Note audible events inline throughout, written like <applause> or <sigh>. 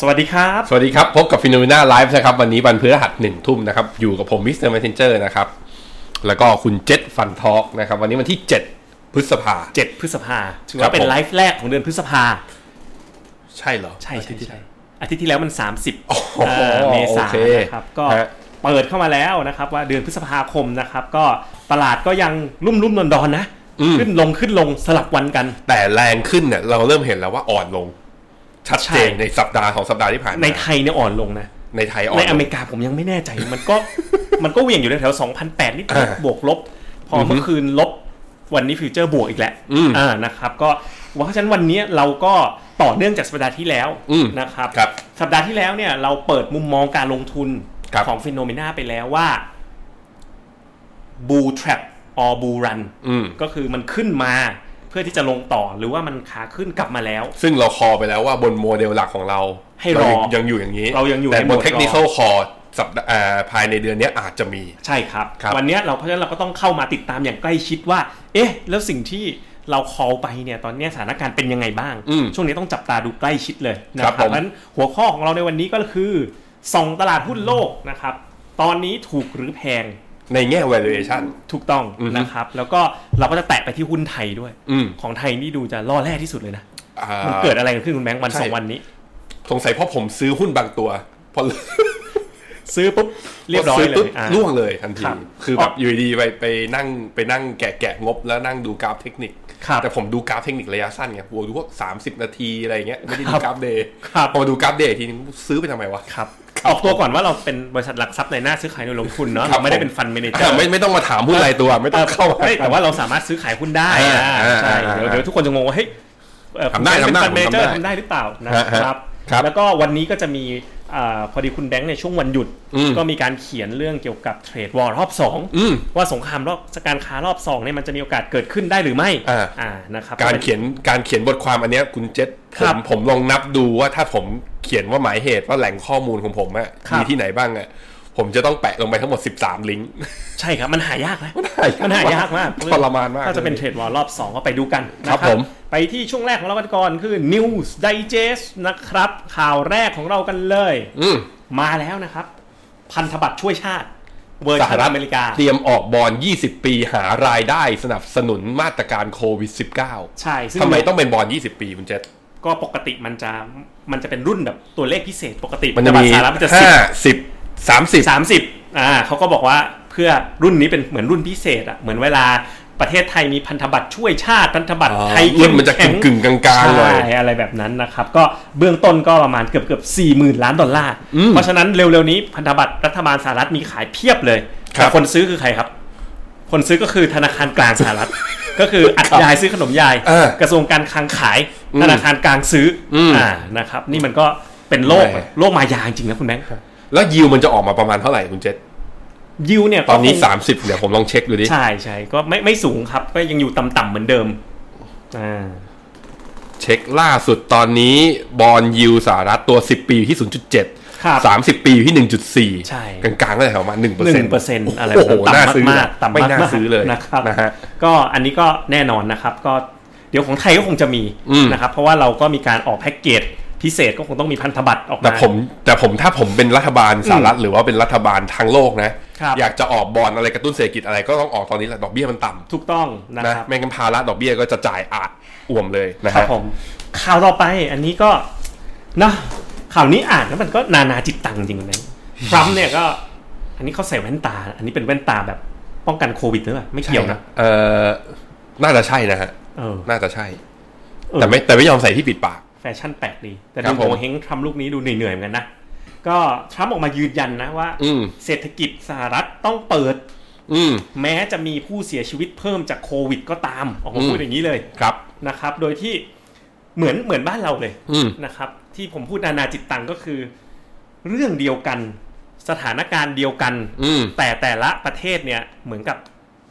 สวัสดีครับ สวัสดีครับ พบกับฟิโนเมนาไลฟ์นะครับ วันนี้วันพฤหัสหนึ่งทุ่มนะครับ อยู่กับผมมิสเตอร์แมนเจอร์นะครับ แล้วก็คุณเจษฟันทอกนะครับ วันนี้วันที่ 7 พฤษภา 7พฤษภาถือ ครั ว่า บ เป็น ผม ไลฟ์แรกของเดือนพฤษภา ใช่เหรอ ใช่ใช่ อาทิตย์ที่ ใช่ แล้ว อาทิตย์ที่แล้วมัน 30 โอ้โห เอ่อเมษา โอเค นะครับก็ ฮะ เปิดเข้ามาแล้วนะครับว่าเดือนพฤษภาคมนะครับ ก็ตลาดก็ยังรุ่มรุ่มดอนดอนๆนะ ขึ้นลงขึ้นลงสลับวันกัน แต่แรงขึ้นเนี่ยเราเริ่มเห็นแล้วว่าอ่อนลง ชัดเจน ใช่ ในสัปดาห์ของสัปดาห์ที่ผ่านมา ในไทยเนี่ยอ่อนลงนะ ในไทยอ่อน ใน ลง อเมริกาผมยังไม่แน่ใจ มันก็ <laughs> มันก็เหวี่ยงอยู่แถวๆ2,008นิด อ่า ๆบวกลบ พอเมื่อคืนลบวันนี้ฟิวเจอร์บวกอีกแล้ว อืม อ่านะครับ ก็เพราะฉะนั้นวันนี้เราก็ต่อเนื่องจากสัปดาห์ที่แล้ว อืม นะครับ ครับ สัปดาห์ที่แล้วเนี่ยเราเปิดมุมมองการลงทุน ครับ ของฟิโนเมนาไปแล้วว่าบูทรัพออบูรัน อืม ก็คือมันขึ้นมาเพื่อที่จะลงต่อหรือว่ามันขาขึ้นกลับมาแล้ว ซึ่งเราคอไปแล้วว่าบนโมเดลหลักของเรา ให้รอ ยังอยู่อย่างนี้ เรายังอยู่ แต่ ในโหมบน ดรอ เทคนิคอลคอสัปดาห์อ่าภายในเดือนเนี้ยอาจจะมี ใช่ครับ ครับ วันเนี้ยเราเพราะฉะนั้นเราก็ต้องเข้ามาติดตามอย่างใกล้ชิดว่า เอ๊ะ แล้วสิ่งที่เราคอลไปเนี่ย ตอนเนี้ยสถานการณ์เป็นยังไงบ้าง อืม ช่วงนี้ต้องจับตาดูใกล้ชิดเลยนะครับ ผม เพาะฉะนั้นหัวข้อของเราในวันนี้ก็คือส่องตลาดหุ้นโลกนะครับ ตอนนี้ถูกหรือแพง ในแง่ valuation ถูกต้อง อือฮึ นะครับ แล้วก็เราก็จะแตะไปที่หุ้นไทยด้วย อืม ของไทยนี่ดูจะล่อแร่ที่สุดเลยนะ อ่า มันเกิดอะไรกันขึ้นคุณแบงค์วัน ใช่ สองวันนี้ สงสัยเพราะผมซื้อหุ้นบางตัวพอ ซื้อปุ๊บเรียบร้อย ซื้ เล ปุ๊ ยอ่า ล่วงเลยทันที ครับ คือแบบ อ๋อ อ อยู่ ดีๆไปไปนั่งไปนั่งแกะแกะงบแล้วนั่งดูกราฟเทคนิค ครับ แต่ผมดูกราฟเทคนิคระยะสั้นไงวัวดูพวกสามสิบนาทีอะไรเงี้ยไม่ได้ดู ครับ กราฟเดย์ ครับ พอมาดูกราฟเดย์ทีนึงซื้อไปทำไมวะ ครับออกตัวก่อนว่าเราเป็นบริษัทหลักทรัพย์ในหน้าซื้อขายโดยลงทุนเนาะ ครับ เราไม่ได้ ผม เป็นฟันเมนเจอ อ่ะ ร์ ไม่ไม่ต้องมาถามหุ้นรายตัวไม่ต้องเข้ามา ฮ้ยแต่ว่าเราสามารถซื้อขายหุ้นได้นะ อ่าอ่า ใช่เดี๋ยว อ่า เดี๋ยวทุกคนจะงงว่าเฮ้ยเอ่อ ทำได้ คุณแบงค์ ทำเป็น fund ได้ manager ผมทำทำได้ได้หรือเปล่านะ ฮะฮะ ครับ ครับ แล้วก็วันนี้ก็จะมีอ่าพอดีคุณแบงค์ในยช่วงวันหยุด อืม ก็มีการเขียนเรื่องเกี่ยวกับเทรดวอร์รอบ อืม 2ว่าสงครามรอบการค้ารอบ2เนี่ยมันจะมีโอกาสเกิดขึ้นได้หรือไม่ อ่า อ่านะครับ การเขียนการเขียนบทความอันเนี้ยคุณเจษผ ครั ม บ ผมลองนับดูว่าถ้าผมเขียนว่าหมายเหตุว่าแหล่งข้อมูลของผมอะ ครับ มีที่ไหนบ้างอะผมจะต้องแปะลงไปทั้งหมด 13 ลิงก์ ใช่ครับมันหายากนะ มั มันนหาหาายยากมามกาก ก ทรมานมาก ถ้าจะเป็น เลย เทรดวอร์รอบ 2 ก็ไปดูกันนะครับ ผม ไปที่ช่วงแรกของเรากันก่อนคือ News Digest นะครับข่าวแรกของเรากันเลย อืม มาแล้วนะครับ พันธบัตรช่วยชาติเวอร์ชันอเมริกา เตรียมออกบอล 20 ปีหารายได้สนับสนุนมาตรการโควิด -19 ใช่ซึ่ง ทำไมต้องเป็นบอล 20 ปีคุณเจษ ก็ปกติมันจะมันจะเป็นรุ่นแบบตัวเลขพิเศษปกติ มันจะมี พัธบัตรสหรัฐมันจะสิ ห้า บ สิบสามสิบ สามสิบอ่าเขาก็บอกว่าเพื่อรุ่นนี้เป็นเหมือนรุ่นพิเศษอะเหมือนเวลาประเทศไทยมีพันธบัตรช่วยชาติพันธบัตร อ๋อ ไทย รุ่นมันจะ เข้ กึ่งๆกลางๆหน่อย ใช่อะไรแบบนั้นนะครับ ก็เบื้องต้นก็ประมาณเกือบเกือบสี่หมื่นล้านดอลลาร์ อืม เพราะฉะนั้นเร็วๆนี้พันธบัตรรัฐบาลสหรัฐมีขายเพียบเลย ครับ แต่คนซื้อคือใครครับ คนซื้อก็คือธนาคารกลางสหรั <laughs> ฐ ก็คืออัดยายซื้อขนมยาย เออก ระทรวงการคลังขายธนาคารกลางซื้ออ ม อ่านะครับ นี่มันก็เป็นโลก แหม่ โลกมายาจริงๆนะคุณแบงค์ แล้วยิวมันจะออกมาประมาณเท่าไหร่คุณเจษ ยิวเนี่ย ตอนนี้ ก็คง 30 เดี๋ยวผมลองเช็คดูดิ ใช่ใช่ก็ไม่ไม่สูงครับ ก็ยังอยู่ต่ำๆเหมือนเดิมอ่า เช็คล่าสุดตอนนี้บอลยิวสหรัฐตัว 10 ปีอยู่ที่ 0.7 ครับ 30 ปีอยู่ที่ 1.4 ใช่ กลางๆก็แถวมา1% หนึ่งเปอร์เซ็นต์อะไร โอ้โห แบบ น่า นั้น ซื้อ ต่ำมากๆต่ำมาก ไม่น่าซื้อเลย นะครับ นะฮะ ก็อันนี้ก็แน่นอนนะครับ ก็เดี๋ยวของไทยก็คงจะมี อืม นะครับ เพราะว่าเราก็มีการออกแพ็กเกจพิเศษก็คงต้องมีพันธบัตรออกมา แต่ผมแต่ผมถ้าผมเป็นรัฐบาลสหรัฐหรือว่าเป็นรัฐบาลทางโลกนะ ครับ อยากจะออกบอลอะไรกระตุ้นเศรษฐกิจอะไรก็ต้องออกตอนนี้แหละดอกเบี้ยมันต่ ถูกต้องนะ ำนะครับ ไม่งั้นภาระดอกเบี้ยก็จะจ่ายอาดอ่วมเลยนะ ครั ฮะ บผมข่าวต่อไปอันนี้ก็นะข่าวนี้อ่านแล้วมันก็นานาจิตตังจริงๆนะทรัมป์เนี่ยก็ อันนี้เขาใส่แว่นตา อันนี้เป็นแว่นตาแบบป้องกันโควิดหรือเปล่าไม่เกี่ยวนะ เออน่าจะใช่นะฮะ เออ น่าจะใช่ เออ แต่ไม่แต่ไม่ยอมใส่ที่ปิดปาก แฟชั่นแปลกดี แต่ ครั ดู บผม โงเฮงทรัมป์ลูกนี้ดูเหนื่อยๆเหมือนกันนะ ก็ทรัมป์ออกมายืนยันนะว่า อืม เศรษฐกิจสหรัฐต้องเปิด อืม แม้จะมีผู้เสียชีวิตเพิ่มจากโควิดก็ตาม ออกมา อืม พูดอย่างนี้เลย ครับ นะครับ โดยที่เหมือนเหมือนบ้านเราเลย อืม นะครับที่ผมพูดนานาจิตตังก็คือ เรื่องเดียวกันสถานการณ์เดียวกัน อืม แต่แต่ละประเทศเนี่ยเหมือนกับ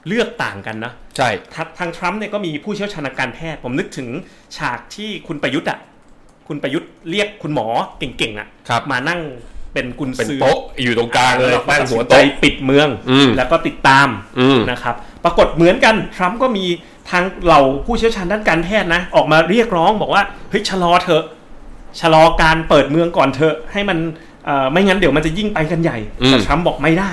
เลือกต่างกันนะ ใช่ ทางทางทรัมป์เนี่ยก็มีผู้เชี่ยวชาญทางการแพทย์ ผมนึกถึงฉากที่คุณประยุทธ์อ่ะคุณประยุทธ์เรียกคุณหมอเก่งๆอ่ะ ครับ มานั่งเป็นกุญ เป็น ซื้อ โต๊ะอยู่ตรงกลางเลย แวก็ นั่ง ตัดสิ หัวน ใจ โต๊ะ ปิดเมือง อืม แล้วก็ติดตาม อืม นะครับ ปรากฏเหมือนกันทรัมป์ก็มีทางเราผู้เชี่ยวชาญด้านการแพทย์นะ ออกมาเรียกร้องบอกว่าเฮ้ยชะลอเถอะ ชะลอการเปิดเมืองก่อนเถอะ ให้มันเอ่อไม่งั้นเดี๋ยวมันจะยิ่งไปกันใหญ่ อืม แต่ทรัมป์บอกไม่ได้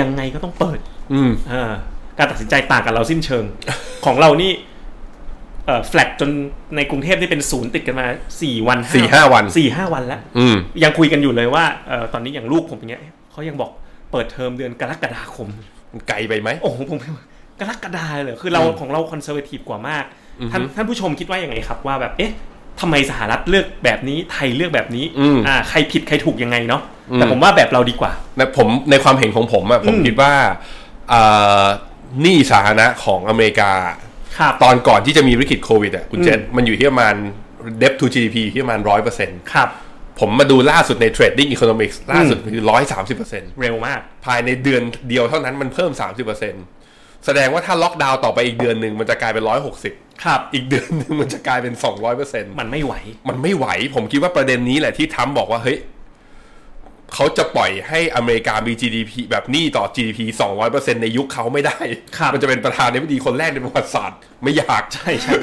ยังไงก็ต้องเปิด อืม เออการตัดสินใจต่างกับเราสิ้นเชิง <laughs> ของเรานี่เอ่อแฟลกจนในกรุงเทพนี่เป็นศูนย์ติดกันมาสี่วัน สี่ห้าวัน สี่ห้าวันแล้ว อืม ยังคุยกันอยู่เลยว่าเออตอนนี้อย่างลูกผมอย่างเงี้ยเขายังบอกเปิดเทอมเดือนกรกฎาคม มันไกลไปไหม โอ้โหผม กรกฎาเลยเหรอคือเรา อืม ของเราคอนเซอร์เวทีฟกว่ามาก อือฮึ ท่านท่านผู้ชมคิดว่าอย่างไงครับว่าแบบเอ๊ะทำไมสหรัฐเลือกแบบนี้ไทยเลือกแบบนี้ อืม อ่าใครผิดใครถูกยังไงเนาะ อืม แต่ผมว่าแบบเราดีกว่า ในผมในความเห็นของผมอะผม อืม คิดว่าเอ่อหนี้สาธารณะของอเมริกา ครับ ตอนก่อนที่จะมีวิกฤตโควิดอะคุณเจษ อืม มันอยู่ที่ประมาณ debt to GDP อยู่ที่ประมาณร้อยเปอร์เซ็นต์ ครับ ผมมาดูล่าสุดใน Trading Economics ล่าสุดคือร้อยสามสิบเปอร์เซ็นต์ เร็วมาก ภายในเดือนเดียวเท่านั้นมันเพิ่มสามสิบเปอร์เซ็นต์แสดงว่าถ้าล็อกดาวน์ต่อไปอีกเดือนหนึ่งมันจะกลายเป็นร้อยหกสิบ ครับ อีกเดือนหนึ่งมันจะกลายเป็นสองร้อยเปอร์เซ็นต์ มันไม่ไหว มันไม่ไหว ผมคิดว่าประเด็นนี้แหละที่ทรัมป์บอกว่า เฮ้ยเขาจะปล่อยให้อเมริกามี GDP แบบหนี้ต่อ GDP 200%ในยุคเขาไม่ได้ ครับ มันจะเป็นประธานาธิบดีคนแรกในประวัติศาสตร์ ไม่อยาก ใช่ใช่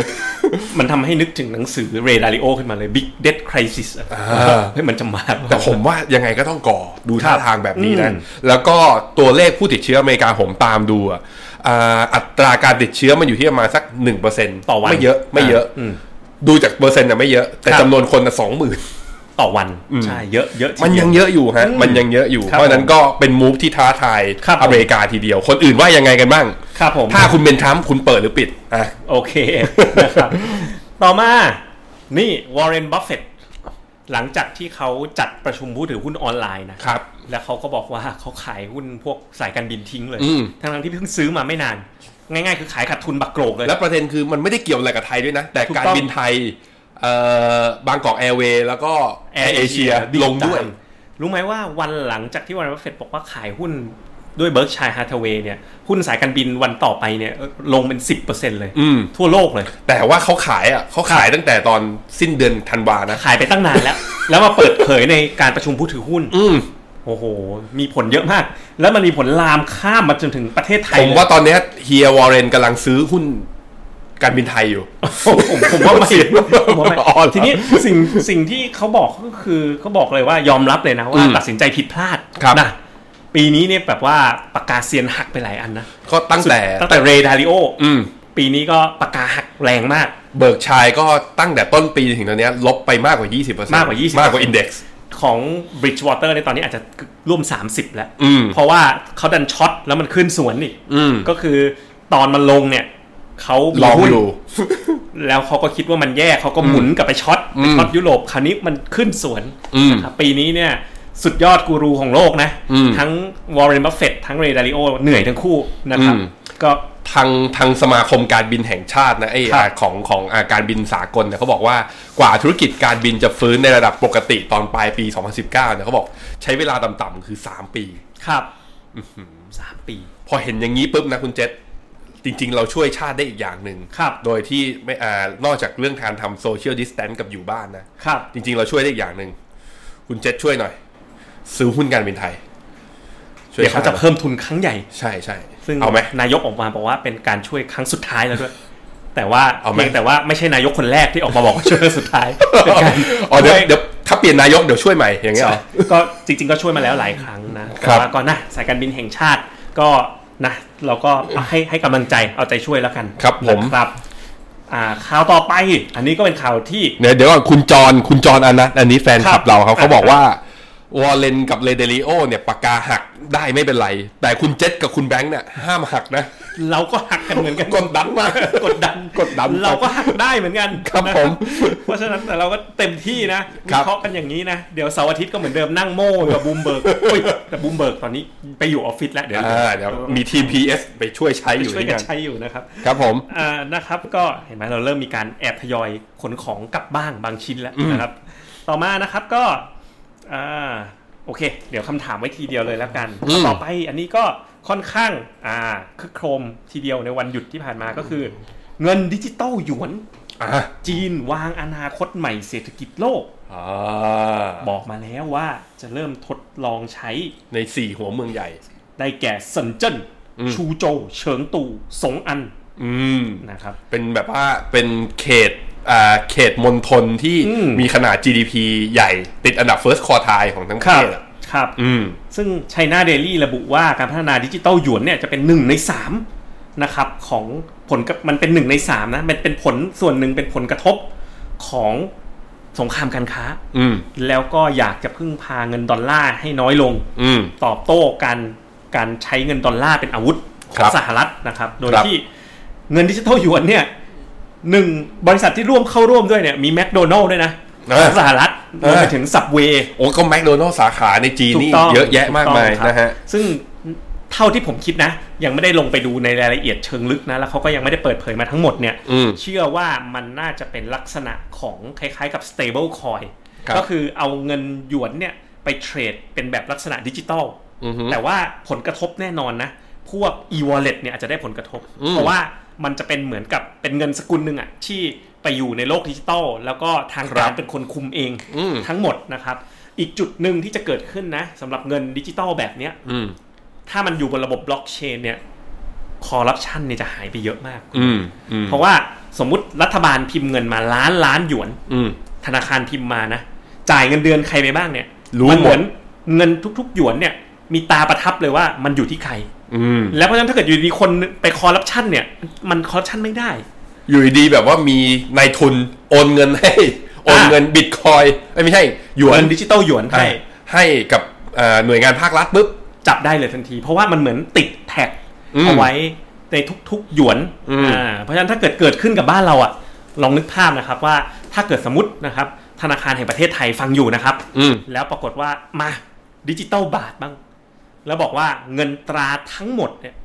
มันทำให้นึกถึงหนังสือเรดาริโอขึ้นมาเลย Big Debt Crisis อะ า เฮ้ยมันจะมา แต่ผมว่ายังไงก็ต้องก่อดูท่าทางแบบนี้นะ อืม แล้วก็ตัวเลขผู้ติดเชื้ออเมริกาผมตามดูอะอ่าอัตราการติดเชื้อมันอยู่ที่ประมาณสัก1% ต่อวัน ไม่เยอะไม่เยอะ ม ดูจากเปอร์เซ็นต์อะไม่เยอะ แต่ ครับ จำนวนคนอะสองหมื่น ต่อวัน ใช่เยอะเยอะที มัน เดี ยั ว งเยอะอยู่ฮะ อืม มันยังเยอะอยู่ ครับ เพราะฉะนั้นก็เป็นมูฟที่ท้าทาย ครับผม อเมริกาทีเดียว คนอื่นว่ายังไงกันบ้าง ครับผม ถ้าคุณเป็นทรัมป์คุณเปิดหรือปิด อ่ะ โอเคนะครับ ต่อมา นี่วอร์เรนบัฟเฟตหลังจากที่เขาจัดประชุมผู้ถือหุ้นออนไลน์นะ ครับ แล้วเขาก็บอกว่าเขาขายหุ้นพวกสายการบินทิ้งเลย อืม ทั้งๆที่เพิ่งซื้อมาไม่นาน ง่ายๆ คือขายขาดทุนบักโกรกเลย แล้วประเด็นคือมันไม่ได้เกี่ยวอะไรกับไทยด้วยนะ แต่ ถูก การ ต้อง บินไทยเอ่อบางกอกแอร์เวย์แล้วก็แอร์เอเชียลงด้วย รู้ไหมว่าวันหลังจากที่วอร์เรนบัฟเฟตบอกว่าขายหุ้นด้วยเบิร์กชัยฮาทเวย์เนี่ย หุ้นสายการบินวันต่อไปเนี่ยลงเป็น 10%เลย อืม ทั่วโลกเลย แต่ว่าเขาขายอ่ะเขาขายตั้งแต่ตอนสิ้นเดือนธันวานะ ขายไปตั้งนานแล้ว แล้วมาเปิดเผยในการประชุมผู้ถือหุ้น อืม โอ้โห มีผลเยอะมาก แล้วมันมีผลลามข้ามมาจนถึงประเทศไทย ผม เลย ว่าตอนเนี้ยเฮียวอร์เรนกำลังซื้อหุ้นการบินไทยอยู่ ผมผมว่าไม่ผมว่าไม่ อ๋อเหรอ ทีนี้สิ่งสิ่งที่เขาบอกก็คือเขาบอกเลยว่ายอมรับเลยนะ อื ว่าม ตัดสินใจผิดพลาด ครับ นะปีนี้เนี่ยแบบว่าปากกาเซียนหักไปหลายอันนะ ก็ตั้งแต่ ตั้งแต่เรดาริโอ อืม ปีนี้ก็ปากกาหักแรงมาก เบิกชายก็ตั้งแต่ต้นปีถึงตอนเนี้ยลบไปมากกว่า 20% มากกว่า20% มากกว่าอินเด็กซ์ ของ Bridgewater ในยตอนนี้อาจจะร่วม 30 แล้ว อืม เพราะว่าเขาดันช็อตแล้วมันขึ้นสวนอีก อืม ก็คือตอนมันลงเนี่ยเขามี ลอง หุ้น อยู่ แล้วเขาก็คิดว่ามันแย่เขาก็หมุนกลับไปช็อตไปช็อตยุโรปคราวนี้มันขึ้นสวน อืม นะครับปีนี้เนี่ยสุดยอดกูรูของโลกนะ อืม ทั้งวอร์เรนบัฟเฟตทั้งเรดาริโอเหนื่อยทั้งคู่นะครับ อืม ก็ ทางทางสมาคมการบินแห่งชาตินะไอ้ ครับ ของของอาการบินสากลเนี่ยเขาบอกว่ากว่าธุรกิจการบินจะฟื้นในระดับปกติตอนปลายปี 2019เนี่ยเขาบอกใช้เวลาต่ำๆคือ 3 ปี ครับสามปี พอเห็นอย่างนี้ปุ๊บนะคุณเจษจริงๆ เราช่วยชาติได้อีกอย่างหนึ่ง ครับ โดยที่ไม่อ่านอกจากเรื่องการทำโซเชียลดิสแตนต์กับอยู่บ้านนะ ครับ จริงๆ เราช่วยได้อีกอย่างหนึ่ง คุณเจษช่วยหน่อย ซื้อหุ้นการบินไทย เดี๋ยวเขาจะ ชติหน่อ เพิ่มทุนครั้งใหญ่ ใช่ใช่ ซึ่ง เอาไหม นายกออกมาบอกว่าเป็นการช่วยครั้งสุดท้ายแล้วด้วย <laughs> แต่ว่า เอาไหม เพียงแต่ว่าไม่ใช่นายกคนแรกที่ออกมาบอกว่าช่วยครั้งสุด <laughs> ท้ายเป็นการ อ๋อเดี๋ยวเดี๋ยวถ้าเปลี่ยนนายกเดี๋ยวช่วยใหม่อย่างเงี้ยเหรอ ก็จริง ๆ ก็ช่วยมาแล้วหลายครั้งนะแต่ ครับ ว่าก็นะสายการบินแห่งชาติก็นะเราก็ให้ให้กำลังใจเอาใจช่วยแล้วกัน ครับผม นะครับอ่าข่าวต่อไป อันนี้ก็เป็นข่าวที่ เดี๋ยวเดี๋ยวก่อนคุณจรคุณจรอันนะอันนี้แฟนค ครั ลับบ เราครับเขาบอก ครับ ว่าวอลเลนกับเรเดลิโอเนี่ยปากกาหักได้ไม่เป็นไร แต่คุณเจษกับคุณแบงค์เนี่ยห้ามหักนะ เราก็หักกันเหมือนกัน กดดันมาก กดดัน กดดัน เราก็หักได้เหมือนกัน ครับ นะ ผม เพราะฉะนั้นแต่เราก็เต็มที่นะ ครั วิ บ เคราะห์กันอย่างนี้นะ เดี๋ยวเสาร์อาทิตย์ก็เหมือนเดิมนั่งโม่อยู่กับบูมเบิร์กโอ้ยแต่บูมเบิร์กตอนนี้ไปอยู่ออฟฟิศแล้วเดี๋ยว อ่าเดี๋ยวมีทีม PS ไปช่วยใช้ ไป อยู่ ช่วย นี่ กั กัน น ใช้อยู่นะครับ ครับผม อ่านะครับก็เห็นไหมเราเริ่มมีการแอบทยอยขนของกลับบ้างบางชิ้นแล้วนะครับ ต่อมานะครับก็อ่าโอเค เดี๋ยวคำถามไว้ทีเดียวเลยแล้วกัน อืม ต่อไปอันนี้ก็ค่อนข้างอ่าคึกโครมทีเดียวในวันหยุดที่ผ่านมาก็คือ เงินดิจิตอลหยวน อ่า จีนวางอนาคตใหม่เศรษฐกิจโลก อ่า บอกมาแล้วว่าจะเริ่มทดลองใช้ ในสี่หัวเมืองใหญ่ ได้แก่เซินเจิ้น อืม ชูโจวเฉิงตูสงอัน อืม นะครับ เป็นแบบว่าเป็นเขต อ่าเขตมณฑลที่ อืม มีขนาด GDP ใหญ่ ติดอันดับ first quartile ของทั้งป ค ระ รับ เทศอะ ครับ อืม ซึ่ง China Daily ระบุว่าการพัฒนาดิจิตอลหยวนเนี่ยจะเป็นหนึ่งในสามนะครับของผลกับมันเป็นหนึ่งในสามนะมันเป็นผลส่วนหนึ่งเป็นผลกระทบของสงครามการค้า อืม แล้วก็อยากจะพึ่งพาเงินดอลลาร์ให้น้อยลง อืม ตอบโต้การการใช้เงินดอลลาร์เป็นอาวุธข ค อ รั ง บ สหรัฐนะครับ โดย ครับ ที่เงินดิจิทัลหยวนเนี่ยหนึ่งบริษัทที่ร่วมเข้าร่วมด้วยเนี่ยมีแมคโดนัลล์ด้วยนะ เอ ข อ องสหรัฐร เออ วมไปถึงสับเวย์ โอ้ก็แมคโดนัลสาขาในจีน ถูก นี่ ต้อง เยอะแยะมากมาย ถูต้องครับ นะฮะ ซึ่งเท่าที่ผมคิดนะ ยังไม่ได้ลงไปดูในรายละเอียดเชิงลึกนะ แล้วเขาก็ยังไม่ได้เปิดเผยมาทั้งหมดเนี่ย อืม เชื่อว่ามันน่าจะเป็นลักษณะของคล้ายๆกับ stable coin ครับ ก็คือเอาเงินหยวนเนี่ยไปเทรดเป็นแบบลักษณะดิจิตอล อือฮึ แต่ว่าผลกระทบแน่นอนนะ พวก e-wallet เนี่ยอาจจะได้ผลกระทบ อืม เพราะว่ามันจะเป็นเหมือนกับเป็นเงินสกุลหนึ่งอะที่ไปอยู่ในโลกดิจิตอลแล้วก็ทางการเป็นคนคุมเอง อืม ทั้งหมดนะครับ อีกจุดหนึ่งที่จะเกิดขึ้นนะสำหรับเงินดิจิตอลแบบเนี้ย อืม ถ้ามันอยู่บนระบบบล็อกเชนเนี่ยคอร์รัปชันเนี่ยจะหายไปเยอะมาก อืม อืม เพราะว่าสมมติรัฐบาลพิมพ์เงินมาล้านล้านหยวน อืม ธนาคารพิมพ์มานะ จ่ายเงินเดือนใครไปบ้างเนี่ย รู้ มั หมด เหมือนเงินทุกๆหยวนเนี่ยมีตาประทับเลยว่ามันอยู่ที่ใคร อืม แล้วเพราะฉะนั้นถ้าเกิดอยู่ดีๆคนไปคอร์รัปชันเนี่ย มันคอร์รัปชันไม่ได้ อยู่ดีๆแบบว่ามีนายทุนโอนเงินให้ โอนเงินบิตคอยเอ้ยไม่ใช่หยวน เงินดิจิตอลหยวนใช่ อ่ะให้กับอ่าหน่วยงานภาครัฐปุ๊บ จับได้เลยทันที เพราะว่ามันเหมือนติดแท็ก อืม เอาไว้ในทุกๆหยวน อืม อ่าเพราะฉะนั้นถ้าเกิดเกิดขึ้นกับบ้านเราอะลองนึกภาพนะครับว่าถ้าเกิดสมมตินะครับ ธนาคารแห่งประเทศไทยฟังอยู่นะครับ อืม แล้วปรากฏว่ามาดิจิตอลบาทบ้าง แล้วบอกว่าเงินตราทั้งหมดเนี่ย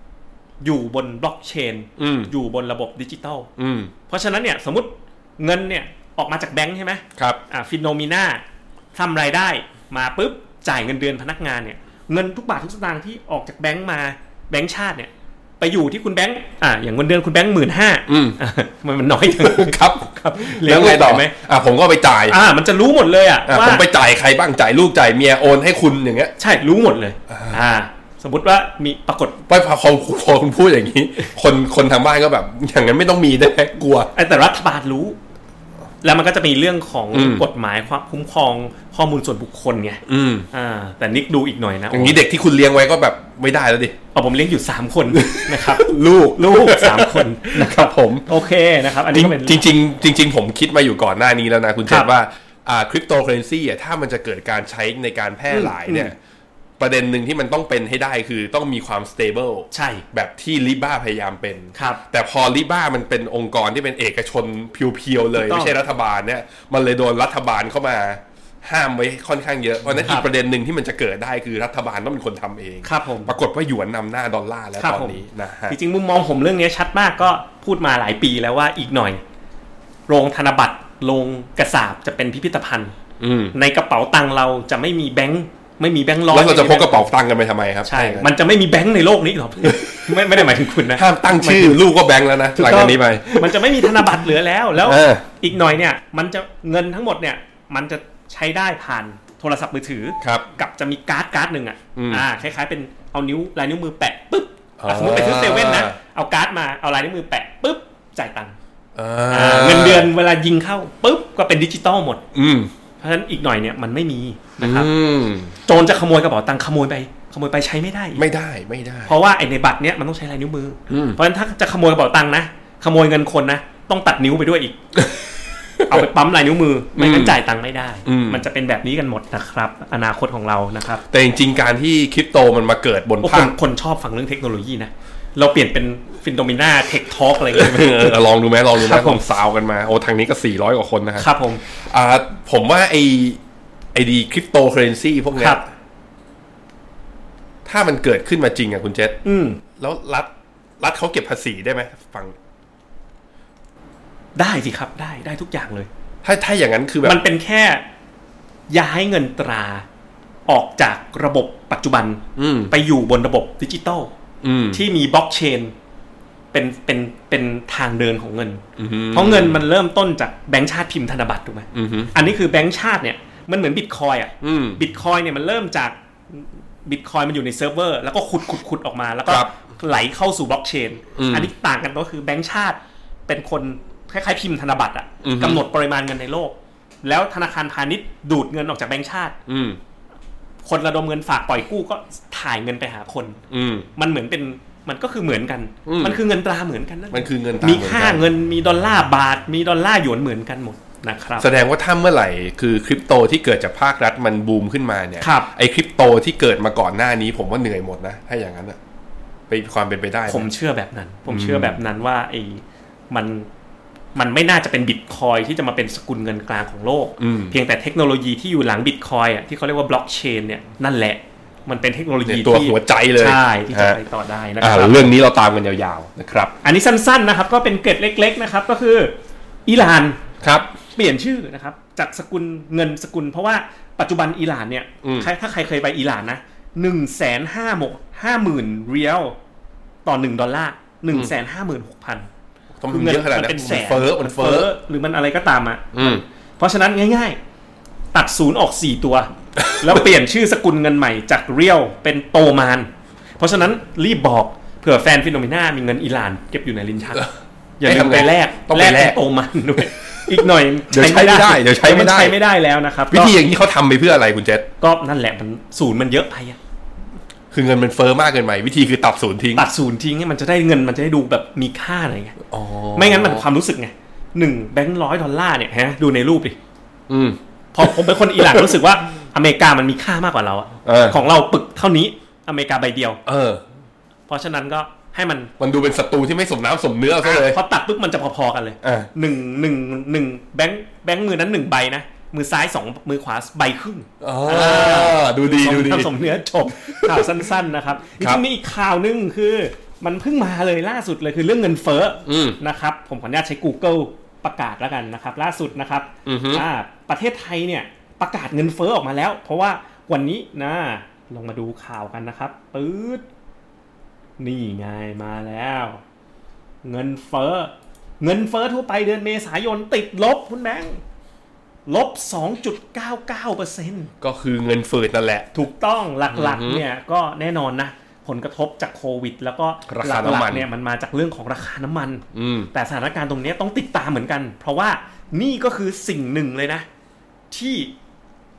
อยู่บนบล็อกเชน อืม อยู่บนระบบดิจิตอล อืม เพราะฉะนั้นเนี่ยสมมติเงินเนี่ยออกมาจากแบงค์ใช่ไหม ครับ อ่าฟินโนมีนาทำรายได้มาปุ๊บจ่ายเงินเดือนพนักงานเนี่ยเงินทุกบาททุกสตางค์ที่ออกจากแบงก์มาแบงก์ชาติเนี่ยไปอยู่ที่คุณแบงก์อ่าอย่างเงินเดือนคุณแบงก์หมื่นห้า อืม <laughs> <laughs> มันมันน้อยจัง ครับ ครับเห แล้ว เงิ ไง น ต่อ ไหม อ่ะผมก็ไปจ่าย อ่ามันจะรู้หมดเลยอ่ะ อ่ะ ว่า ผมไปจ่ายใครบ้างจ่ายลูกจ่ายเมียโอนให้คุณอย่างเงี้ย ใช่รู้หมดเลยอ่าสมมติว่ามีปรากฏ ไปพอพอพอคุณพูดอย่างนี้ คนคนทางบ้านก็แบบ อย่างนั้นไม่ต้องมีได้ไหมกลัว ไอ้แต่รัฐบาลรู้ แล้วมันก็จะมีเรื่องของ อืม กฎหมายความคุ้มครองข้อมูลส่วนบุคคลไง อืม อ่าแต่นิกดูอีกหน่อยนะ อย่างนี้เด็กที่คุณเลี้ยงไว้ก็แบบไม่ได้แล้วดิ เอาผมเลี้ยงอยู่สามคนนะครับ <laughs> ลูก ลูกสาม <laughs> คน นะครับผม โอเคนะครับ อัน จ นี้ก็เป็น ริงจริงๆจริง ๆ ผมคิดมาอยู่ก่อนหน้านี้แล้วนะ คุณเจ ครั น บ ว่าอ่าคริปโตเคอเรนซีอ่ะถ้ามันจะเกิดการใช้ในการแพร่หลายเนี่ย อืม ประเด็นหนึ่งที่มันต้องเป็นให้ได้คือต้องมีความสเตเบิล ใช่ แบบที่ลิบ้าพยายามเป็น ครับ แต่พอลิบ้ามันเป็นองค์กรที่เป็นเอกชนเพียวๆเลย ถูกต้อง ไม่ใช่รัฐบาลเนี่ย มันเลยโดนรัฐบาลเข้ามาห้ามไว้ค่อนข้างเยอะ เพราะฉะนั้น ครั อี บ กประเด็นหนึ่งที่มันจะเกิดได้คือรัฐบาลต้องเป็นคนทำเอง ครับผม ปรากฏว่าหยวนนำหน้าดอลลาร์แล้ว ครับ ตอน ผม นี้นะฮะ จริงๆมุมมองผมเรื่องนี้ชัดมากก็พูดมาหลายปีแล้วว่าอีกหน่อย โรงธนบัตรโรงกระสาบจะเป็นพิพิธภัณฑ์ อืม ในกระเป๋าตังค์เราจะไม่มีแบงค์ไม่มีแบงค์ร้อย แล้วเราจะพกกระ ไม่มีแบงค์ เป๋าตังค์กันไปทำไมครับ ใช่ ถ้าอย่างนั้น มันจะไม่มีแบงค์ในโลกนี้หรอก <laughs> ไม่ไม่ได้หมายถึงคุณนะ ห้ามตั้งชื่อลูกก็แบงค์แล้วนะ หลังจากนี้ไป มันจะไม่มีธนบัตรเหลือแล้วแล้ว เออ อีกหน่อยเนี่ย มันจะเงินทั้งหมดเนี่ย มันจะใช้ได้ผ่านโทรศัพท์มือถือ ครับ กับจะมีการ์ดการ์ดหนึ่งอ่ะ อืม อ่า คล้ายๆ เป็นเอานิ้วลายนิ้วมือแปะปุ๊บ อ่า อ่ะสมมติไปซื้อเซเว่นนะ เอาการ์ดมาเอาลายนิ้วมือแปะปุ๊บจ่ายตังค์ อ่า อ่าเงินเดือนเวลายิงเข้าปุ๊บก็เป็นดิจิตอลหมด อืม เพราะฉะนั้นอีกหน่อยเนี่ยมันไม่มี อื นะครับ ม โจรจะขโมยกระเป๋าตังค์ขโมยไปขโมยไปใช้ไม่ได้อีก ไม่ได้ไม่ได้ เพราะว่าไอ้ในบัตรเนี่ยมันต้องใช้ลายนิ้วมืออ ม เพราะฉะนั้นถ้าจะขโมยกระเป๋าตังค์นะขโมยเงินคนนะต้องตัดนิ้วไปด้วยอีก เอาไปปั๊มลายนิ้วมือไม่งั้นจ่ายตังค์ไม่ได้ มันจะเป็นแบบนี้กันหมดนะครับ อนาคตของเรานะครับ แต่จริงๆ การที่คริปโตมันมาเกิดบน โอ้ค ภาน ค คนชอบฟังเรื่องเทคโนโลยีนะ เราเปลี่ยนเป็นฟินโดมิน่าเทคทอ l กอะไรอย่างเงี้ย เออลองดูไหมลองดูคไหม รับ ผ ผม ม ซาวกันมา โอ้ทางนี้ก็ 400 กว่าคนนะฮะ ครับผม อ่าผมว่าไอไอดีคริปโตเคอเรนซีพวกเนี้ ค ย รับ ถ้ามันเกิดขึ้นมาจริงอ่ะคุณเจษ อืม แล้วรัฐรัฐเขาเก็บภาษีได้ไหมฟัง ได้สิครับได้ได้ทุกอย่างเลย ถ้าถ้าอย่างนั้นคือแบบ มันเป็นแค่ย้ายเงินตราออกจากระบบปัจจุบัน อืม ไปอยู่บนระบบดิจิตอล อืม ที่มีบล็อกเชนเป็นเป็นเป็นทางเดินของเงิน อืม เพราะเงินมันเริ่มต้นจากแบงก์ชาติพิมพ์ธนบัตรถูกไหม อืม อันนี้คือแบงก์ชาติเนี่ยมันเหมือนบิตคอยอ่ะ อืม บิตคอยเนี่ยมันเริ่มจากบิตคอยมันอยู่ในเซิร์ฟเวอร์ แล้วก็ขุดขุดขุดออกมา แล้วก็ ครับ ไหลเข้าสู่บล็อกเชน อืม นนี้ต่างกันก็คือแบงค์ชาติเป็นคน คล้ายๆพิมพ์ธนบัตรอะ อือฮึ กำหนดปริมาณเงินในโลก แล้วธนาคารพาณิชย์ดูดเงินออกจากแบงก์ชาติ อืม คนระดมเงินฝากปล่อยกู้ก็ถ่ายเงินไปหาคน อืม มันเหมือนเป็นมันก็คือเหมือนกัน อืม มันคือเงินตราเหมือนกันนั่นแหละ มันคือเงินตาม มี เหอน ค่า กัน เงินมีดอลลาร์บาท มีดอลลาร์หยวนเหมือนกันหมดนะครับ แสดงว่าถ้าเมื่อไหร่คือคริปโตที่เกิดจากภาครัฐมันบูมขึ้นมาเนี่ย ครับ ไอคริปโตที่เกิดมาก่อนหน้านี้ ผมว่าเหนื่อยหมดนะถ้าอย่างนั้นอะเป็นความเป็นไปได้นะ ผมเชื่อแบบนั้น ผม อืม เชื่อแบบนั้นว่าไอ้มันมันไม่น่าจะเป็นบิตคอยที่จะมาเป็นสกุลเงินกลางของโลก อืม เพียงแต่เทคโนโลยีที่อยู่หลังบิตคอยอ่ะที่เขาเรียยกว่าบล็อกเชนเนี่ยนั่นแหละ มันเป็นเทคโนโลยี เนี่ยตัว ที่ หัวใจเลย ใช่ที่จะ ฮะ ไปต่อได้นะค อ่า รับ เรื่องนี้เราตามกันยาวๆนะครับ อันนี้สั้นๆนะครับก็เป็นเกร็ดเล็ก ๆ นะครับ ก็คืออิหร่าน ครับ เปลี่ยนชื่อนะครับ จากสกุลเงินสกุล เพราะว่าปัจจุบันอิหร่านเนี่ย อืม ใครถ้าใครเคยไปอิหร่านนะหนึ่งแสนห้าหมกห้าหมื่นเรียลต่อหนึ่งดอลลาร์หนึ่งแสนห้าหมื่นหกพัน ต้อง คือ เย เงิ อะขนาด มั นั้น เป็นแสน เฟ้อมันเฟ้อ หรือมันอะไรก็ตามอ่ะ อืม เพราะฉะนั้นง่ายๆ ตัดศูนย์ออกสี่ตัว แล้วเปลี่ยนชื่อสกุลเงินใหม่จากเรียวเป็นโตมาน เพราะฉะนั้นรีบบอกเผื่อแฟนฟิโนเมนามีเงินอิหร่านเก็บอยู่ในลิ้น <laughs> ชักอย่าลืมไปแลก ต้อง แล ไป ก แลก เป็นโตมัน <laughs> ด้วย อีกหน่อย เดี๋ยวใช้ไม่ได้เดี๋ยวใช้ไม่ได้ นใช้ไม่ได้แล้วนะครับ วิ ก็ ธีอย่างนี้เขาทำไปเพื่ออะไรคุณเจษ ก็นั่นแหละมันศูนย์มันเยอะไปอะ คือเงินมันเฟ้อมากเกินไปวิธีคือตัดศูนย์ทิ้ง ตัดศูนย์ทิ้งให้มันจะได้เงินมันจะได้ดูแบบมีค่าหน่อะไรเงี้ย อ๋อ ไม่งั้นมันความรู้สึกไงหนึ่งแบงค์ร้อยดอลลาร์เนี่ยฮะดูในรูปดิ อืม พอผมเป็นคนอิหร่านรู้สึกว่าอเมริกามันมีค่ามากกว่าเราอะ เออ ของเราปึกเท่านี้อเมริกาใบเดียว เออ เพราะฉะนั้นก็ให้มัน มันดูเป็นศัตรูที่ไม่สมน้ำสมเนื้อซะเลย พอตัดปุ๊บมันจะพอๆกันเลย เออ หนึ่งหนึ่งหนึ่งแบงค์แบงค์มือนั้นหนึ่งใบนะ มือซ้ายสองมือขวาใบครึ่ง อ๋อดูดีดูดี ผสมเนื้อจบ ข่าวสั้นๆนะครับจ ครับ ริงๆมีอีกข่าวหนึงคือ มันเพิ่งมาเลยล่าสุดเลยคือเรื่องเงินเฟ้ออ ม นะครับ ผมขออนุญาตใช้ Google ประกาศแล้วกันนะครับ ล่าสุดนะครับ อือฮึ อ่าประเทศไทยเนี่ยประกาศเงินเฟ้อออกมาแล้ว เพราะว่าวันนี้นะลองมาดูข่าวกันนะครับปื๊ดนี่ไงมาแล้ว เงินเฟ้อเงินเฟ้อทั่วไปเดือนเมษายนติดลบคุณแบงค์ลบ 2.99เปอร์เซ็นต์ ก็คือเงินเฟ้อนั่นแหละ ถูกต้องหลัก อือฮึ ๆเนี่ยก็แน่นอนนะผลกระทบจากโควิด แล้วก็ รา ห คาน้ำมัน ลักๆเนี่ยมันมาจากเรื่องของราคาน้ำมัน อืม แต่สถานการณ์ตรงเนี้ยต้องติดตามเหมือนกัน เพราะว่านี่ก็คือสิ่งหนึ่งเลยนะ ที่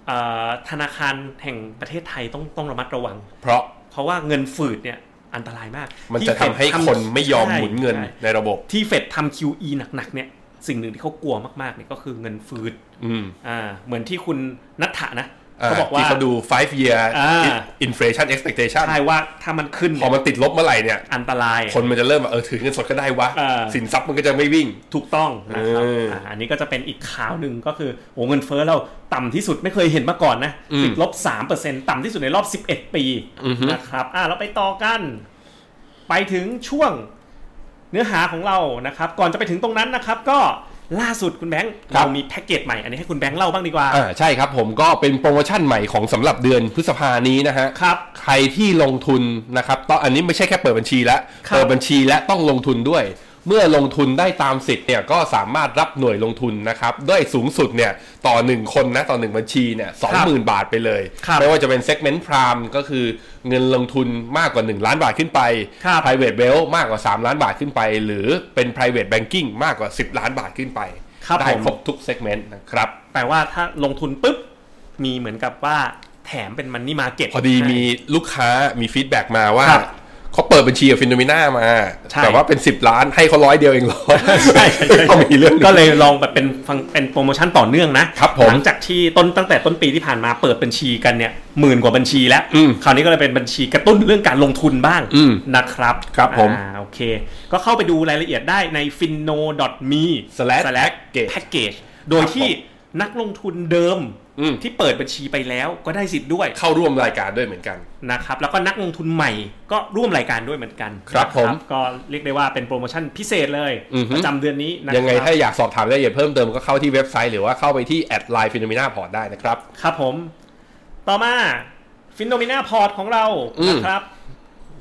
เอ่อธนาคารแห่งประเทศไทยต้องต้องระมัดระวัง เพราะ เพราะว่าเงินฝืดเนี่ยอันตรายมาก มันจะทำให้ ที่เฟด คนไม่ยอมหมุนเงิน ใช่ ในระบบ ที่เฟดทำ QE หนักๆเนี่ยสิ่งหนึ่งที่เขากลัวมากๆเนี่ยก็คือเงินฝืด อืม อ่าเหมือนที่คุณนัทธะนะ อ่า เขาบอกว่า ที่เขาดู five year อ่า inflation expectation ใช่ว่าถ้ามันขึ้น พอมันติดลบเมื่อไหร่เนี่ย อันตราย คนมันจะเริ่มแบบเออถือเงินสดก็ได้วะ อ่า สินทรัพย์มันก็จะไม่วิ่ง ถูกต้องนะครับ เอออ่ าอันนี้ก็จะเป็นอีกข่าวหนึ่งก็คือโอ้เงินเฟ้อเราต่ำที่สุดไม่เคยเห็นมาก่อนนะ อืม ติดลบสามเปอร์เซ็นต่ำที่สุดในรอบสิบเอ็ดปี อือฮึ นะครับอ่าเราไปต่อกัน ไปถึงช่วงเนื้อหาของเรานะครับ ก่อนจะไปถึงตรงนั้นนะครับ ก็ล่าสุดคุณแบงค์เรามีแพ็กเกจใหม่อันนี้ให้คุณแบงค์เล่าบ้างดีกว่า อ่าใช่ครับผมก็เป็นโปรโมชั่นใหม่ของสำหรับเดือนพฤษภานี้นะฮะ ครับ ใครที่ลงทุนนะครับตอนอันนี้ไม่ใช่แค่เปิดบัญชีแล้ว ครับ เปิดบัญชีและต้องลงทุนด้วย เมื่อลงทุนได้ตามสิทธิ์เนี่ยก็สามารถรับหน่วยลงทุนนะครับด้วยสูงสุดเนี่ยต่อ 1 คนนะต่อ 1 บัญชีเนี่ยสองหมื่นบาทไปเลย ครับ ไม่ว่าจะเป็นเซกเมนต์พรามก็คือเงินลงทุนมากกว่า 1 ล้านบาทขึ้นไป ครับ private wealth มากกว่า 3 ล้านบาทขึ้นไป หรือเป็น private banking มากกว่า 10 ล้านบาทขึ้นไป ครับ ได้ ผม ครบทุกเซกเมนต์นะครับ แปลว่าถ้าลงทุนปุ๊บมีเหมือนกับว่าแถมเป็นมันนี่มาเก็ต พอดีมีลูกค้ามีฟีดแบ็กมาว่า ครับ เขาเปิดบัญชีกับฟินโนมิน่ามา ใช่ แต่ว่าเป็น 10 ล้านให้เขาร้อยเดียวเองเหรอ ใช่ <laughs> ใช่ใช่ ต้องมีเรื่องหนึ่ง ก็เลยลองแบบเป็นฟังเป็นโปรโมชั่นต่อเนื่องนะครับ ผม หลังจากที่ต้นตั้งแต่ต้นปีที่ผ่านมาเปิดบัญชีกันเนี่ยหมื่นกว่าบัญชีแล้ว อืม คราวนี้ก็เลยเป็นบัญชีกระตุ้นเรื่องการลงทุนบ้าง อืม นะครับ ครับผม อ่าโอเค ก็เข้าไปดูรายละเอียดได้ใน finno.me slash package package โดยที่นักลงทุนเดิม อืม ที่เปิดบัญชีไปแล้วก็ได้สิทธิ์ด้วย เข้าร่วมรายการด้วยเหมือนกัน นะครับแล้วก็นักลงทุนใหม่ก็ร่วมรายการด้วยเหมือนกัน ครับ นะ ผม ก็เรียกได้ว่าเป็นโปรโมชั่นพิเศษเลย อือฮึ ประจำเดือนนี้นะครับ ยังไงถ้าอยากสอบถามรายละเอียดเพิ่มเติมก็เข้าที่เว็บไซต์หรือว่าเข้าไปที่แอดไลน์ฟินโนมิน่าพอร์ตได้นะครับ ครับผม ต่อมาฟินโนมิน่าพอร์ตของเรา อืม นะครับ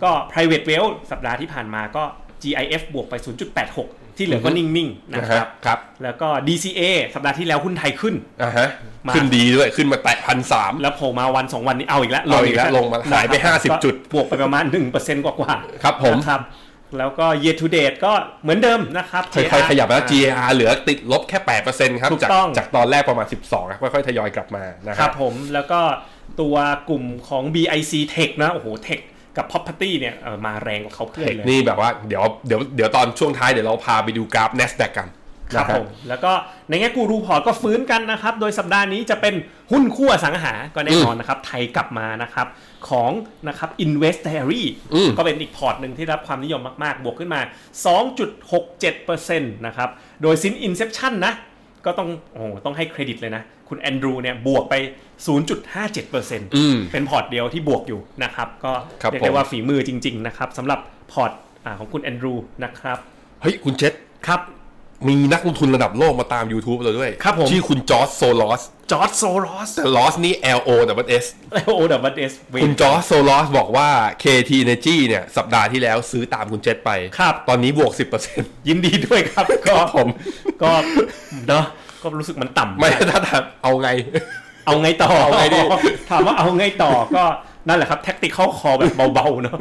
ก็ private wealth สัปดาห์ที่ผ่านมาก็ GIF บวกไป 0.86 ที่เหลือก็นิ่ง ๆ นะครับ ครับ แล้วก็ DCA สัปดาห์ที่แล้วหุ้นไทยขึ้น อ่าฮะ มา ขึ้นดีด้วยขึ้นมาแตะพันสาม แล้วโผล่มาวัน 2 วันนี้เอาอีกแล้ว เอาอีกแล้วลงมาหายไป นะครับ 50จุด ก็บวกไปประมาณ 1%กว่าๆ ครับผม นะครับ แล้วก็ year to date ก็เหมือนเดิมนะครับ ค่อย JR ๆ ขยับแล้ว GAR เหลือติดลบแค่ 8%ครับ ถูก จาก ต้อง จากตอนแรกประมาณ 12ครับค่อยๆ ทยอยกลับมานะค ค รั รับ บผมแล้วก็ตัวกลุ่มของ BIC Tech นะ โอ้โห Tech กับ Property เนี่ยเอ่อมาแรงกว่าเขาเพื่อน เทค เลย นี่แบบว่าเดี๋ยวเดี๋ยวเดี๋ยวตอนช่วงท้ายเดี๋ยวเราพาไปดูกราฟ NASDAQ กัน ครับ นะ ผมแล้วก็ในแง่กูรูพอร์ตก็ฟื้นกันนะครับ โดยสัปดาห์นี้จะเป็นหุ้นคู่อสังหา ก็แน่นอนนะครับ ไทยกลับมานะครับของนะครับ Invest Diary อืม ก็เป็นอีกพอร์ตหนึ่งที่ได้รับความนิยมมาก ๆ บวกขึ้นมา 2.67%นะครับโดยซิน Inception นะ ก็ต้องโอ้โหต้องให้เครดิตเลยนะ คุณแอนดรูเนี่ยบวกไป 0.57% อืม เป็นพอร์ตเดียวที่บวกอยู่นะครับ ก็ ครับ เรียกได้ ผม ว่าฝีมือจริง ๆ นะครับสำหรับพอร์ตอ่าของคุณแอนดรูนะครับ เฮ้ย คุณเชษ ครับ มีนักลงทุนระดับโลกมาตาม YouTube เราด้วย ครับผม ชื่อคุณจอร์จโซลอส จอร์จโซโรส แต่ลอสนี่ L O W S แล้วโอดับเบิลเอสเว คุณ น จอร์จโซลอสบอกว่า KT Energy เนี่ย สัปดาห์ที่แล้วซื้อตามคุณเจษไป ครับ ตอนนี้บวก 10% ยินดีด้วย <laughs> ครับ ก็ ผม ก็เนาะก็รู้สึกมันต่ำ ไม่ถ้าถามเอาไง เอาไงต่อ เอาไงดี ถามว่าเอาไงต่อก็นั่นแหละครับแท็กติคอลคอแบบเบาๆเนาะ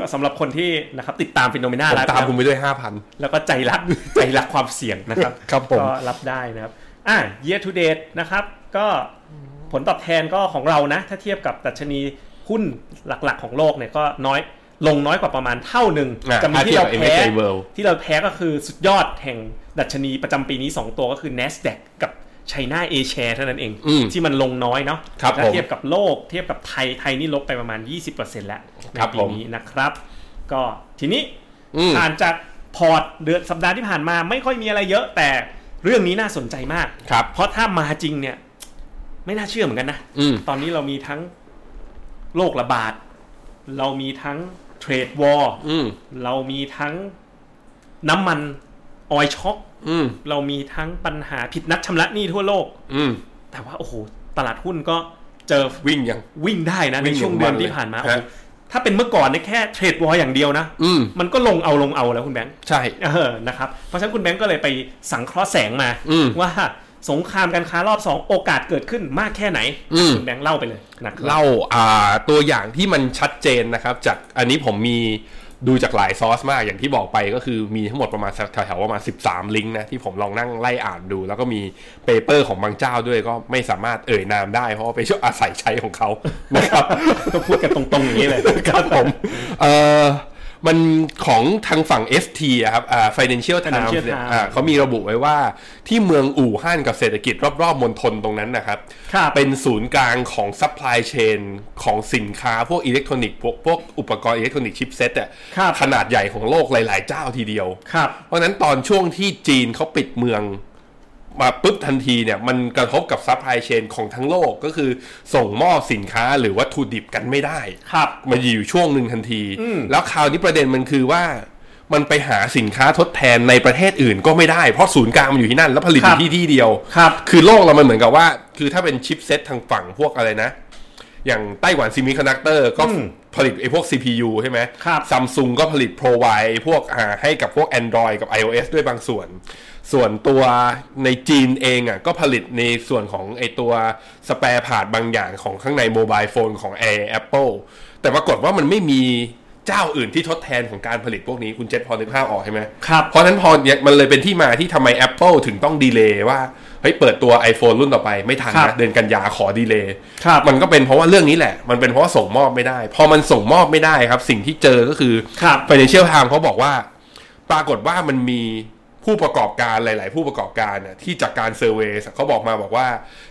ก็สำหรับคนที่นะครับติดตามฟิโนเมนา ผม แล้ว ตามคุณไปด้วย 5,000 แล้วก็ใจรักใจรักความเสี่ยงนะครับ ครับผม ก็รับได้นะครับอ่ะ year to date นะครับ ก็ผลตอบแทนก็ของเรานะ ถ้าเทียบกับดัชนีหุ้นหลักๆของโลกเนี่ยก็น้อยลงน้อยกว่าประมาณเท่าหนึ่ง อ่ะ จำนว ถ้าน เที ที่ ยบ เรา กับ แพ้ MSCI World ที่เราแพ้ก็คือสุดยอดแห่งดัชนีประจำปีนี้ 2 ตัวก็คือ NASDAQ กับ China A share เท่านั้นเอง อืม ที่มันลงน้อยเนาะ ครับ ถ้า ผม เทียบกับโลกเทียบกับไทยไทยนี่ลบไปประมาณ 20%แล้วใน ครับ ปี ผม นี้นะครับ ก็ทีนี้ อืม ผ่านจากพอร์ตเดือนสัปดาห์ที่ผ่านมาไม่ค่อยมีอะไรเยอะ แต่เรื่องนี้น่าสนใจมาก ครับ เพราะถ้ามาจริงเนี่ย ไม่น่าเชื่อเหมือนกันนะ อืม ตอนนี้เรามีทั้งโรคระบาด เรามีทั้งเทรดวอร์ อืม เรามีทั้งน้ำมันออยช็อค อืม เรามีทั้งปัญหาผิดนัดชำระหนี้ทั่วโลก อืม แต่ว่าโอ้โหตลาดหุ้นก็เจอ วิ่งยัง วิ่งได้นะ วิ่ ใน ง ช่วงเดือน อย่างมัน ที่ผ่านมา เลย โอ้โห ฮะ ถ้าเป็นเมื่อก่อนเนี่ยแค่เทรดวอร์อย่างเดียวนะ อืม มันก็ลงเอาลงเอาแล้วคุณแบงค์ ใช่ เออนะครับ เพราะฉะนั้นคุณแบงก์ก็เลยไปสังเคราะห์แสงมา อืม ว่าสงครามการค้ารอบสองโอกาสเกิดขึ้นมากแค่ไหน อืม คุณแบงก์เล่าไปเลยนะครับ เล่าอ่าตัวอย่างที่มันชัดเจนนะครับจากอันนี้ผมมีดูจากหลายซอสมากอย่างที่บอกไปก็คือมีทั้งหมดประมาณแถวๆประมาณ 13 ลิงก์นะที่ผมลองนั่งไล่อ่านดู แล้วก็มีเปเปอร์ของบางเจ้าด้วยก็ไม่สามารถเอ่ยนามได้เพราะว่าไปช่วยอาศัยใช้ของเขานะครับ <laughs> ก็พูดกันตรงๆอย่างนี้เลย ครับผม เออมันของทางฝั่ง FT อะครับอ่า Financial Times Financial เนี่ย Times อ่าเขามีระบุไว้ว่าที่เมืองอู่ฮั่นกับเศรษฐกิจรอบๆมณฑลตรงนั้นนะครับ ครับ เป็นศูนย์กลางของ Supply Chain ของสินค้าพวกอิเล็กทรอนิกส์พวกพวกอุปกรณ์อิเล็กทรอนิกส์ชิปเซ็ตอะ ครับ ขนาดใหญ่ของโลกหลายๆเจ้าทีเดียว ครับ เพราะฉะนั้นตอนช่วงที่จีนเขาปิดเมืองมาปุ๊บทันทีเนี่ย มันกระทบกับซัพพลายเชนของทั้งโลกก็คือส่งมอบสินค้าหรือวัตถุดิบกันไม่ได้ ครับ มันอยู่ช่วงหนึ่งทันที อืม แล้วคราวนี้ประเด็นมันคือว่า มันไปหาสินค้าทดแทนในประเทศอื่นก็ไม่ได้ เพราะศูนย์กลางมันอยู่ที่นั่น แล้วผลิตอยู่ที่ที่เดียว ครับ คือโลกเรามันเหมือนกับว่า คือถ้าเป็นชิปเซตทางฝั่งพวกอะไรนะ อย่างไต้หวันซีมิคอนดักเตอร์ก็ อืม ผลิตไอ้พวก CPU ใช่ไหม ครับ ซัมซุงก็ผลิต p r o v i d e พวกอ่าให้กับพวก Android กับ iOS ด้วยบางส่วน ส่วนตัวในจีนเองอ่ะก็ผลิตในส่วนของไอตัวสเปร์พาดบางอย่างของข้างในโมบายโฟนของ a Apple แต่ปรากฏว่ามันไม่มีเจ้าอื่นที่ทดแทนของการผลิตพวกนี้คุณเจษพอนึกภาพออกใช่ไหม ครับ เพราะฉะนั้นพอเนี่ยมันเลยเป็นที่มาที่ทำไม Apple ถึงต้องดีเลย์ว่าเฮ้ยเปิดตัว iPhone รุ่นต่อไปไม่ทัน ครับ นะเดือนกันยาขอดีเลย์ ครับ มันก็เป็นเพราะว่าเรื่องนี้แหละ มันเป็นเพราะว่าส่งมอบไม่ได้ พอมันส่งมอบไม่ได้ครับ สิ่งที่เจอก็คือ ครับ Financial Times เขาบอกว่า ปรากฏว่ามันมีผู้ประกอบการหลาย ๆ ผู้ประกอบการน่ะที่จากการเซอร์เวยเขาบอกมาบอกว่า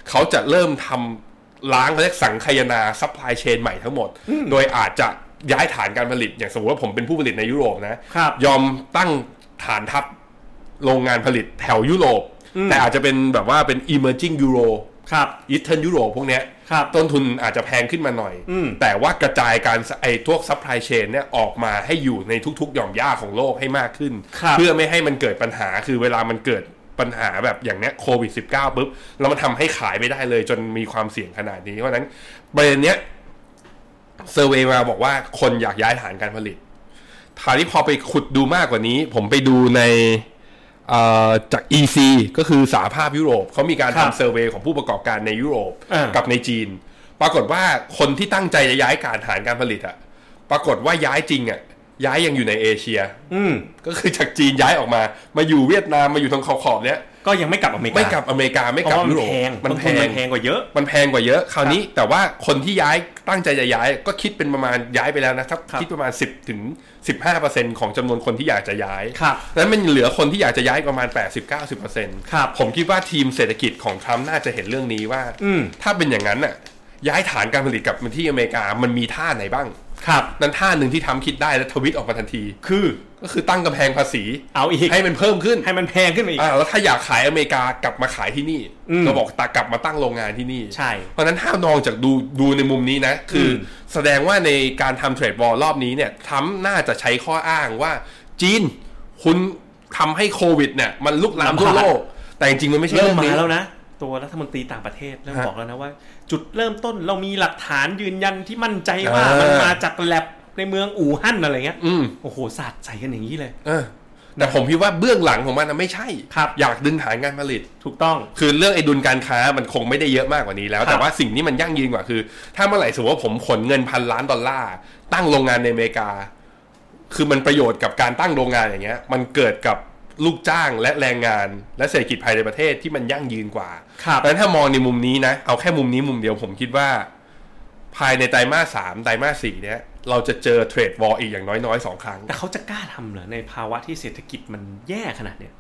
เขาจะเริ่มทำล้างเขาเรียกสังคายนาซัพพลายเชนใหม่ทั้งหมด โดยอาจจะย้ายฐานการผลิต อย่างสมมติว่าผมเป็นผู้ผลิตในยุโรปนะ ครับ ยอมตั้งฐานทัพโรงงานผลิตแถวยุโรป อืม แต่อาจจะเป็นแบบว่าเป็น emerging euro ครับ Eastern Europe พวกเนี้ย ครับ ต้นทุนอาจจะแพงขึ้นมาหน่อย อืม แต่ว่ากระจายการไอ้พวก supply chain เนี่ยออกมาให้อยู่ในทุกๆหย่อมย่าของโลกให้มากขึ้น ครับ เพื่อไม่ให้มันเกิดปัญหาคือเวลามันเกิดปัญหาแบบอย่างเนี้ยโควิด -19 ปุ๊บแล้วมันทำให้ขายไม่ได้เลยจนมีความเสี่ยงขนาดนี้ เพราะฉะนั้นประเด็นเนี้ยเซอร์เวมาบอกว่าคนอยากย้ายฐานการผลิตทาวนี้พอไปขุดดูมากกว่านี้ ผมไปดูในเอ่อจาก EC ก็คือสหภาพยุโรปเขามีการ ครับ ทำเซอร์เวของผู้ประกอบการในยุโรป อ่า กับ กับในจีน ปรากฏว่าคนที่ตั้งใจจะย้ายการฐานการผลิตอะปรากฏว่าย้ายจริงอะ ย้ายยังอยู่ในเอเชีย อืม ก็คือจากจีนย้ายออกมา มาอยู่เวียดนามมาอยู่ทางขอบขอบๆเนี้ย ก็ยังไม่กลับอเมริกา ไม่กลับอเมริกาไม่ เพ กลับ ราะว่ามั ยุ น โรป แพง มัน ต้น แพ ทุน ง มันแพงกว่าเยอะ มันแพงกว่าเยอะ คราวนี้แต่ว่าคนที่ย้ายตั้งใจจะย้ายก็คิดเป็นประมาณย้ายไปแล้วนะถ้า ครับ คิดประมาณ 10ถึง15 ของจำนวนคนที่อยากจะย้าย ครับ นั้นมันเหลือคนที่อยากจะย้ายประมาณ 80-90% ครับ ผมคิดว่าทีมเศรษฐกิจของทรัมป์น่าจะเห็นเรื่องนี้ว่า อืม ถ้าเป็นอย่างนั้นน่ะย้ายฐานการผลิตกลับมาที่อเมริกามันมีท่าไหนบ้าง ครับ นั้นท่าหนึ่งที่ทำคิดได้และทวิตออกมาทันที คือ ก็คือตั้งกำแพงภาษี เอาอีก ให้มันเพิ่มขึ้น ให้มันแพงขึ้นมาอีก อ่าแล้วถ้าอยากขายอเมริกากลับมาขายที่นี่ อืม ก็บอกตากลับมาตั้งโรงงานที่นี่ ใช่ เพราะฉะนั้นถ้ามองจากดูดูในมุมนี้นะ คืออ ม แสดงว่าในการทำเทรดบอลรอบนี้เนี่ยทำน่าจะใช้ข้ออ้างว่า จีนคุณทำให้โควิดเนี่ย มันลุกลามทั่วโลก แต่จริงๆ มันไม่ใช่ เริ่ม อง มา นี้ แล้วนะ ตัวรัฐมนตรีต่างประเทศเริ่ม ฮะ บอกแล้วนะว่า จุดเริ่มต้นเรามีหลักฐานยืนยันที่มั่นใจว่า เออ มันมาจากแลบในเมืองอู่ฮั่นอะไรเงี้ย อืม โอ้โหสาดใส่กันอย่างนี้เลย เออแต่ผมคิดว่าเบื้องหลังของมันนะไม่ใช่ ครับ อยากดึงฐานการผลิต ถูกต้อง คือเรื่องไอ้ดุลการค้ามันคงไม่ได้เยอะมากกว่านี้แล้ว ครับ แต่ว่าสิ่งที่มันยั่งยืนกว่าคือ ถ้าเมื่อไหร่สมมติว่าผมขนเงินพันล้านดอลลาร์ตั้งโรงงานในอเมริกา คือมันประโยชน์กับการตั้งโรงงานอย่างเงี้ย มันเกิดกับลูกจ้างและแรงงาน และเศรษฐกิจภายในประเทศที่มันยั่งยืนกว่า ครับ ดังนั้นถ้ามองในมุมนี้นะเอาแค่มุมนี้มุมเดียวผมคิดว่า ภายในไตรมาสสามไตรมาสสี่เนี้ยเราจะเจอเทรดวอลอีกอย่างน้อยๆสองครั้ง แต่เขาจะกล้าทำเหรอในภาวะที่เศรษฐกิจมันแย่ขนาดเนี้ย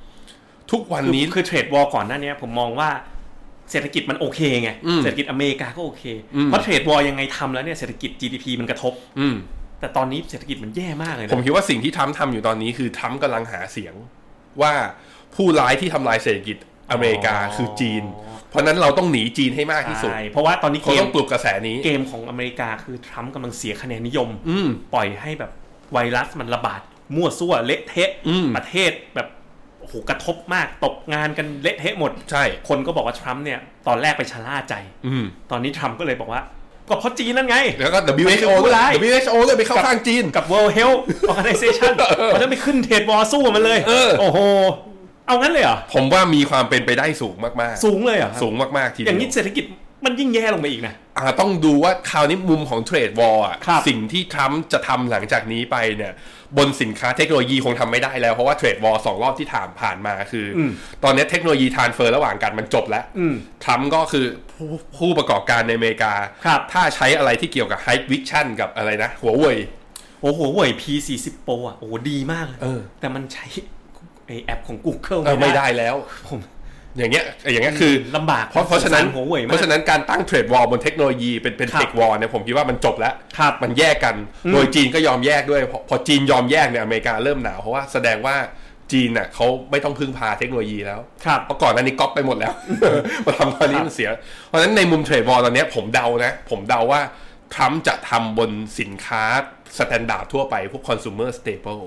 ทุกวันนี้ คือเทรดวอลก่อนหน้าเนี้ยผมมองว่าเศรษฐกิจมันโอเคไง อืม เศรษฐกิจอเมริกาก็โอเค อืม เพราะเทรดวอลยังไงทำแล้วเนี่ยเศรษฐกิจ GDP มันกระทบ อืม แต่ตอนนี้เศรษฐกิจมันแย่มากเลย ผ นะ มคิดว่าสิ่งที่ทรัมป์ทำอยู่ตอนนี้คือทรัมป์กำลังหาเสียงว่าผู้ร้ายที่ทำลายเศรษฐกิจอเมริกาคือจีน เพราะนั้นเราต้องหนีจีนให้มากที่สุด ใช่เพราะว่าตอนนี้ เขา เกมต้องปลุกกระแสนี้ เกมของอเมริกาคือทรัมป์กำลังเสียคะแนนนิยม อืม ปล่อยให้แบบไวรัสมันระบาด มั่วซั่วเละเทะ อืม ประเทศแบบโอ้โหกระทบมากตกงานกันเละเทะหมด ใช่ คนก็บอกว่าทรัมป์เนี่ย ตอนแรกไปชะล่าใจ อืม ตอนนี้ทรัมป์ก็เลยบอกว่า ก็เพราะจีนนั่นไง แล้วก็ คือ WHO ผู้ ด้วย ร้าย WHO เลยไปเข้าข้างจีน กับ World Health Organization มันจะไปขึ้นเทรดวอร์สู้กับมันเลย เออ โอ้โห เอางั้นเลยเหรอ ผมว่ามีความเป็นไปได้สูงมาก สูงเลยเหรอครับ ๆ สูงมากๆทีเดีว อย่างนี้เศรษฐกิจมันยิ่งแย่ลงไปอีกนะ อ่าต้องดูว่าคราวนี้มุมของเทรดวอลอ่ะ ครับ สิ่งที่ทรัมป์จะทำหลังจากนี้ไปเนี่ย บนสินค้าเทคโนโลยีคงทำไม่ได้แล้ว เพราะว่าเทรดวอลสองรอบที่ถามผ่านมาคือ ม ตอนนี้เทคโนโลยีทรานเฟอร์ระหว่างกันมันจบแล้ว อืม ทรัมป์ก็คือผู้ผู้ประกอบการในอเมริกา ครับ ถ้าใช้อะไรที่เกี่ยวกับไฮวิชั่นกับอะไรนะ หัวเว่ย โอ้โหเว่ย P40 Pro อ่ะ โอ้โหดีมากเลย เออ แต่มันใช้ไอแอปของ Google เออไม่ได้แล้ว ผม อย่างเงี้ยอย่างเงี้ยคือ ลำบาก เพราะเพราะฉะนั้น สงสหัวเว่ย เพ มา ราะ ก ฉะนั้นการตั้งเทรดวอลบนเทคโนโลยีเป็นเป็คนรับ เทควอลเนี่ยผมคิดว่ามันจบแล้ว ครับ มันแยกกัน โดยจีนก็ยอมแยกด้วยพอพอจีนยอมแยกเนี่ยอเมริกาเริ่มหนาวเพราะว่าแสดงว่าจีนน่ะเขาไม่ต้องพึ่งพาเทคโนโลยีแล้ว ครับ เพราะก่อนหน้านี้ก๊อปไปหมดแล้ว มาทำตอนคนี้รับ มันเสีย เพราะฉะนั้นในมุมเทรดวอลตอนเนี้ยผมเดานะ ผมเดาว่าทรัมป์จะทำบนสินค้าสแตนดาร์ดทั่วไปพวก consumer staple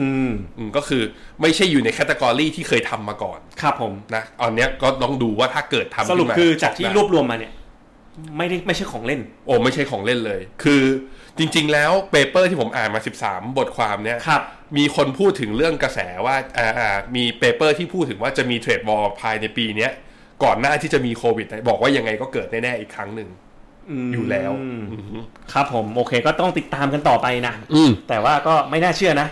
อืม อืมก็คือไม่ใช่อยู่ในแคตตากรีที่เคยทำมาก่อน ครับผม นะอันเนี้ยก็ต้องดูว่าถ้าเกิดทำ สรุป ขึ้นม คือจากที่ นะ รวบรวมมาเนี่ย ไม่ได้ไม่ใช่ของเล่น โอ้ไม่ใช่ของเล่นเลย คือจริง ๆ แล้วเปเปอร์ที่ผมอ่านมา 13 บทความเนี่ย ครับ มีคนพูดถึงเรื่องกระแสว่าอ่าอ่ามีเปเปอร์ที่พูดถึงว่าจะมีเทรดวอลภายในปีเนี้ย ก่อนหน้าที่จะมีโควิดเนี่ยบอกว่ายังไงก็เกิดแน่ ๆ อีกครั้งหนึ่งอยู่แล้วอือฮึ ครับผม โอเคก็ต้องติดตามกันต่อไปนะ แต่ว่าก็ไม่น่าเชื่อนะ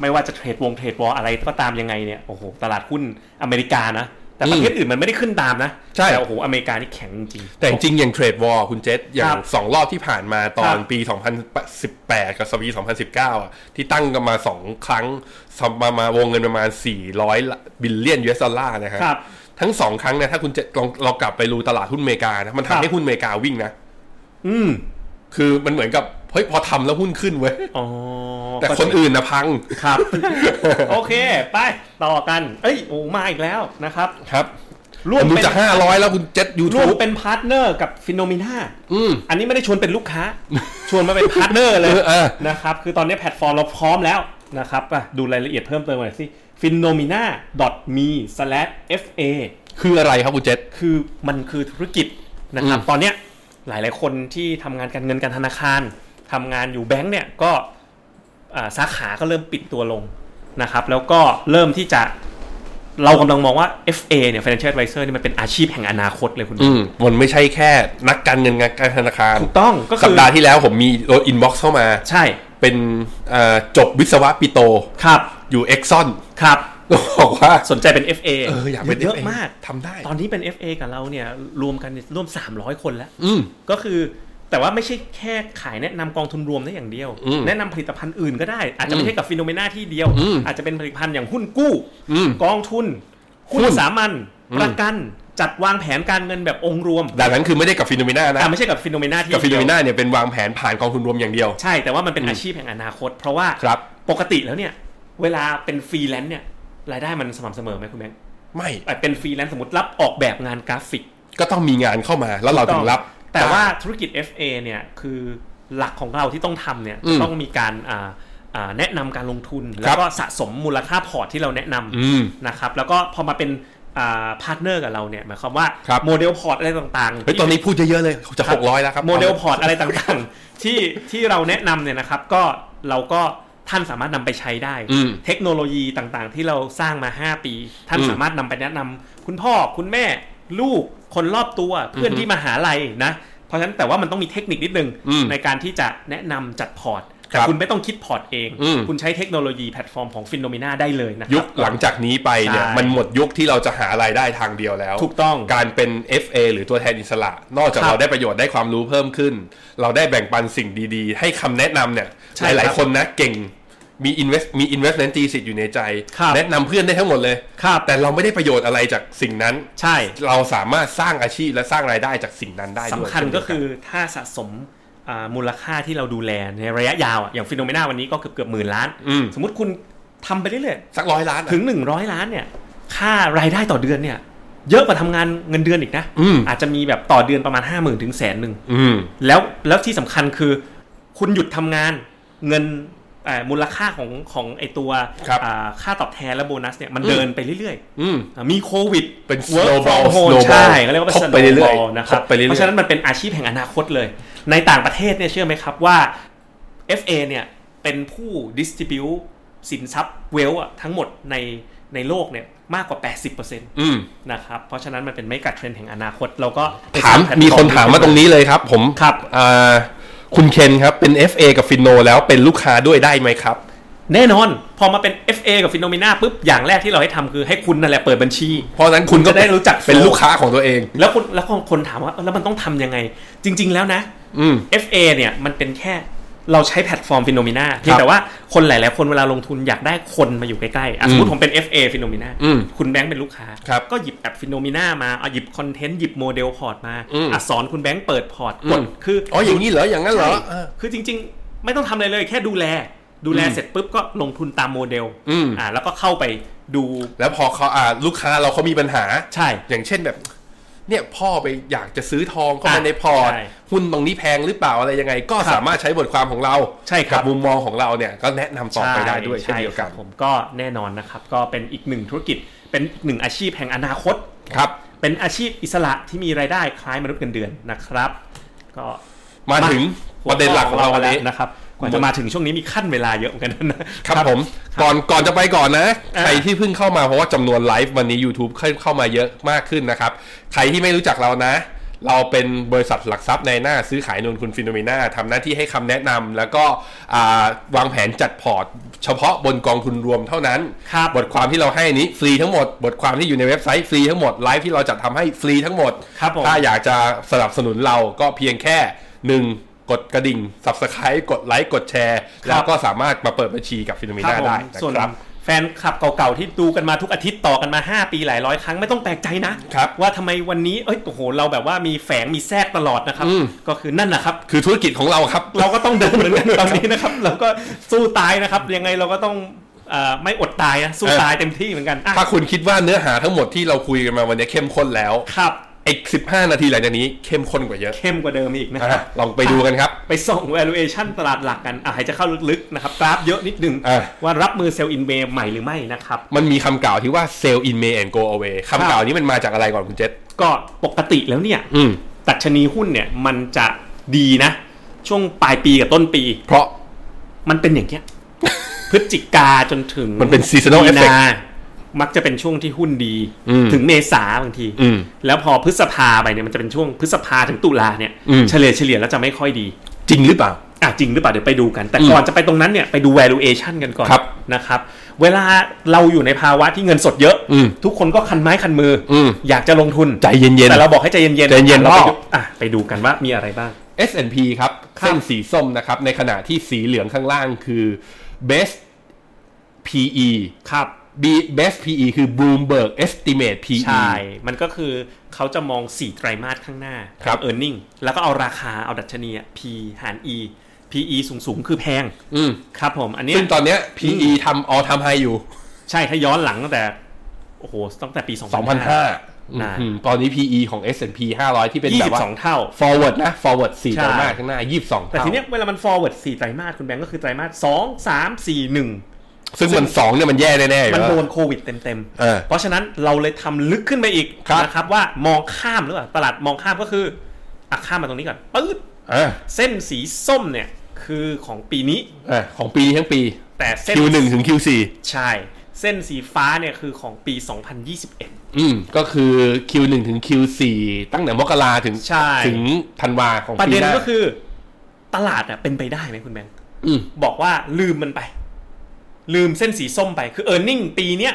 ไม่ว่าจะเทรดวงเทรดวอลอะไรก็ตามยังไงเนี่ย โอ้โห ตลาดหุ้นอเมริกานะ แต่ประเทศอื่นมันไม่ได้ขึ้นตามนะ ใช่ แต่โอ้โห อเมริกานี่แข็งจริง แต่จริงๆอย่างเทรดวอลคุณเจษอย่า ครั ง บ สองรอบที่ผ่านมาตอ ครั น บ ปี 2018 กับปี2019อ่ะที่ตั้งกันมา 2 ครั้งสมามาวงเงินประมาณ 400 บิลเลียนยูเอสดอลลาร์นะฮะ ครับ ทั้งสองครั้งเนี่ยถ้าคุณเจษลองเรากลับไปรูตลาดหุ้นอเมริกานะมัน ครั ทำ บ ให้หุ้นอเมริกาวิ่งนะ อืม คือมันเหมือนกับ เฮ้ย พอทำแล้วหุ้นขึ้นเว้ย อ๋อ แต่คนอื่นนะพัง ครับ <laughs> โอเค ไปต่อกัน เอ้ยโอ้มาอีกแล้วนะครับ ครับ ร่ ร ว ว ม ม เป็น จาก 500 แล้วคุณเจษยู ร่วทูม บ เป็นพาร์ทเนอร์กับฟิโนมิน่า อืม อันนี้ไม่ได้ชวนเป็นลูก <laughs> ค้า ชวนมาเป็นพาร์ทเนอร์เลย เออเออ นะครับ คือตอนนี้แพลตฟอร์มเราพร้อมแล้วนะครับอ่ะดูรายละเอียดเพิ่มเติมหน่อยสิ phenomena.me/fa คืออะไรครับคุณเจษ คือมันคือธุรกิจนะครับ อืม ตอนเนี้ยหลาย ๆ คนที่ทำงานการเงินการธนาคารทำงานอยู่แบงก์เนี่ยก็อ่าสาขาก็เริ่มปิดตัวลงนะครับ แล้วก็เริ่มที่จะเรากำลังมองว่า FA เนี่ย Financial Advisor เนี่ยมันเป็นอาชีพแห่งอนาคตเลยคุณ อืมมันไม่ใช่แค่นักการเงินการธนาคาร ถูกต้องก็ สัป คือ ดาห์ที่แล้วผมมีโดนอินบ็อกซ์เข้ามา ใช่ เป็นเอ่อจบวิศวะปิโต ครับ อยู่เอ็กซอน ครับ ก็บอกว่า สนใจเป็น FA เอออยากเป็น เยอะ FA มาก ทำได้ ตอนนี้เป็น FA กับเราเนี่ยรวมกันเนี่ยร่วม 300 คนแล้ว อืม ก็คือแต่ว่าไม่ใช่แค่ขายแนะนำกองทุนรวมได้อย่างเดียว อืม แนะนำผลิตภัณฑ์อื่นก็ได้ อาจจะไม่ใช่กับฟิโนเมนาที่เดียว อืม อาจจะเป็นผลิตภัณฑ์อย่างหุ้นกู้ อืม กองทุน หุ้น หุ้น สามัญ อืม ประกันจัดวางแผนการเงินแบบองค์รวม ดังนั้นคือไม่ได้กับฟิโนเมนานะ อ่าไม่ใช่กับฟิโนเมนาที่ กับฟิโน เดียว เมนาเนี่ยเป็นวางแผนผ่านกองทุนรวมอย่างเดียว ใช่แต่ว่ามันเป็นอาชีพแห่งอนาคต เพราะว่า ครับ ปกติแล้วเนี่ยเวลาเป็นฟรีแลนซ์เนี่ยรายได้มันสม่ำเสมอไหมคุณแบงค์ ไม่ อ่ะเป็นฟรีแลนซ์สมมติรับออกแบบงานกราฟิก ก็ต้องมีงานเข้ามาแล้วเราถึงรับ แต่ว่าธุรกิจ FA เนี่ยคือหลักของเราที่ต้องทำเนี่ย อืม ต้องมีการอ่าอ่าแนะนำการลงทุน แล้วก็สะสมมูลค่าพอร์ตที่เราแนะน อืม ำนะครับแล้วก็พอมาเป็นพาร์ทเนอร์กับเราเนี่ยหมายความว่า ครับ โมเดลพอร์ตอะไรต่างๆ เฮ้ยตอนนี้พูดเยอะๆเลยจะหกร้อยแล้วครับ โมเดลพอร์ตอะไรต่างๆ <laughs> ที่ที่เราแนะนำเนี่ยนะครับก็เราก็ท่านสามารถนำไปใช้ได้ อืม เทคโนโลยีต่างๆ ที่เราสร้างมา 5 ปี ท่าน อืม สามารถนำไปแนะนำคุณพ่อคุณแม่ลูกคนรอบตัวเพื่อน อือฮึ ที่มหาลัยนะเพราะฉะนั้นแต่ว่ามันต้องมีเทคนิคนิดนึง อืม ในการที่จะแนะนำจัดพอร์ตแต่ ครับ คุณไม่ต้องคิดพอร์ตเอง อืม คุณใช้เทคโนโลยีแพลตฟอร์มของฟินโนเมนาได้เลยนะครับ ยุคหลังจากนี้ไปเนี่ย ใช่ มันหมดยุคที่เราจะหารายได้ทางเดียวแล้ว ถูกต้อง การเป็น FA หรือตัวแทนอิสระ นอกจาก ครับ เราได้ประโยชน์ได้ความรู้เพิ่มขึ้น เราได้แบ่งปันสิ่งดีๆ ให้คำแนะนำเนี่ย ใช่ หลาย ครับ ๆคนนะเก่งมี invest มี investment ตีสิทธิ์อยู่ในใจ ครับ แนะนำเพื่อนได้ทั้งหมดเลย ครับ แต่เราไม่ได้ประโยชน์อะไรจากสิ่งนั้น ใช่ เราสามารถสร้างอาชีพและสร้างรายได้จากสิ่งนั้นได้ด้วย สำคัญ เช่นเดี ก็ ยว คือถ้าสะสมอ่ามูลค่าที่เราดูแลในระยะยาวอะอย่างฟินโนเมนาวันนี้ก็เกือบเกือบๆหมื่นล้าน อืม สมมติคุณทำไปเรื่อยๆ สักร้อยล้านอะ ถึง 100 ล้านเนี่ย ค่ารายได้ต่อเดือนเนี่ย เยอะกว่าทำงานเงินเดือนอีกนะ อืม จจะมีแบบต่อเดือนประมาณ 5 0,000 ถึงแสนหนึ่ง อืม แล้วแล้วที่สำคัญคือ คุณหยุดทำงานเงินเอ่อมูลค่าของของไอตัว ครับ อ่าค่าตอบแทนและโบนัสเนี่ยมัน อืม เดินไปเรื่อย อืม ๆอ่ามีโควิด เป็น work slow from ball home slow ball ใช่เขาเรียกว่าเป็น ทบ slow ไปเรื่อย ball ๆ นะครับ ทบไปเรื่อยๆ เพราะฉะนั้นมันเป็นอาชีพแห่งอนาคตเลย ในต่างประเทศเนี่ยเชื่อไหมครับว่า FA เนี่ยเป็นผู้ดิสติบิวสินทรัพย์เวลอะทั้งหมดในในโลกเนี่ยมากกว่า 80% อืม นะครับเพราะฉะนั้นมันเป็นไม่กัดเทรนด์แห่งอนาคตเราก็ไป ถาม แพลตฟอ มีคนถามมาตรงนี้เลยครับ ผม ครับ อ่าคุณเคนครับเป็น FA กับฟินโนแล้วเป็นลูกค้าด้วยได้ไหมครับ แน่นอน พอมาเป็น FA กับฟิโนเมนาปุ๊บอย่างแรกที่เราให้ทำคือให้คุณนั่นแหละเปิดบัญชี เพราะฉะนั้นคุณก็ จะได้รู้จัก เป็นลูกค้าของตัวเอง แล้วคนแล้วคนถามว่าเอ้าแล้วมันต้องทำยังไง จริง ๆ แล้วนะ อืม FA เนี่ยมันเป็นแค่เราใช้แพลตฟอร์มฟิโนเมนาเพียงแต่ว่าคนหลาย ๆ คนเวลาลงทุนอยากได้คนมาอยู่ใกล้ๆอ่ะสมมติผมเป็น FA ฟิโนเมนา อืม คุณแบงค์เป็นลูกค้า ครับ ก็หยิบแอปฟิโนเมนามาเอาหยิบคอนเทนต์หยิบโมเดลพอร์ตมา อืม อ่ะสอนคุณแบงค์เปิดพอร์ต อื กด ม คือ อ๋ออย่างนี้เหรออย่างนั้นเหรอ ใช่ เออ คือจริง ๆ ไม่ต้องทำอะไรเลยแค่ดูแล ดูแล อืม เสร็จปุ๊บก็ลงทุนตามโมเดล อืม อ่าแล้วก็เข้าไปดู แล้วพอเขาอ่าลูกค้าเราเขามีปัญหา ใช่ อย่างเช่นแบบ เนี่ยพ่อไปอยากจะซื้อทองเข้ามา อ่ะ ในพอร์ต ใช่ หุ้นตรงนี้แพงหรือเปล่าอะไรยังไง ก็ ครับ สามารถใช้บทความของเรา ใช่ครับ กัมุมมองของเราเนี่ยก็แนะนำต่อไปได้ด้วยเช่นเดียวกัน ใช่ครับผมก็แน่นอนนะครับก็เป็นอีกหนึ่งธุรกิจ เป็นอีกหนึ่งอาชีพแห่งอนาคต ครับ เป็นอาชีพอิสระที่มีรายได้คล้ายมนุษย์เงินเดือนนะครับ ก็ มาถึงประเด็นหลักของเราวันนี้ นะครับกว่าจะมาถึงช่วงนี้มีขั้นเวลาเยอะเหมือนกันนะ ครับผมก่อนก่อนจะไปก่อนนะ อ่า ใครที่เพิ่งเข้ามาเพราะว่าจำนวนไลฟ์วันนี้ YouTube เข้าเข้ามาเยอะมากขึ้นนะครับ ใครที่ไม่รู้จักเรานะ เราเป็นบริษัทหลักทรัพย์ในหน้าซื้อขายนนคุณฟิโนเมนาทำหน้าที่ให้คำแนะนำแล้วก็อ่าวางแผนจัดพอร์ต เฉพาะบนกองทุนรวมเท่านั้น ครับ บทความที่เราให้นี้ฟรีทั้งหมด บทความที่อยู่ในเว็บไซต์ฟรีทั้งหมดไลฟ์ที่เราจัดทำให้ฟรีทั้งหมด ครับผม ถ้าอยากจะสนับสนุนเราก็เพียงแค่ 1 กดกระดิ่ง subscribe กดไลค์กดแชร์ ครับ แล้วก็สามารถมาเปิดบัญชีกับฟิโนเม ครับผนาม ได้ ส่วน นะครับ แฟนคลับเก่าๆที่ดูกันมาทุกอาทิตย์ต่อกันมา 5 ปีหลายร้อยครั้งไม่ต้องแปลกใจนะครับ ว่าทำไมวันนี้เอ้ยโอ้โหเราแบบว่ามีแฝงมีแทรกตลอดนะครับ อืม ก็คือนั่นแหละครับ คือธุรกิจของเรา <laughs> ครับ เราก็ต้องเดินเหมือนกันตอนนี้นะครับ เราก็สู้ตายนะครับ ยังไงเราก็ต้องเอ่อไม่อดตายนะสู้ เออ ตายเต็มที่เหมือนกันอ่ะ ถ้าคุณคิดว่าเนื้อหาทั้งหมดที่เราคุยกันมาวันนี้เข้มข้นแล้ว ครับ อีก15 นาทีหลังจากนี้เข้มข้นกว่าเยอะ เข้มกว่าเดิมอีกนะค อ่ะ รับ ลองไปดูกันครับ ไปส่อง valuation ตลาดหลักกันอ่ะหายใจะเข้าลึกๆนะครับ กราฟเยอะนิดนึง เออ ว่ารับมือเซลล์อินเวใหม่หรือไม่นะครับ มันมีคำกล่าวที่ว่า sell in May and go away คำกล่าวนี้มันมาจากอะไรก่อนคุณเจษ ก็ปกติแล้วเนี่ย อืม ตัชนีหุ้นเนี่ย มันจะดีนะ ช่วงปลายปีกับต้นปี เพราะ มันเป็น <laughs> อย่างเงี้ย พฤศจิกาจนถึง มันเป็น seasonal มีา effect มักจะเป็นช่วงที่หุ้นดี อืม ถึงเมษาบางที อืม แล้วพอพฤษภาไปเนี่ยมันจะเป็นช่วงพฤษภาถึงตุลาเนี่ย อืม เฉลี่ยเฉลี่ยแล้วจะไม่ค่อยดี จริงหรือเปล่า อ อ่ะจริงหรือเปล่าเดี๋ยวไปดูกัน แต่ก่อนจะไปตรงนั้นเนี่ยไปดู valuation กันก่อน ครับ นะครับ เวลาเราอยู่ในภาวะที่เงินสดเยอะ อืม ทุกคนก็คันไม้คันมืออ ม อยากจะลงทุน ใจเย็นๆ แต่เราบอกให้ใจเย็นๆ ใจเย็นๆ เราไปดู พ่อ อ่ะไปดูกันว่ามีอะไรบ้าง S&P ครับ ครับ เส้นสีส้มนะครับ ในขณะที่สีเหลืองข้างล่างคือ best PE ครับ B best PE คือ Bloomberg estimate PE ใช่ มันก็คือเขาจะมอง 4 ไตรมาสข้างหน้า ครับ เออร์เน็งแล้วก็เอาราคาเอาดัชนีอะ P หาร E PE สูงสูงๆคือแพง อืม ครับผม อันเนี้ย ซึ่งตอนเนี้ย PE ทำ all time high อยู่ ใช่ถ้าย้อนหลังตั้งแต่ โอ้โห ตั้งแต่ปี 2005อืม นาน อืมตอนนี้ PE ของ S&P 500 ที่เป็นแบบว่า 22 เท่า forward นะ forward 4 ใช่ ไตรมาสข้างหน้า 22 แต่ เท่า ทีเนี้ยเวลามัน forward 4 ไตรมาสคุณแบงก์ก็คือไตรมาส 2 3 4 1 ซึ่งมัน2เนี่ยมันแย่แน่ๆอยู่ มัน แล้ว โดนโควิดเต็ม เออ เพราะฉะนั้นเราเลยทำลึกขึ้นไปอีก ครับ นะครับว่ามองข้ามหรือเปล่าตลาดมองข้ามก็คืออ่ะข้ามมาตรงนี้ก่อนปื๊ด อ่ะ เส้นสีส้มเนี่ยคือของปีนี้ อ่ะของปีนี้ทั้งปี แต่เส้น Q1 ถึง Q4 ใช่ เส้นสีฟ้าเนี่ยคือของปี 2021 อืมก็คือ Q1 ถึง Q4 ตั้งแต่มกราถึง ใช่ ถึงธันวาของ ประ ปี เด็น หน้า ก็คือ ตลาดอะเป็นไปได้ไหมคุณแบงค์ ม บอกว่าลืมมันไป ลืมเส้นสีส้มไปคือ e a r n i n g ปีเนี้ย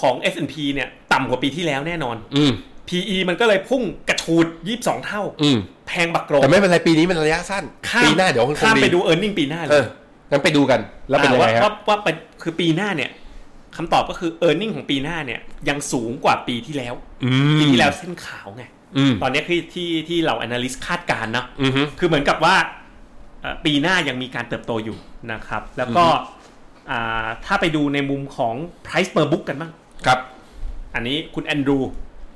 ของ S&P เนี่ยต่ำกว่าปีที่แล้วแน่นอน อืม PE มันก็เลยพุ่งกระชูด 22 เท่า อืม แพงบักโกร แต่ไม่เป็นไรปีนี้มันระยะสั้น ข้ม ปีหน้าเดี๋ยวคง ข้าม ดี ไปดู e a r n i n g ปีหน้าเล เอย องั้นไปดูกัน แล้วเป็นยังไง อ่า ฮะ ว่าว่าว่าเป็นคือปีหน้าเนี่ยคำตอบก็คือ e a r n i n g ของปีหน้าเนี่ยยังสูงกว่าปีที่แล้ว อืม ปีที่แล้วเส้นขาวไง อืม ตอนเนี้ยที่ที่ที่เรา analyst คาดการณ์นะ อือฮึ คือเหมือนกับว่าเอ่อปีหน้ายังมีการเติบโตอยู่นะครับ แล้วก็อ่าถ้าไปดูในมุมของ price per book กันบ้าง ครับ อันนี้คุณแอนดรู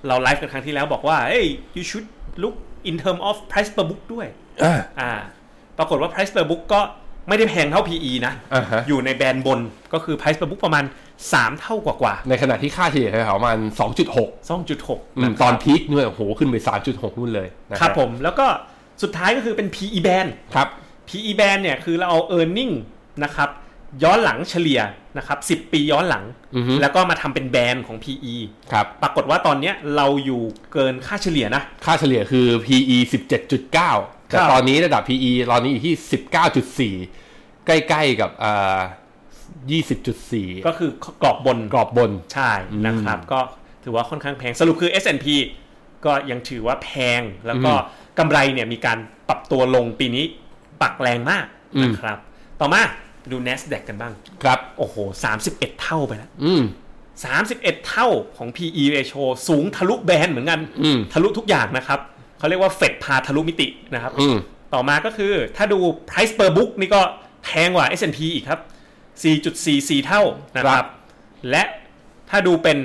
เราไลฟ์กันครั้งที่แล้วบอกว่าเอ้ย you should look in term of price per book ด้วย อ่า อ่าปรากฏว่า price per book ก็ไม่ได้แพงเท่า PE นะ อ่าฮะ อยู่ในแบรนด์บนก็คือ price per book ประมาณ 3 เท่ากว่ากว่า ในขณะที่ค่าเฉลี่ยแถวๆประมัน 2.6 2.6 อืมตอนพีคเนี่ยโอ้โหขึ้นไป 3.6 นู่นเลยนะ ค ครั รั บบ ผม แล้วก็สุดท้ายก็คือเป็น PE band ครับ PE band เนี่ยคือเราเอา earning นะครับย้อนหลังเฉลี่ยนะครับ10 ปีย้อนหลัง อือฮึ แล้วก็มาทำเป็นแบรนด์ของ PE ครับ ปรากฏว่าตอนเนี้ยเราอยู่เกินค่าเฉลี่ยนะ ค่าเฉลี่ยคือ PE 17.9 แต่ ครับ ตอนนี้ระดับ PE ตอนนี้อยู่ที่ 19.4 ใกล้ๆกับอ่า20.4 ก็คือกรอบบน กรอบบน ใช่นะครับก็ถือว่าค่อนข้างแพงสรุปคือ S&P ก็ยังถือว่าแพงแล้วก็กำไรเนี่ยมีการปรับตัวลงปีนี้ปักแรงมาก อืม นะครับ ต่อมาดู NASDAQ กันบ้าง ครับ โอ้โห 31 เท่าไปแล้ว อืม 31 เท่าของ PE ratio สูงทะลุแบนเหมือนกัน อืม ทะลุทุกอย่างนะครับ เขาเรียกว่าเฟดพาทะลุมิตินะครับ อืม ต่อมาก็คือถ้าดู price per book นี่ก็แพงกว่า S&P อีกครับ 4.44 เท่านะค ครั รับ บ และถ้าดูเป็น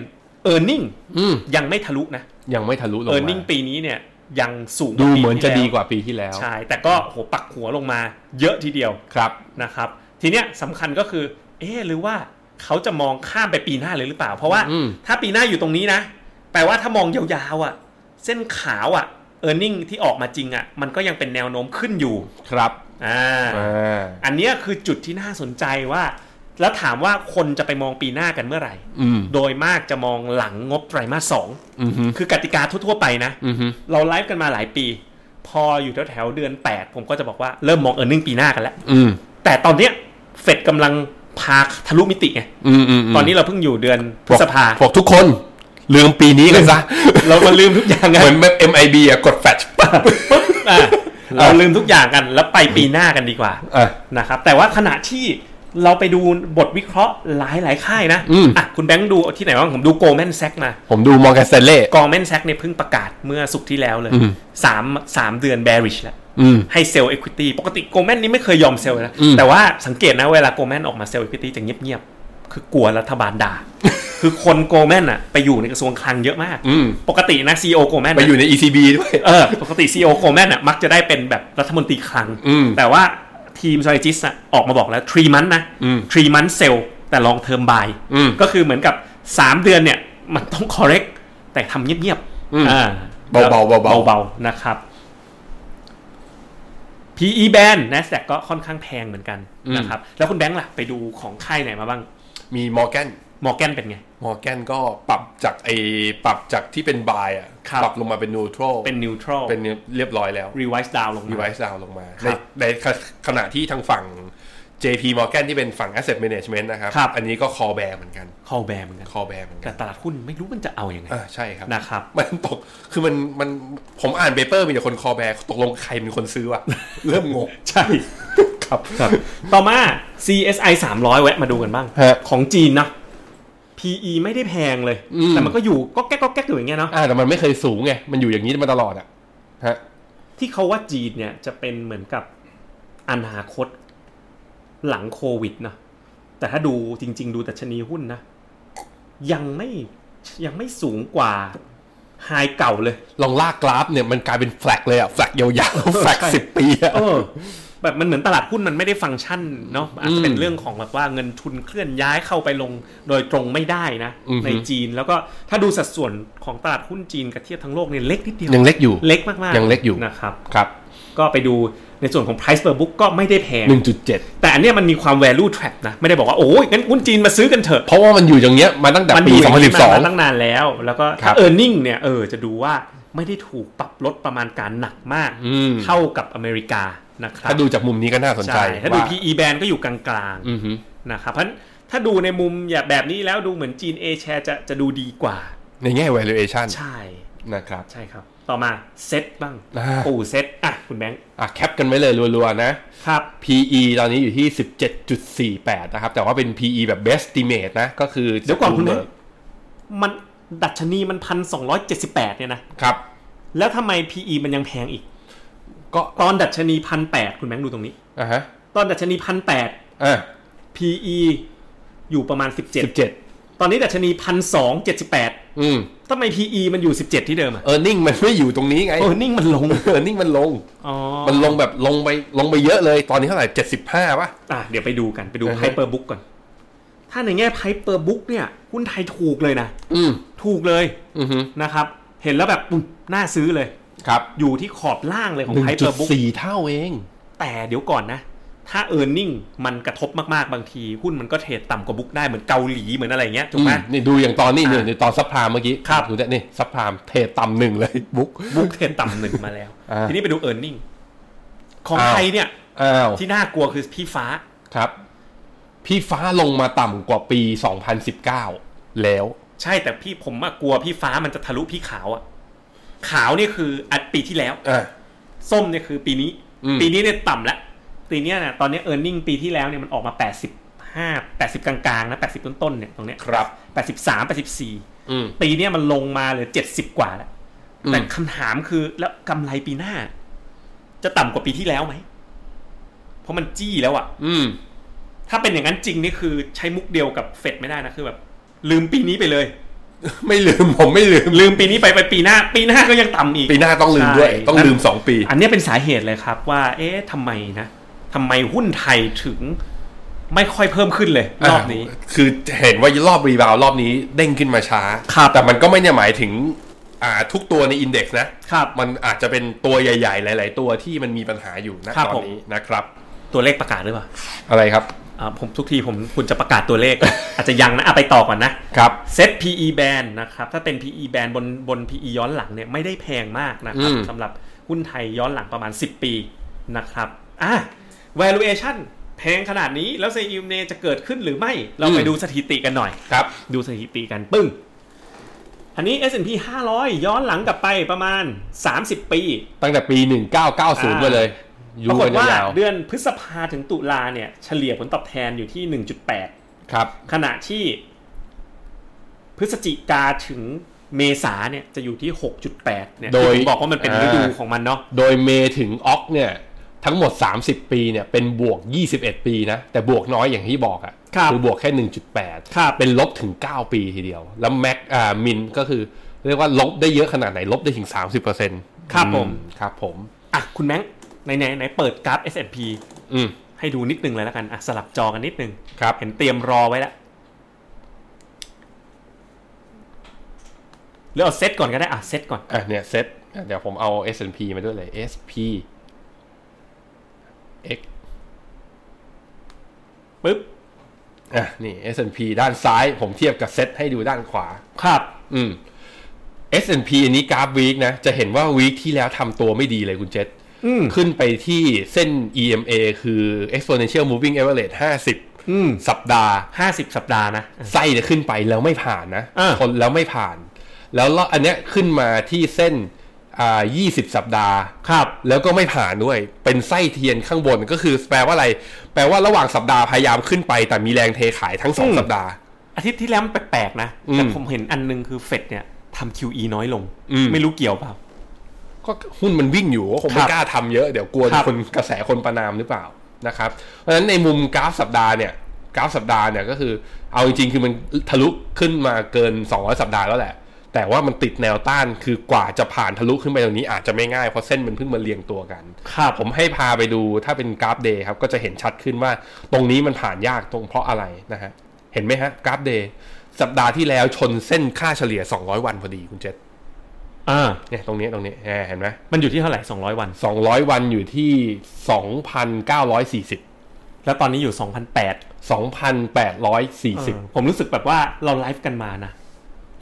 e a r n i n g อืม ยังไม่ทะลุนะ ยังไม่ทะลุลง e a r มา n i n g ปีนี้เนี่ยยังสูง ดู ว่าปี เหมือนจะดี ที่แล้ว กว่าปีที่แล้ว ใช่ แต่ก็โหปักหัวลงมาเยอะทีเดียว ครับ นะครับ ทีเนี้ยสำคัญก็คือ เอ๊ะหรือว่าเขาจะมองข้ามไปปีหน้าเลยหรือเปล่า เพราะว่า อืม ถ้าปีหน้าอยู่ตรงนี้นะ แปลว่าถ้ามองยาวๆอ่ะ เส้นขาวอ่ะ e a r n i n g ที่ออกมาจริงอ่ะ มันก็ยังเป็นแนวโน้มขึ้นอยู่ ครับ อ่า อ่า อันเนี้ยคือจุดที่น่าสนใจว่า แล้วถามว่าคนจะไปมองปีหน้ากันเมื่อไหร่ อืม โดยมากจะมองหลังงบไตรมาสสอง อืมฮึ คือกติกาทั่วๆไปนะ อืมฮึ เราไลฟ์กันมาหลายปี พออยู่แถวๆเดือน 8 ผมก็จะบอกว่าเริ่มมองเออร์เน็งปีหน้ากันแล้ว อืม แต่ตอนเนี้ยเฟดกำลังพาทะลุมิติไง อืมอืม ตอนนี้เราเพิ่งอยู่เดือนพฤษภา บอกทุกคนลืมปีนี้กันซะ เรามาลืมทุกอย่างกัน เหมือนแบบ MIB อะกดแฟลชปั๊บ ปุ๊บอ่ะเราลืมทุกอย่างกันแล้วไปปีหน้ากันดีกว่า อ่ะ นะครับ แต่ว่าขณะที่เราไปดูบทวิเคราะห์หลายหลายๆค่ายนะ อืม อ่ะคุณแบงค์ดูที่ไหนบ้างผมดูโกลแมนแซกมา ผมดูมอร์แกนสเตเล่ โกลแมนแซกเนี่ยเพิ่งประกาศเมื่อสุกร์ที่แล้วเลย อืม สามสามเดือนแบริชแล้ว อืม ให้เซลล์เอควิตี้ปกติโกลแมนนี่ไม่เคยยอมเซลล์นะ อืม แต่ว่าสังเกตนะเวลาโกลแมนออกมาเซลล์เอควิตี้จะเงียบๆ คือกลัวรัฐบาลด่า คือคนโกลแมนอะไปอยู่ในกระทรวงคลังเยอะมาก อืม ปกตินะซีโอโกลแมน ไปอยู่ใน ECB ด้วย เออปกติซีโอโกลแมนอ่ะมักจะได้เป็นแบบรัฐมนตรีคลัง อืม แต่ว่าทีมซอยจิสอ่ะออกมาบอกแล้วทรีมันนะ อืม ทรีมันเซลแต่ลองเทอมบาย อืม ก็คือเหมือนกับ 3 เดือนเนี่ย มันต้อง correct แต่ทำเงียบ อืม ๆอ่า เบาๆเบาๆ เบาๆนะครับ PE band NASDAQ ก็ค่อนข้างแพงเหมือนกันนะครับ แล้วคุณแบงค์ล่ะ ไปดูของค่ายไหนมาบ้าง มีมอร์แกน มอร์แกนเป็นไง มอร์แกนก็ปรับจากไอปรับจากที่เป็นบายอ่ะ ครับ ปรับลงมาเป็นนูโตร เป็นนิวทร a ล เป็นเรียบร้อยแล้ว รีไวซ์ดาวลง รีไว มา ซ์ดาวลงมา ค ใน รับ ในขณะที่ทางฝั่ง JP Morgan ที่เป็นฝั่ง Asset Management นะครับ ครับ อันนี้ก็คอแบร์เหมือนกัน คอลแบร์เหมือนกัน คอแบร์เหมือนกั แต่ น ตลาดหุ้นไม่รู้มันจะเอาอยัางไง อ่าใช่ครับ นะครับ มันตก คือมัน มัน ผมอ่านเปเปอร์มีแต่คนคอแบร์ตกลงใครเป็นคนซื้อ <laughs> วะ เริ่มงง ใช่ ครับ ต่อมา CSI 300 แวะมาดูกันบ้าง ฮะ ของจีนนะ PE ไม่ได้แพงเลย อืม แต่มันก็อยู่ก็แก๊กก็แก๊กอยู่อย่างเงี้ยเนาะ อ่าแต่มันไม่เคยสูงไง มันอยู่อย่างนี้มาตลอดอะฮะ ที่เขาว่าจีนเนี่ยจะเป็นเหมือนกับอนาคตหลังโควิดนะแต่ถ้าดูจริง ๆ ดูแต่ชนีหุ้นนะ ยังไม่ยังไม่สูงกว่าไฮเก่าเลย ลองลากกราฟเนี่ยมันกลายเป็นแฟลกเลยอะแฟลกยาว <laughs> ๆ แฟลก ใช่ สิบปีอะ เออแบบมันเหมือนตลาดหุ้นมันไม่ได้ฟังก์ชันเนาะอาจจะเป็นเรื่องของแบบว่าเงินทุนเคลื่อนย้ายเข้าไปลงโดยตรงไม่ได้นะ อือฮึ ในจีนแล้วก็ถ้าดูสัดส่วนของตลาดหุ้นจีนกับเทียบทั้งโลกเนี่ยเล็กนิดเดียว ยังเล็กอยู่ เล็กมากๆ ยังเล็กอยู่ นะครับ ครับ ก็ไปดูในส่วนของ price per book ก็ไม่ได้แพง หนึ่งจุดเจ็ด แต่อันเนี้ยมันมีความ value trap นะ ไม่ได้บอกว่าโอ้ยงั้นหุ้นจีนมาซื้อกันเถอะ เพราะว่ามันอยู่อย่างเงี้ยมาตั้งแต่ มั ปี ยู่ สองพันสิบสอง มาตั้งนานแล้ว แล้วก็ ครั ถ้า บ earning เนี่ยเออจะดูว่าไม่ได้ถูกปรับลดประมาณการหนักมาก อืม เท่ากับอเมริกานะครับ ถ้าดูจากมุมนี้ก็น่าสนใจ ใช่ ถ้าดู ว่า PE band ก็อยู่กลาง อือฮึ ๆ นะครับ เพราะฉะนั้นถ้าดูในมุมอย่าแบบนี้แล้วดูเหมือนจีน A share จะจะดูดีกว่า ในแง่ valuation ใช่ นะครับ ใช่ครับ ต่อมาเซ็ตบ้าง อ่า ปู่เซ็ตอ่ะ คุณแบงค์ อ่ะแคปกันไว้เลยรัวๆนะ ครับ PE ตอนนี้อยู่ที่ 17.48 นะครับ แต่ว่าเป็น PE แบบ best estimate นะ ก็คือ เดี๋ยวก่อนคุณ เล แม่มันดัชนีมันพันสองร้อยเจ็ดสิบแปดเนี่ยนะ ครับ แล้วทำไม PE มันยังแพงอีก ก็ ตอนดัชนีพันแปดคุณแบงค์ดูตรงนี้ อ่ะฮะ ตอนดัชนีพันแปด อ่ะ PE อยู่ประมาณสิบเจ็ด 17 ตอนนี้ดัชนีพันสองเจ็ดสิบแปด อืม ทำไม PE มันอยู่สิบเจ็ดที่เดิมอ่ะ earning มันไม่อยู่ตรงนี้ไง เออ นิ่งมันลง <laughs> earning มันลง อ๋อ มันลงแบบลงไปลงไปเยอะเลย ตอนนี้เท่าไหร่ 75 ป่ะ อ่ะเดี๋ยวไปดูกันไปดู อือ ไพ ฮึ เปอร์บุ๊กก่อน ถ้าในแง่ไพเปอร์บุ๊กเนี่ยหุ้นไทยถูกเลยนะ อืม ถูกเลย อือฮึ นะครับ เห็นแล้วแบบอุ๊ยน่าซื้อเลย ครับ อยู่ที่ขอบล่างเลยของไพเปอร์บุ๊ก 1.4 เท่าเอง แต่เดี๋ยวก่อนนะ ถ้าเออร์เน็งมันกระทบมากๆ บางที หุ้นมันก็เทรดต่ำกว่าบุ๊กได้เหมือนเกาหลีเหมือนอะไรเงี้ยถูกไหม อืนี่ดูอย่างตอนนี้ อ่ะ นี่นี่ตอนซับพรามเมื่อกี้ ครับ ดูเนี่ยนี่ซับพรามเทต่ำหนึ่งเลยบุ๊ก บุ๊กเทรดต่ำหนึ่งมาแล้ว อ่า ทีนี้ไปดูเออร์เน็งของ อ้าไทวยเนี่ย อ้าว ที่น่ากลัวคือพี่ฟ้า ครับ พี่ฟ้าลงมาต่ำกว่าปี 2019 แล้ว ใช่แต่พี่ผมอะกลัวพี่ฟ้ามันจะทะลุพี่ขาวอะขาวนี่คืออัดปีที่แล้ว อ่ะ ส้มเนี่ยคือปีนี้ อืม ปีนี้เนี่ยต่ำแล้วปีเนี้ยเนี่ยตอนเนี้เออร์เน็งปีที่แล้วเนี่ยมันออกมา 85 80 กลางๆนะ80 ต้นๆเนี่ยตรงเนี้ย ครับ 83 84 อืม ปีเนี้ยมันลงมาเหลือ 70 กว่าแล้ว อืม แต่คำถามคือแล้วกำไรปีหน้า จะต่ำกว่าปีที่แล้วไหม เพราะมันจี้แล้วอะ อืม ถ้าเป็นอย่างนั้นจริงนี่คือใช้มุกเดียวกับเฟดไม่ได้นะคือแบบ ลืมปีนี้ไปเลย ไม่ลืม ผมไม่ลืม ลืมปีนี้ไปไปปีหน้า ปีหน้าก็ยังต่ำอีก ปีหน้าต้องลืมด้วย ใช่ ต้องลืม 2 ปี อันเนี้ยเป็นสาเหตุเลยครับว่า เอ๊ะทำไมนะทำไมหุ้นไทยถึงไม่ค่อยเพิ่มขึ้นเลยรอบนี้ าคือเห็นว่ารอบรีบาวด์รอบนี้เด้งขึ้นมาช้า ครับ แต่มันก็ไม่ได้หมายถึง อ่าทุกตัวในอินเด็กซ์นะ ครับ มันอาจจะเป็นตัวใหญ่ ๆ หลาย ๆ ตัวที่มันมีปัญหาอยู่นะครับ ตอน ผม นี้นะครับ ตัวเลขประกาศหรือเปล่า อะไรครับ อ่าผมทุกทีผมคุณจะประกาศตัวเลข อาจจะยังนะอ่ะไปต่อก่อนนะครับ เซต PE band นะครับ ถ้าเป็น PE band บนบน PE ย้อนหลังเนี่ยไม่ได้แพงมากนะครับ อืม สำหรับหุ้นไทยย้อนหลังประมาณ 10 ปีนะครับอ่ะ valuation แพงขนาดนี้แล้วเซอิมเนจะเกิดขึ้นหรือไม่ เราไปดูสถิติกันหน่อย ครับ ดูสถิติกันปึ้ง อันนี้ S&P 500 ย้อนหลังกลับไปประมาณ 30 ปี ตั้งแต่ปี 1990ไปเลย ป ยู่ รากฏ กัว่ายนาว เดือนพฤษภาถึงตุลาเนี่ย เฉลี่ยผลตอบแทนอยู่ที่ 1.8 ๆครับ ขณะที่ พฤศจิกาถึงเมษาเนี่ย จะอยู่ที่ 6.8 เนี่ย โดย ที่ผมบอกว่ามันเป็น อ่า ฤดูของมันเนาะ โดยเมย์ถึงออกเนี่ย ทั้งหมด 30 ปีเนี่ย เป็นบวก 21 ปีนะ แต่บวกน้อยอย่างที่บอกอะ ครั่ ะ บ อบวกแค่ ครับ 1.8 เป็นลบถึง 9 ปีทีเดียว แล้วแม็กอ่ามินก็คือ เรียกว่าลบได้เยอะขนาดไหน ลบได้ถึง 30% ครับผม อืครับผม อ่ะ คุณแม้งไหนไหนไหนเปิดกราฟ S&P อืม ให้ดูนิดนึงเลยแล้วกันอ่ะสลับจอกันนิดนึง ครับ เห็นเตรียมรอไว้แล้วหรือเอาเซตก่อนก็ได้อ่ะเซตก่อน อ่ะเนี่ยเซตอ่ะเดี๋ยวผมเอา S&P มาด้วยเลย SP X ปึ๊บ อ่ะนี่ S&P ด้านซ้าย ผมเทียบกับเซตให้ดูด้านขวา ครับ อืม S&P อันนี้กราฟวีคนะ จะเห็นว่าวีคที่แล้วทำตัวไม่ดีเลยคุณเจษ อืม ขึ้นไปที่เส้น EMA คือ Exponential Moving Average 50 อืม สัปดาห์ ห้าสิบสัปดาห์นะ ไส้เนี่ยขึ้นไปแล้วไม่ผ่านนะ อ่า ทนแล้วไม่ผ่าน แล้วรอบอันเนี้ยขึ้นมาที่เส้นอ่า20 สัปดาห์ ครับ แล้วก็ไม่ผ่านด้วย เป็นไส้เทียนข้างบนก็คือแปลว่าอะไร แปลว่าระหว่างสัปดาห์พยายามขึ้นไป แต่มีแรงเทขายทั้งสองสัปดาห์ อาทิตย์ที่แล้วมันแปลกๆนะ อืม แต่ผมเห็นอันนึงคือเฟดเนี่ยทำ QE น้อยลง อืม ไม่รู้เกี่ยวเปล่า ก็หุ้นมันวิ่งอยู่ก็คง ค ไม่ รับ กล้าทำเยอะเดี๋ยวกลัว ครับ คนกระแสคนประนามหรือเปล่านะครับ เพราะฉะนั้นในมุมกราฟสัปดาห์เนี่ยกราฟสัปดาห์เนี่ยก็คือเอาจริงๆคือมันทะลุขึ้นมาเกิน 200 สัปดาห์แล้วแหละ แต่ว่ามันติดแนวต้านคือกว่าจะผ่านทะลุขึ้นไปตรงนี้อาจจะไม่ง่ายเพราะเส้นมันเพิ่งมาเรียงตัวกัน ครับ ผมให้พาไปดูถ้าเป็นกราฟเดย์ครับก็จะเห็นชัดขึ้นว่าตรงนี้มันผ่านยากตรงเพราะอะไรนะฮะเห็นไหมฮะกราฟเดย์สัปดาห์ที่แล้วชนเส้นค่าเฉลี่ย 200 วันพอดีคุณเจษ อ่า เนี่ยตรงนี้ตรงนี้แหม่เห็นไหม มันอยู่ที่เท่าไหร่สองร้อยวัน สองร้อยวันอยู่ที่สองพันเก้าร้อยสี่สิบ แล้วตอนนี้อยู่สองพันแปด สองพันแปดร้อยสี่สิบ ผมรู้สึกแบบว่าเราไลฟ์กันมานะ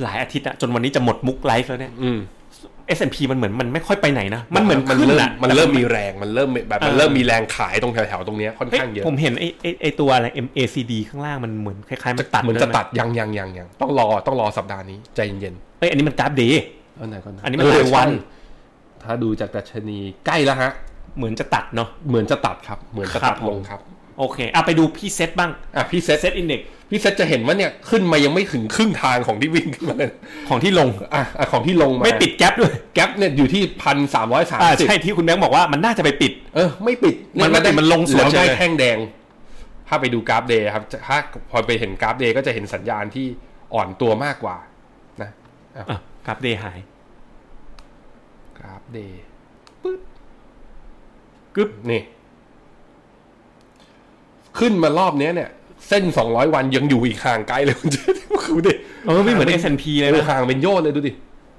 หลายอาทิตย์อะจนวันนี้จะหมดมุกไลฟ์แล้วเนี่ย อืม S&P มันเหมือนมันไม่ค่อยไปไหนนะ มันเหมือน มัน ขึ้น เริ่ม อะ มันเริ่ม แต่ มีแรงมันเริ่มแบบมันเริ่มมีแรงขายตรงแถวๆตรงเนี้ยค่อน เฮ้ย ข้างเยอะ ผมเห็นไอ้ไอ้ไอ้ตัวอะไร MACD ข้างล่างมันเหมือนคล้ายๆ มันตัด เหมือนจะ ด้วยไห ตัดยังยังยังยังต้องรอต้องรอสัปดาห์นี้ใจเย็น เอ้ยอันนี้มันกราฟเดย์ ๆเอาไหนก่อน อันนี้มันรายวัน เออใช่ถ้าดูจากดัชนีใกล้แล้วฮะ เหมือนจะตัดเนาะ เหมือนจะตัดครับ เหมือนจะ ครั ตั บ ด ผม ลงครับ โอเคเอาไปดูพี่เซตบ้าง อ่ะพี่เซต เซตอินเด็ก พี่เซตจะเห็นว่าเนี่ยขึ้นมายังไม่ถึงครึ่งทางของที่วิ่งขึ้นมาเลย ของที่ลง อ่ะอ่ะของที่ลงมา ไม่ปิดแก๊ปด้วย แก๊ปเนี่ยอยู่ที่พันสามร้อยสาม อ่า สิบ ใช่ที่คุณแบงค์บอกว่ามันน่าจะไปปิด เออไม่ปิด มันไม่ปิด ได้ มันลงสวน แวได้ ใช่ไหม แท่งแดง ถ้าไปดูกราฟเดย์ครับจะถ้าพอไปเห็นกราฟเดย์ก็จะเห็นสัญญาณที่อ่อนตัวมากกว่า นะอ่ะ อ่ะกราฟเดย์หาย กราฟเดย์ กึ๊บ นี่ ขึ้นมารอบเนี้ยเนี่ย เส้นสองร้อยวันยังอยู่อีกห่างไกลเลยคุณเจ <laughs> ษคุณดิ เออไม่เหมือน S&P เลย ดู นะ ห่างเป็นโยชนเลยดูดิ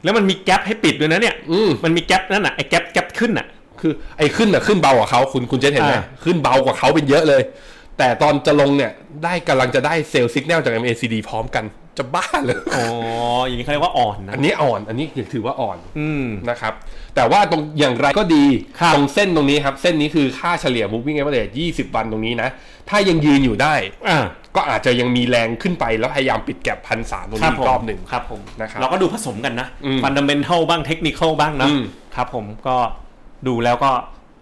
แล้วมันมีแก๊ปให้ปิดด้วยนะเนี่ย อืม มันมีแก๊ปนั่นน่ะไอ้แก๊ปแก๊ปขึ้นน่ะ คือไอ้ขึ้นน่ะขึ้นเบากว่าเขาคุณคุณเจษเห็นไหม อ่า ขึ้นเบากว่าเขาเป็นเยอะเลย แต่ตอนจะลงเนี่ย ได้กำลังจะได้เซลล์สิกแนลจาก MACD พร้อมกัน จะบ้าเลย <laughs> อ๋ออย่างนี้เขาเรียกว่าอ่อนนะ อันนี้อ่อน อันนี้ถือว่าอ่อน อืม นะครับ แต่ว่าตรงอย่างไรก็ดี ครับ ตรงเส้นตรงนี้ครับ เส้นนี้คือค่าเฉลี่ย moving average 20 วันตรงนี้นะ ถ้ายังยืนอยู่ได้ อ่า ก็อาจจะยังมีแรงขึ้นไปแล้วพยายามปิดแก็บพันสามตรง ครับ นี้ ผ อี ม กรอบหนึ่ง ครับผม นะครับ เราก็ดูผสมกันนะ อืม ฟันดัมเบลเท่าบ้างเทคนิคเข้าบ้างนะ อืม ครับผมก็ดูแล้วก็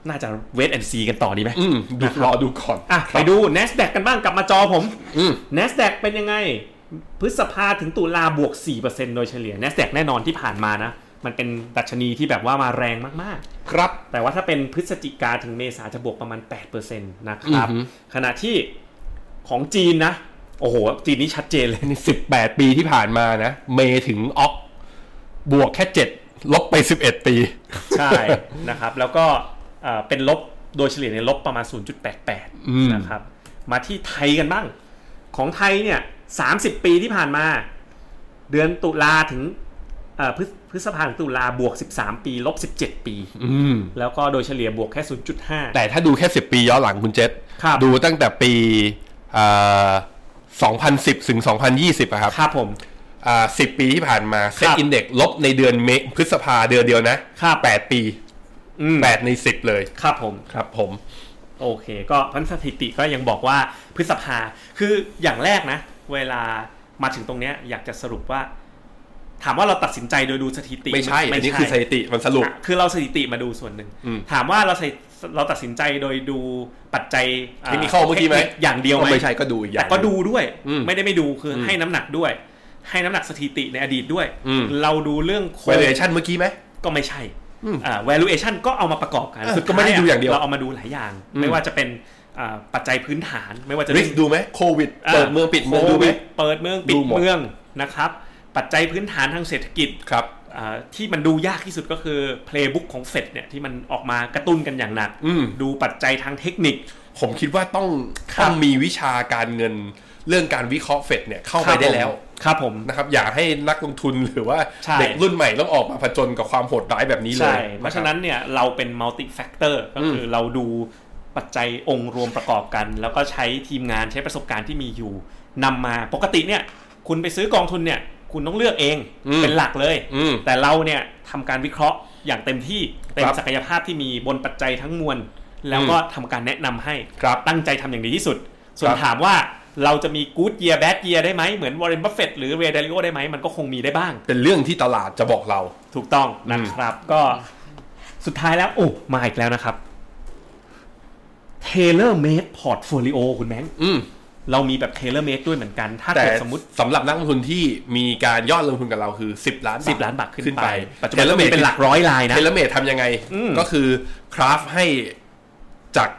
น่าจะเวทแอนซีกันต่อดีไหม อืมดูรอดูก่อน อ่ะ ครับ ไปดู NASDAQ กันบ้างกลับมาจอผม อืม NASDAQ เป็นยังไง พฤษภาถึงตุลาบวก 4%โดยเฉลี่ย NASDAQ แน่นอนที่ผ่านมานะ มันเป็นดัชนีที่แบบว่ามาแรงมาก ๆ ครับ แต่ว่าถ้าเป็นพฤศจิกาถึงเมษาจะบวกประมาณ 8%นะครับ อือหือ ขณะที่ของจีนนะ โอ้โห จีนนี่ชัดเจนเลย นี่สิบแปดปีที่ผ่านมานะ เมย์ถึงออกบวกแค่เจ็ดลบไปสิบเอ็ดปี ใช่ นะครับ แล้วก็เอ่อเป็นลบโดยเฉลี่ยในยลบประมาณ อืม 0.88 นะครับ มาที่ไทยกันบ้าง ของไทยเนี่ย 30 ปีที่ผ่านมา เดือนตุลาถึงเอ่อพฤพฤษภาถึงตุลาบวก 13 ปีลบ 17 ปี อืม แล้วก็โดยเฉลี่ยบวกแค่ 0.5 แต่ถ้าดูแค่สิบปีย้อนหลังคุณเจษ ครับ ดูตั้งแต่ปีสองพันสิบถึงสองพันยี่สิบครับ ครับผม สิบปีที่ผ่านมาเซ็ต ครับ อินเด็กลบในเดือนเมษพฤษภาเดือนเดียวนะครับ แปดปี อืม แปดในสิบเลย ครับผม ครับผม โอเค ก็พันสถิติก็ยังบอกว่าพฤษภาคืออย่างแรกนะ เวลามาถึงตรงเนี้ยอยากจะสรุปว่า ถามว่าเราตัดสินใจโดยดูสถิติ ไม่ใช่อันนี้คือสถิติมันสรุป อ่ะคือเราสถิติมาดูส่วนหนึ่ง อืม ถามว่าเราใส่เราตัดสินใจโดยดูปัจจัยอ่อ Technical เมื่อกี้ไหม ทคนิคอย่างเดียวไหม ไม่ใช่ก็ดูอีกอย่าง แต่ก็ดูด้วย อืม ไม่ได้ไม่ดูคืออ ม ให้น้ำหนักด้วย ให้น้ำหนักสถิติในอดีตด้วย อืม เราดูเรื่องโค v a l u a t i o n เมื่อกี้ไหม ก็ไม่ใช่ อืม อ่า valuation ก็เอามาประกอบกัน เออ สุท้ ก็ไม่ได้ดูอย่างเดียว เราเอามาดูหลายอย่าง อืม ไม่ว่าจะเป็นอ่าปัจจัยพื้นฐาน ไม่ว่าจะ ริสดูไหมโควิด อ่า เปิดเมืองปิดเมือง โค ดูไหม วิดเปิดเมืองปิ ดู ด หมด เมืองนะครับ ปัจจัยพื้นฐานทางเศรษฐกิจ ครับ อ่าที่มันดูยากที่สุดก็คือ playbook ของเฟดเนี่ยที่มันออกมากระตุ้นกันอย่างหนัก อืม ดูปัจจัยทางเทคนิค ผมคิดว่าต้อง ครับ ต้องมีวิชาการเงินเรื่องการวิเคราะห์เฟดเนี่ยเข้าไปได้แล้ว ครับผม นะครับอย่าให้นักลงทุนหรือว่า ใช่ เด็กรุ่นใหม่ต้องออกมาผจญกับความโหดร้ายแบบนี้เลย ใช่ เพราะฉะนั้นเนี่ยเราเป็น multi factor ก็คือเราดู ปัจจัยองค์รวมประกอบกัน แล้วก็ใช้ทีมงานใช้ประสบการณ์ที่มีอยู่นำมาปกติเนี่ย คุณไปซื้อกองทุนเนี่ย คุณต้องเลือกเอง อืม เป็นหลักเลย อืม แต่เราเนี่ยทำการวิเคราะห์อย่างเต็มที่เต็ม ครับ ศักยภาพที่มีบนปัจจัยทั้งมวลแล้วก็ทำการแนะนำให้ ครับ ตั้งใจทำอย่างดีที่สุด ส่ว คน รับ ถามว่าเราจะมีกู๊ดเยียร์แบดเยียร์ได้ไหมเหมือนวอร์เรนบัฟเฟตหรือเรย์เดลิโอได้ไหมมันก็คงมีได้บ้าง เป็นเรื่องที่ตลาดจะบอกเรา ถูกต้องนะครับ ก็สุดท้ายแล้ว โอ้ มาอีกแล้วนะครับ Tailor Made Portfolio คุณแมง อืม เรามีแบบ Tailor Made ด้วยเหมือนกัน ถ้า แต่ เกิดสมมติ สำหรับนักลงทุนที่มีการยอดลงทุนกับเราคือ 10 ล้าน 10 ล้านบาทขึ้นไป ปั ปั จ จ จุบัจุบั น น ก็มีเป็นหลักร้อยลายนะ เทเลเมดทำยังไง อืม ก็คือคราฟให้จาก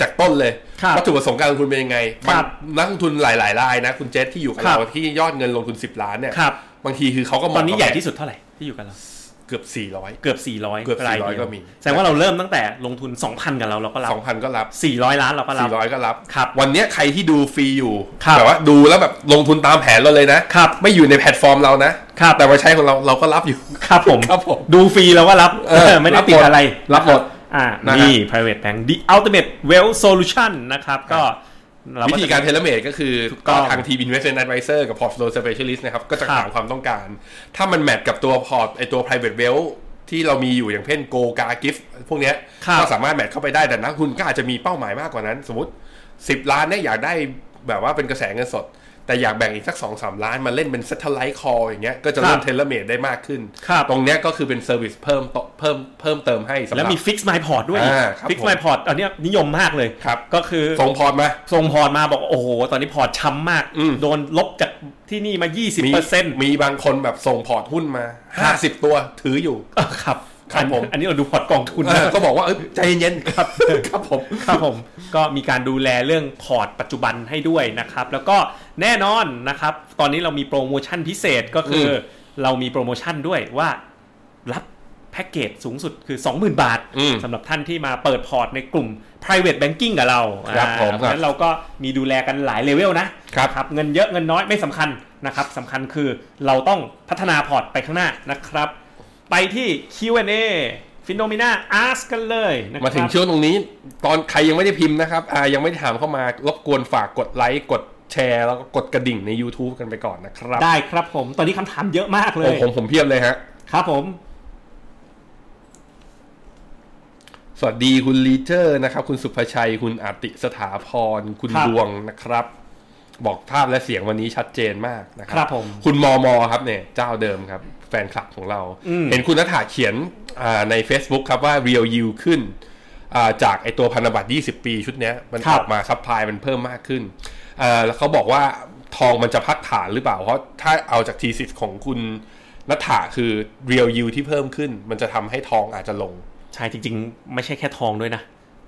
จากต้นเลย ครับ วัตถุประสงค์การลงทุนเป็นยังไง ครับ างนักลงทุนหลายๆรายนะ คุณเจษที่อยู่กับ ครับ เราที่ยอดเงินลงทุน 10 ล้านเนี่ย ครับ บางทีคือเขาก็มง ตอนนี้ใหญ่ที่ เ สุดเท่าไหร่ ที่อยู่กับเรา ราเกือบ 400 เกือบ 400 เกือบ รายดียว 400ก็มี แสดงว่าเราเริ่มตั้งแต่ลงทุน 2,000 กับเราเราก็รับ 2,000 ก็รับ 400 ล้านเราก็รับ 400 ก็รับ ครับ วันเนี้ยใครที่ดูฟรีอยู่ ครับ แบบว่าดูแล้วแบบลงทุนตามแผนเราเลยนะครับ ไม่อยู่ในแพลตฟอร์มเรานะครับ แต่มาใช้ของเราเราก็รับอยู่ ครับผม ครับผม ดูฟรีเราก็รับ เออ ไม่ได้ รับ ติด หมด อะไร รับหมด อ่า นะฮะ นี่ private bank the ultimate wealth solution นะครับก็เจะ วิธีการเทเลเมดก็คือ ถูกต้อง ทางทีม Investment Advisor กับ Portfolio Specialist นะครับ ก็จะ ครับ ถามความต้องการ ถ้ามันแมทกับตัวพอร์ตไอตัว private wealth ที่เรามีอยู่อย่างเช่น Go g a Gift พวกเนี้ย ครับ ก็สามารถแมทเข้าไปได้แต่นักลงทุนก็อาจจะมีเป้าหมายมากกว่านั้น สมมติ 10 ล้านเนี่ยอยากได้แบบว่าเป็นกระแสเงินสด แต่อยากแบ่งอีกสัก 2 3 ล้านมาเล่นเป็น satellite call อย่างเงี้ยก็จะเริ่มเทเลเมดได้มากขึ้น ครับ ตรงเนี้ยก็คือเป็นเซอร์วิสเพิ่มต่อเพิ่มเพิ่มเติมให้สำห แล้ รั ว บ มี Fix My Port ด้วย อ่าครับ ฟิก ผม ไมพอร์ตอันเนี้ยนิยมมากเลย ครับ ก็คือ ส่งพอร์ตมา ส่งพอร์ตมาบอกโอ้โห ตอนนี้พอร์ตช้ำมาก อืม โดนลบจากที่นี่มา มี 20%เปอร์เซ็นต์ มีบางคนแบบส่งพอร์ตหุ้นมา 50 ตัวถืออยู่ ครับ ครับผม อันนี้เราดูพอร์ตกองทุน เอ นะ อก็บอกว่าเอ้ยใจเย็นๆครับ <laughs> ครับผม ครับผม ก็มีการดูแลเรื่องพอร์ตปัจจุบันให้ด้วยนะครับ แล้วก็แน่นอนนะครับ ตอนนี้เรามีโปรโมชั่นพิเศษก็คืออ ม เรามีโปรโมชั่นด้วยว่ารับแพ็กเกจสูงสุดคือ 20,000 บาท อืม สำหรับท่านที่มาเปิดพอร์ตในกลุ่ม private banking กับเรา ครับ อ่า ผม เพราะฉะนั้นเราก็มีดูแลกันหลายเลเวลนะครับ เงินเยอะเงินน้อยไม่สำคัญนะครับสำคัญคือเราต้องพัฒนาพอร์ตไปข้างหน้านะครับ ไปที่ Q&A p h e n o m e n a ask กันเลยนะครับ มาถึงช่วงตรงนี้ ตอนใครยังไม่ได้พิมพ์นะครับอ่ายังไม่ได้ถามเข้ามารบกวนฝากกดไลค์กดแชร์แล้วก็กดกระดิ่งใน YouTube กันไปก่อนนะครับ ได้ครับผม ตอนนี้คำถามเยอะมากเล โอ้ ย ผมผมเพียบเลยฮะ ครับผม สวัสดีคุณลีเจอร์นะครับ คุณสุภชัย คุณอาติสถาพร คุณ ครับ ดวงนะครับ บอกภาพและเสียงวันนี้ชัดเจนมากนะครั ครับผม คุณมอมอครับเนี่ยเจ้าเดิมครับ แฟนคลับของเรา อืม เห็นคุณนัฐาเขียนอ่าใน Facebook ครับว่า Real Yield ขึ้นอ่าจากไอตัวพันธบัตร 20 ปีชุดเนี้ย มัน ครั อบ อกมาซัพพลายมันเพิ่มมากขึ้นอ่าแล้วเขาบอกว่าทองมันจะพักฐานหรือเปล่า เพราะถ้าเอาจากทีสิทของคุณนัฐถาคือ Real Yield ที่เพิ่มขึ้น มันจะทำให้ทองอาจจะลง ใช่จริงๆ ไม่ใช่แค่ทองด้วยนะ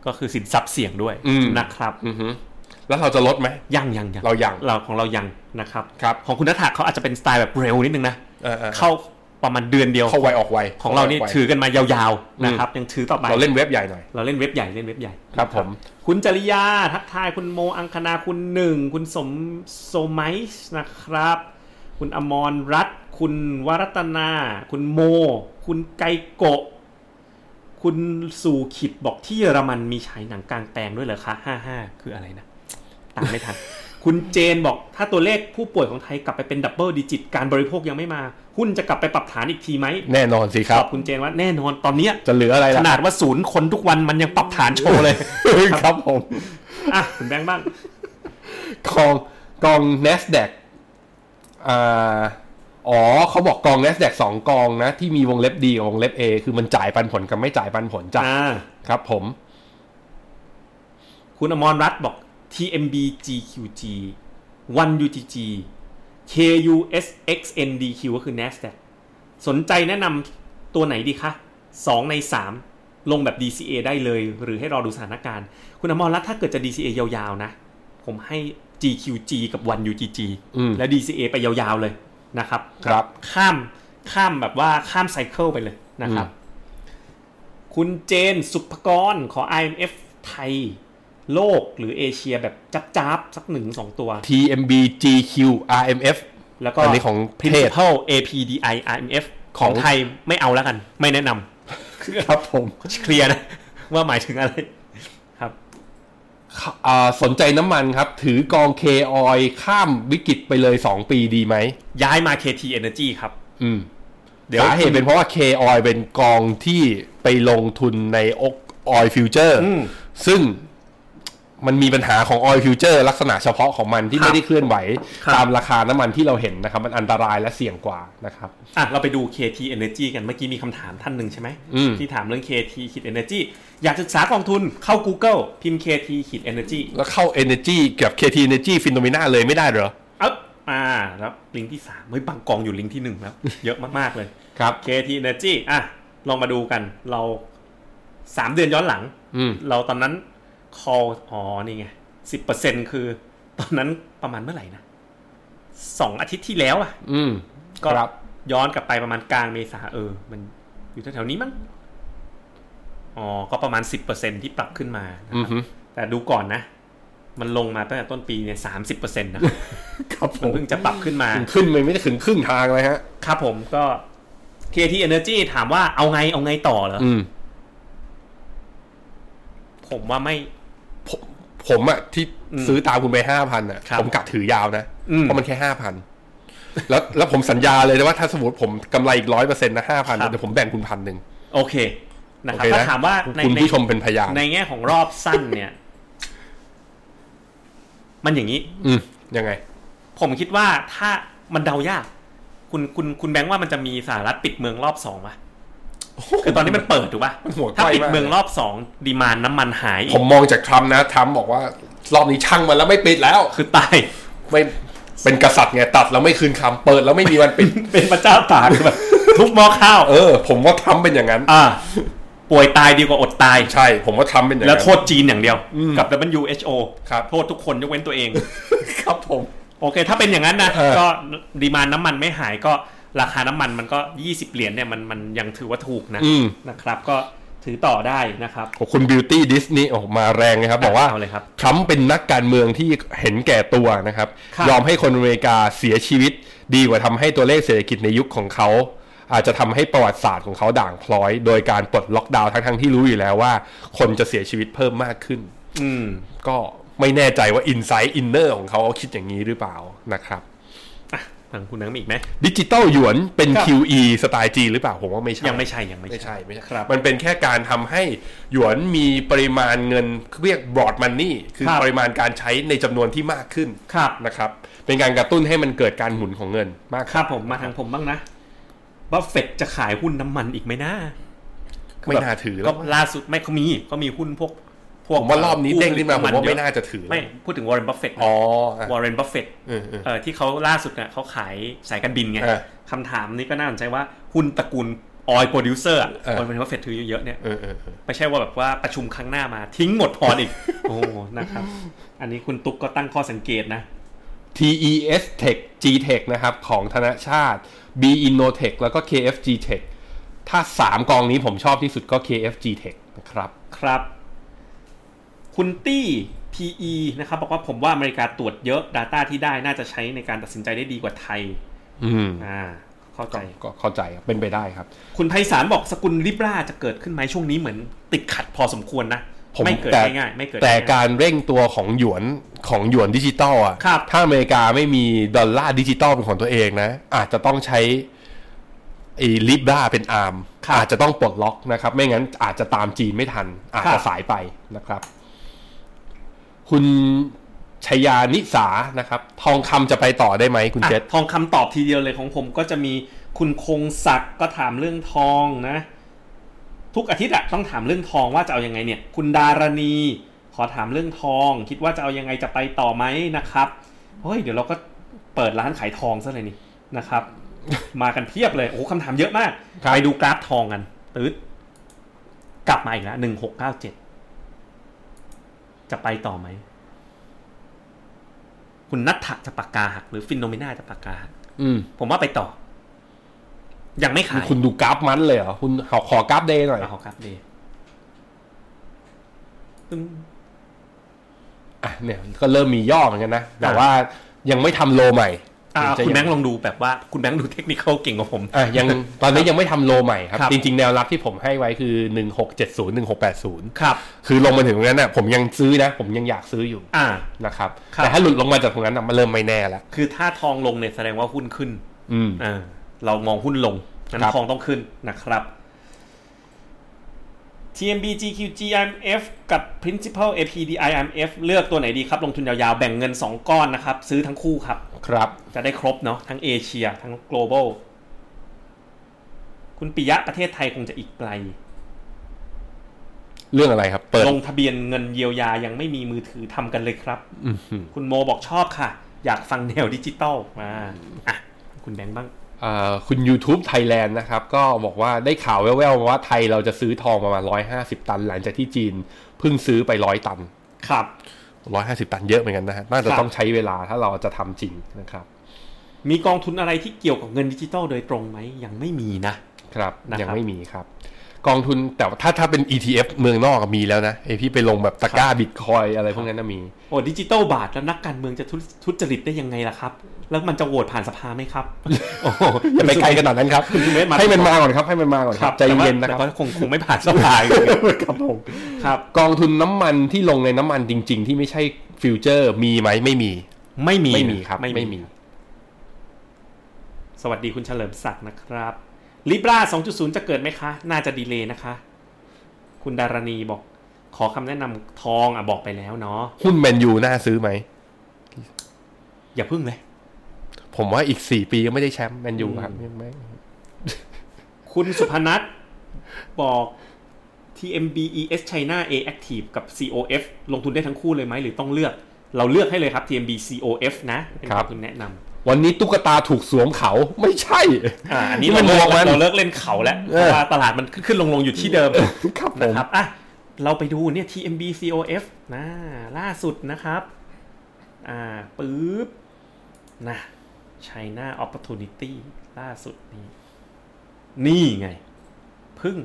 ก็คือสินทรัพย์เสี่ยงด้วย อืม นะครับ อือฮึแล้วเราจะลดไหม ยังยังยัง เรายัง เราของเรายังนะครับ ครับ ของคุณนัทธาเขาอาจจะเป็นสไตล์แบบเร็วนิดนึงนะ เออเออ เข้าประมาณเดือนเดียว เข้าไวออกไว ของเรานี่ ข้ไวกไว ถือกันมายาวๆนะครับยังถือต่อไป เราเล่นเว็บใหญ่หน่อย เราเล่นเว็บใหญ่เล่นเว็บใหญ่ ครับผม คุณจริยาทักทายคุณโมอังคณาคุณหนึ่งคุณสมโซไมส์นะครับ คุณอมรรัตน์คุณวรัตนา คุณโม คุณไกโกะ คุณสู่ขิดบอกที่เยอรมันมีฉายหนังกลางแปลงด้วยเหรอคะห้าห้าคืออะไรนะ ตามไม่ทัน คุณเจนบอกถ้าตัวเลขผู้ป่วยของไทยกลับไปเป็นดับเบิลดิจิตการบริโภคยังไม่มา หุ้นจะกลับไปปรับฐานอีกทีไหม แน่นอนสิค ต รั อบ บคุณเจนว่าแน่นอนตอนเนี้ย จะเหลืออะไร ข ล่ะ นาดว่าศูนย์คนทุกวันมันยังปรับฐานโชว์เลย ครับผม อ่ะคุณแบงค์บ้าง กองกอง NASDAQ อ่าอ๋อเขาบอกกอง NASDAQ สองกองนะ ที่มีวงเล็บดีกับวงเล็บ A คือมันจ่ายปันผลกับไม่จ่ายปันผลจ้ะ อ่า ครับผม คุณอมรรัตน์บอก TMB GQG 1 UTG KUSXNDQ ก็คือ NASDAQ สนใจแนะนำตัวไหนดีคะ 2 ใน 3 ลงแบบ DCA ได้เลย หรือให้รอดูสถานการณ์ คุณอมรรัตน์ถ้าเกิดจะ DCA ยาวๆ นะ ผมให้ GQG กับ 1 UTG อืม และ DCA ไปยาวๆ เลยนะครับ ครับ ข้ามข้ามแบบว่าข้ามไซเคิลไปเลยนะครับ คุณเจนสุภกรขอ IMF ไทย โลกหรือเอเชียแบบจับจับๆสักหนึ่งสองตัว TMB GQ RMF แล้วก็ อันนี้ของเทศ principal APDI IMF ข ข อ อง ง ไทยไม่เอาแล้วกัน ไม่แนะน ครับผม <laughs> ำเคลียร์นะ ว่าหมายถึงอะไรครับ อ่าสนใจน้ำมันครับ ถือกองเคออยข้ามวิกฤตไปเลยสองปีดีไหม ย้ายมา KT Energy ครับ อืม เดี๋ยว สาเหตุเป็นเพราะว่า K Oil เป็นกองที่ไปลงทุนในโอกออยฟิวเจอร์ อืม ซึ่งมันมีปัญหาของออยฟิวเจอร์ลักษณะเฉพาะของมันที่ไม่ได้เคลื่อนไหว ครับ ตามราคาน้ำมันที่เราเห็นนะครับ มันอันตรายและเสี่ยงกว่านะครับ อ่ะเราไปดู KT Energy กันเมื่อกี้มีคำถามท่านหนึ่งใช่ไหม อืม ที่ถามเรื่อง KT ขีด Energy อยากศึกษากองทุนเข้า Google พิมพ์ KT ขีด Energy แล้วเข้า Energy กับ KT Energy p h e n o m e n a เลยไม่ได้เหรอ เอ๊บอ่าแล้วลิงก์ที่สามเฮ้ยบางกองอยู่ลิงก์ที่หนึ่งแล้ว <laughs> เยอะมาก ๆ เลย ครับ KT Energy อ่ะ ลองมาดูกันเราสามเดือนย้อนหลัง อืม เราตอนนั้น call อ๋อ นี่ไงสิบเปอร์เซ็นคือ ตอนนั้นประมาณเมื่อไหร่นะสองอาทิตย์ที่แล้วอ่ะ อืม ก็ ครับ ย้อนกลับไปประมาณกลางเมษาเออ มันอยู่แถวๆนี้มั้งอ๋อ ก็ประมาณสิบเปอร์เซ็นที่ปรับขึ้นมานะ อื ค อ รับ ฮึ แต่ดูก่อนนะ มันลงมาตั้งแต่ต้นปีเนี่ยสามสิบเปอร์เซ็นต์นะ ครับผ มัน ม เพิ่งจะปรับขึ้นมา ถึงขึ้นไม่ได้ถึงครึ่งทางเลยฮะ ครับผมก็ KT Energy ถามว่าเอาไงเอาไงต่อเหรอ อืม ผมว่าไม่ ผมผมอะที่ซื้อตามคุณไปห้าพันอะ ครับ ผมกะถือยาวนะ อืม เพราะมันแค่ห้าพันแล้วแล้วผมสัญญาเลยนะว่าถ้าสมมติผมกำไรอีกร้อยเปอร์เซ็นต์นะห้าพัน ครับ เดี๋ยวผมแบ่งคุณพันหนึ่ง โอเค นะ โอ ครับ เค ถ้า นะ ถามว่าใน คุณ ใน ผู้ชมเป็นพยาน ในแง่ของรอบสั้นเนี่ย มันอย่างนี้ อืมยังไง ผมคิดว่าถ้ามันเดายาก คุณคุณคุณแบงค์ว่ามันจะมีสหรัฐปิดเมืองรอบสองป่ะคือตอนนี้มันเปิดถูกป่ะ มันโหด ถ้า ไกลมาก ปิดเมืองรอบสองดีมานน้ำมันหายอี ผ ก มมองจากทรัมป์นะทรัมป์บอกว่า รอบนี้ช่างมันแล้วไม่ปิดแล้ว คือตาย <laughs> ไม่เป็นกษัตริย์ไงตัดแล้วไม่คืนคำเปิดแล้วไม่มีวัน <laughs> ปิด เป็นพระเจ้าตากคือแบบทุบหม้อข้าว เออ ผมว่าทรัมป์เป็นอย่างนั้น อ่า ป่วยตายดีกว่าอดตาย ใช่ ผมว่าทรัมป์เป็นอย่าง แล้ว นั้น โทษจีนอย่างเดียว กับ WHO ครับ โทษทุกคนยกเว้นตัว <laughs> เอง ครับผม โอเค ถ้าเป็นอย่างนั้นนะ เออ ก็ดีมานน้ำมันไม่หายก็ราคาน้ำมันมันก็ 20 เหรียญเนี่ยมันมันยังถือว่าถูกนะ อืม นะครับ ก็ถือต่อได้นะครับ ขอบคุณบิวตี้ดิสนีย์ออกมาแรงนะครับบอกว่า เเลยครับ ทรัมป์เป็นนักการเมืองที่เห็นแก่ตัวนะครับ ครับ ยอมให้คนอเมริกาเสียชีวิต ดีกว่าทำให้ตัวเลขเศรษฐกิจในยุคของเขา อาจจะทำให้ประวัติศาสตร์ของเขาด่างพร้อย โดยการปลดล็อกดาวน์ทั้งทั้งๆที่รู้อยู่แล้วว่า คนจะเสียชีวิตเพิ่มมากขึ้น อืม ก็ไม่แน่ใจว่าอินไซต์อินเนอร์ของเขาเขาคิดอย่างนี้หรือเปล่านะครับ อ่ะทางคุณนังมีอีกไหม ดิจิตอลหยวนเป็น ครับ QE สไตล์จีนหรือเปล่าผมว่าไม่ใช่ ยังไม่ใช่ยังไม่ ไม่ ใช่ ใช่ ไม่ใช่ ครับ มันเป็นแค่การทำให้หยวนมีปริมาณเงินเรียก broad money คือ ครับ ปริมาณการใช้ในจำนวนที่มากขึ้น ครับ นะครับ เป็นการกระตุ้นให้มันเกิดการหมุนของเงินมาก ค ขึ้น รับผมมาทางผมบ้างนะบัฟเฟตจะขายหุ้นน้ำมันอีกไหมนะ ไม่น่าถือแล้ ก็ ว ล่าสุดไม่เขามีเขามีหุ้นพวก พวก ผมว่ารอบนี้เด้งขึ้นมาผมว่าเยไม่อะ น่าจะถือ ไม่พูดถึงวอร์เรนบัฟเฟต อ๋ออ่ะ วอร์เรนบัฟเฟต เออเออ เออที่เขาล่าสุดเนี่ยเขาขายสายการบินไง เออ คำถามนี้ก็น่าสนใจว่าหุ้นตระกูลออยล์โปรดิวเซอร์ เออ คนเป็นว่าเฟดถือเยอะๆเนี่ย เออเออเออ ไม่ใช่ว่าแบบว่าประชุมครั้งหน้ามาทิ้งหมดพอร์ต <laughs> อีก โอ้โหนะครับ อันนี้คุณตุ๊กก็ตั้งข้อสังเกตนะ TES Tech G Tech นะครับ ของธนชาติ B Innotech แล้วก็ KFG Tech ถ้า 3 กองนี้ผมชอบที่สุดก็ KFG Tech นะครับ ครับ คุณตี้ PE นะครับ บอกว่าผมว่าอเมริกาตรวจเยอะ Data ที่ได้น่าจะใช้ในการตัดสินใจได้ดีกว่าไทย อืม อ่า เข้าใจ ก็เข้าใจครับเป็นไปได้ครับ คุณไพศาลบอกสกุลริบราจะเกิดขึ้นไหมช่วงนี้เหมือนติดขัดพอสมควรนะ ผม ไม่เกิด แต่ ง่ายๆไม่เกิด แต่ ง่ายๆ การเร่งตัวของหยวนของหยวนดิจิตอลอ่ะ ครับ ถ้าอเมริกาไม่มีดอลลาร์ดิจิตอลเป็นของตัวเองนะ อาจจะต้องใช้ไอ้ลิบราเป็นอาร์มอาจจะต้องปลดล็อกนะครับ ไม่งั้นอาจจะตามจีนไม่ทัน อาจจะสายไปนะครับ คุณชยานิสานะครับ ทองคำจะไปต่อได้ไหมคุณ อ่ะ เจษ ทองคำตอบทีเดียวเลยของผมก็จะมีคุณคงศักดิ์ก็ถามเรื่องทองนะ ทุกอาทิตย์อะต้องถามเรื่องทองว่าจะเอายังไงเนี่ย คุณดารณี ขอถามเรื่องทอง คิดว่าจะเอายังไงจะไปต่อไหมนะครับเฮ้ยเดี๋ยวเราก็เปิดร้านขายทองซะเลยนี่นะครับ มากันเพียบเลยโอ้โหคำถามเยอะมากไปดูกราฟทองกันตืดกลับมาอีกแล้วหนึ่งหกเก้าเจ็ดจะไปต่อไหม คุณนัทธะจะปากกาหักหรือฟินโนเมนาจะปากกาหัก อืม ผมว่าไปต่อ ยังไม่ขาย คุณดูกราฟมันเลยเหรอคุณขอขอกราฟเดย์หน่อย เอาครับดีตึ้ง อ่ะเนี่ยก็เริ่มมีย่อเหมือนกันนะ แต่ อ่ะ ว่ายังไม่ทำโลใหม่ อ่า หรือจะ คุณ ยัแบงงค์ลองดูแบบว่าคุณแบงค์ดูเทคนิคเก่งกว่าผม อ่ะยังตอนนี้ยังไม่ทำโลใหม่ครับ ครับ จริง ๆ แนวรับที่ผมให้ไว้คือ 1670 1680 ครับ คือลงมาถึงตรงนั้นน่ะผมยังซื้อนะ ผมยังอยากซื้ออยู่ อ่า นะครับ ครับ แต่ถ้าหลุดลงมาจากตรงนั้นน่ะมันเริ่มไม่แน่แล้ว คือถ้าทองลงเนี่ยแสดงว่าหุ้นขึ้น อืม อ่า เรามองหุ้นลงงั้น ครับ ทองต้องขึ้นนะครับ TMB GQG IMF กับ Principal APD IMF เลือกตัวไหนดีครับ ลงทุนยาวๆ แบ่งเงิน 2 ก้อนนะครับ ซื้อทั้งคู่ครับ ครับ จะได้ครบเนาะทั้งเอเชีย ทั้ง global คุณปิยะประเทศไทยคงจะอีกไกล เรื่องอะไรครับ เปิด ลงทะเบียนเงินเยียวยายังไม่มีมือถือทำกันเลยครับ อื้อหือ คุณโมบอกชอบค่ะ อยากฟังแนวดิจิตอลมาอ่ะคุณแบงค์บ้าง เอ่อคุณ YouTube Thailand นะครับ ก็บอกว่าได้ข่าวแว่วๆมาว่าไทยเราจะซื้อทองประมาณ 150 ตัน หลังจากที่จีนเพิ่งซื้อไป 100 ตัน ครับ 150 ตันเยอะเหมือนกันนะฮะน่าจะ ครับ ต้องใช้เวลาถ้าเราจะทำจริงนะครับ มีกองทุนอะไรที่เกี่ยวกับเงินดิจิตอลโดยตรงไหม ยังไม่มีนะ ครับ นะครับ ยังไม่มีครับ กองทุนแต่ว่าถ้าถ้าเป็น ETF เมืองนอกอะมีแล้วนะไอพี่ไปลงแบบตะกร้าบิตคอยอะไรพวกนั้นนะมี โอ้ดิจิตอลบาทแล้วนักการเมืองจะทุทุจริตได้ยังไงล่ะครับ แล้วมันจะโหวตผ่านสภาไหมครับ โอ้โหอย่าไปไกลขนาดนั้นครับ คุณเมธมา ให้มันมาก่อนครับ ให้มันมาก่อนครับ ใจ แต่ว่า เย็นนะครับ แต่ก็คงคงไม่ผ่านสภาอยู่ดี <laughs> ครับผม ครับ กองทุนน้ำมันที่ลงในน้ำมันจริง ๆ ที่ไม่ใช่ฟิวเจอร์มีไหมไม่มี ไม่มี ไม่มีครับ ไม่มี สวัสดีคุณเฉลิมศักดิ์นะครับลิบรา2.0 จะเกิดไหมคะ น่าจะดีเลย์นะคะ คุณดารณีบอก ขอคำแนะนำทองอ่ะบอกไปแล้วเนาะ หุ้นแมนยูน่าซื้อไหม อย่าพึ่งเลย ผมว่าอีก 4 ปีก็ไม่ได้แชมป์แมนยูครับยังไม่ คุณสุพนัทบอก TMBES China A Active กับ COF ลงทุนได้ทั้งคู่เลยไหมหรือต้องเลือก เราเลือกให้เลยครับ TMB COF นะเป็นคำคุณแนะน วันนี้ตุ๊กตาถูกสวมเขาไม่ใช่ <laughs> ำอ่าอันนี้ มั เรา น เลิก มองมัน เราเลิกเล่นเขาแล้ว เอ เพ อ ราะว่าตลาดมันขึ้นลงลงๆอยู่ที่เดิม ครับผ นะ ม ครับ อ่ะ เราไปดูเนี่ย TMB COF นะล่าสุดนะครับ อ่าปึ๊บ นะ China Opportunity ล่าสุดนี่ นี่ไง พึ่ง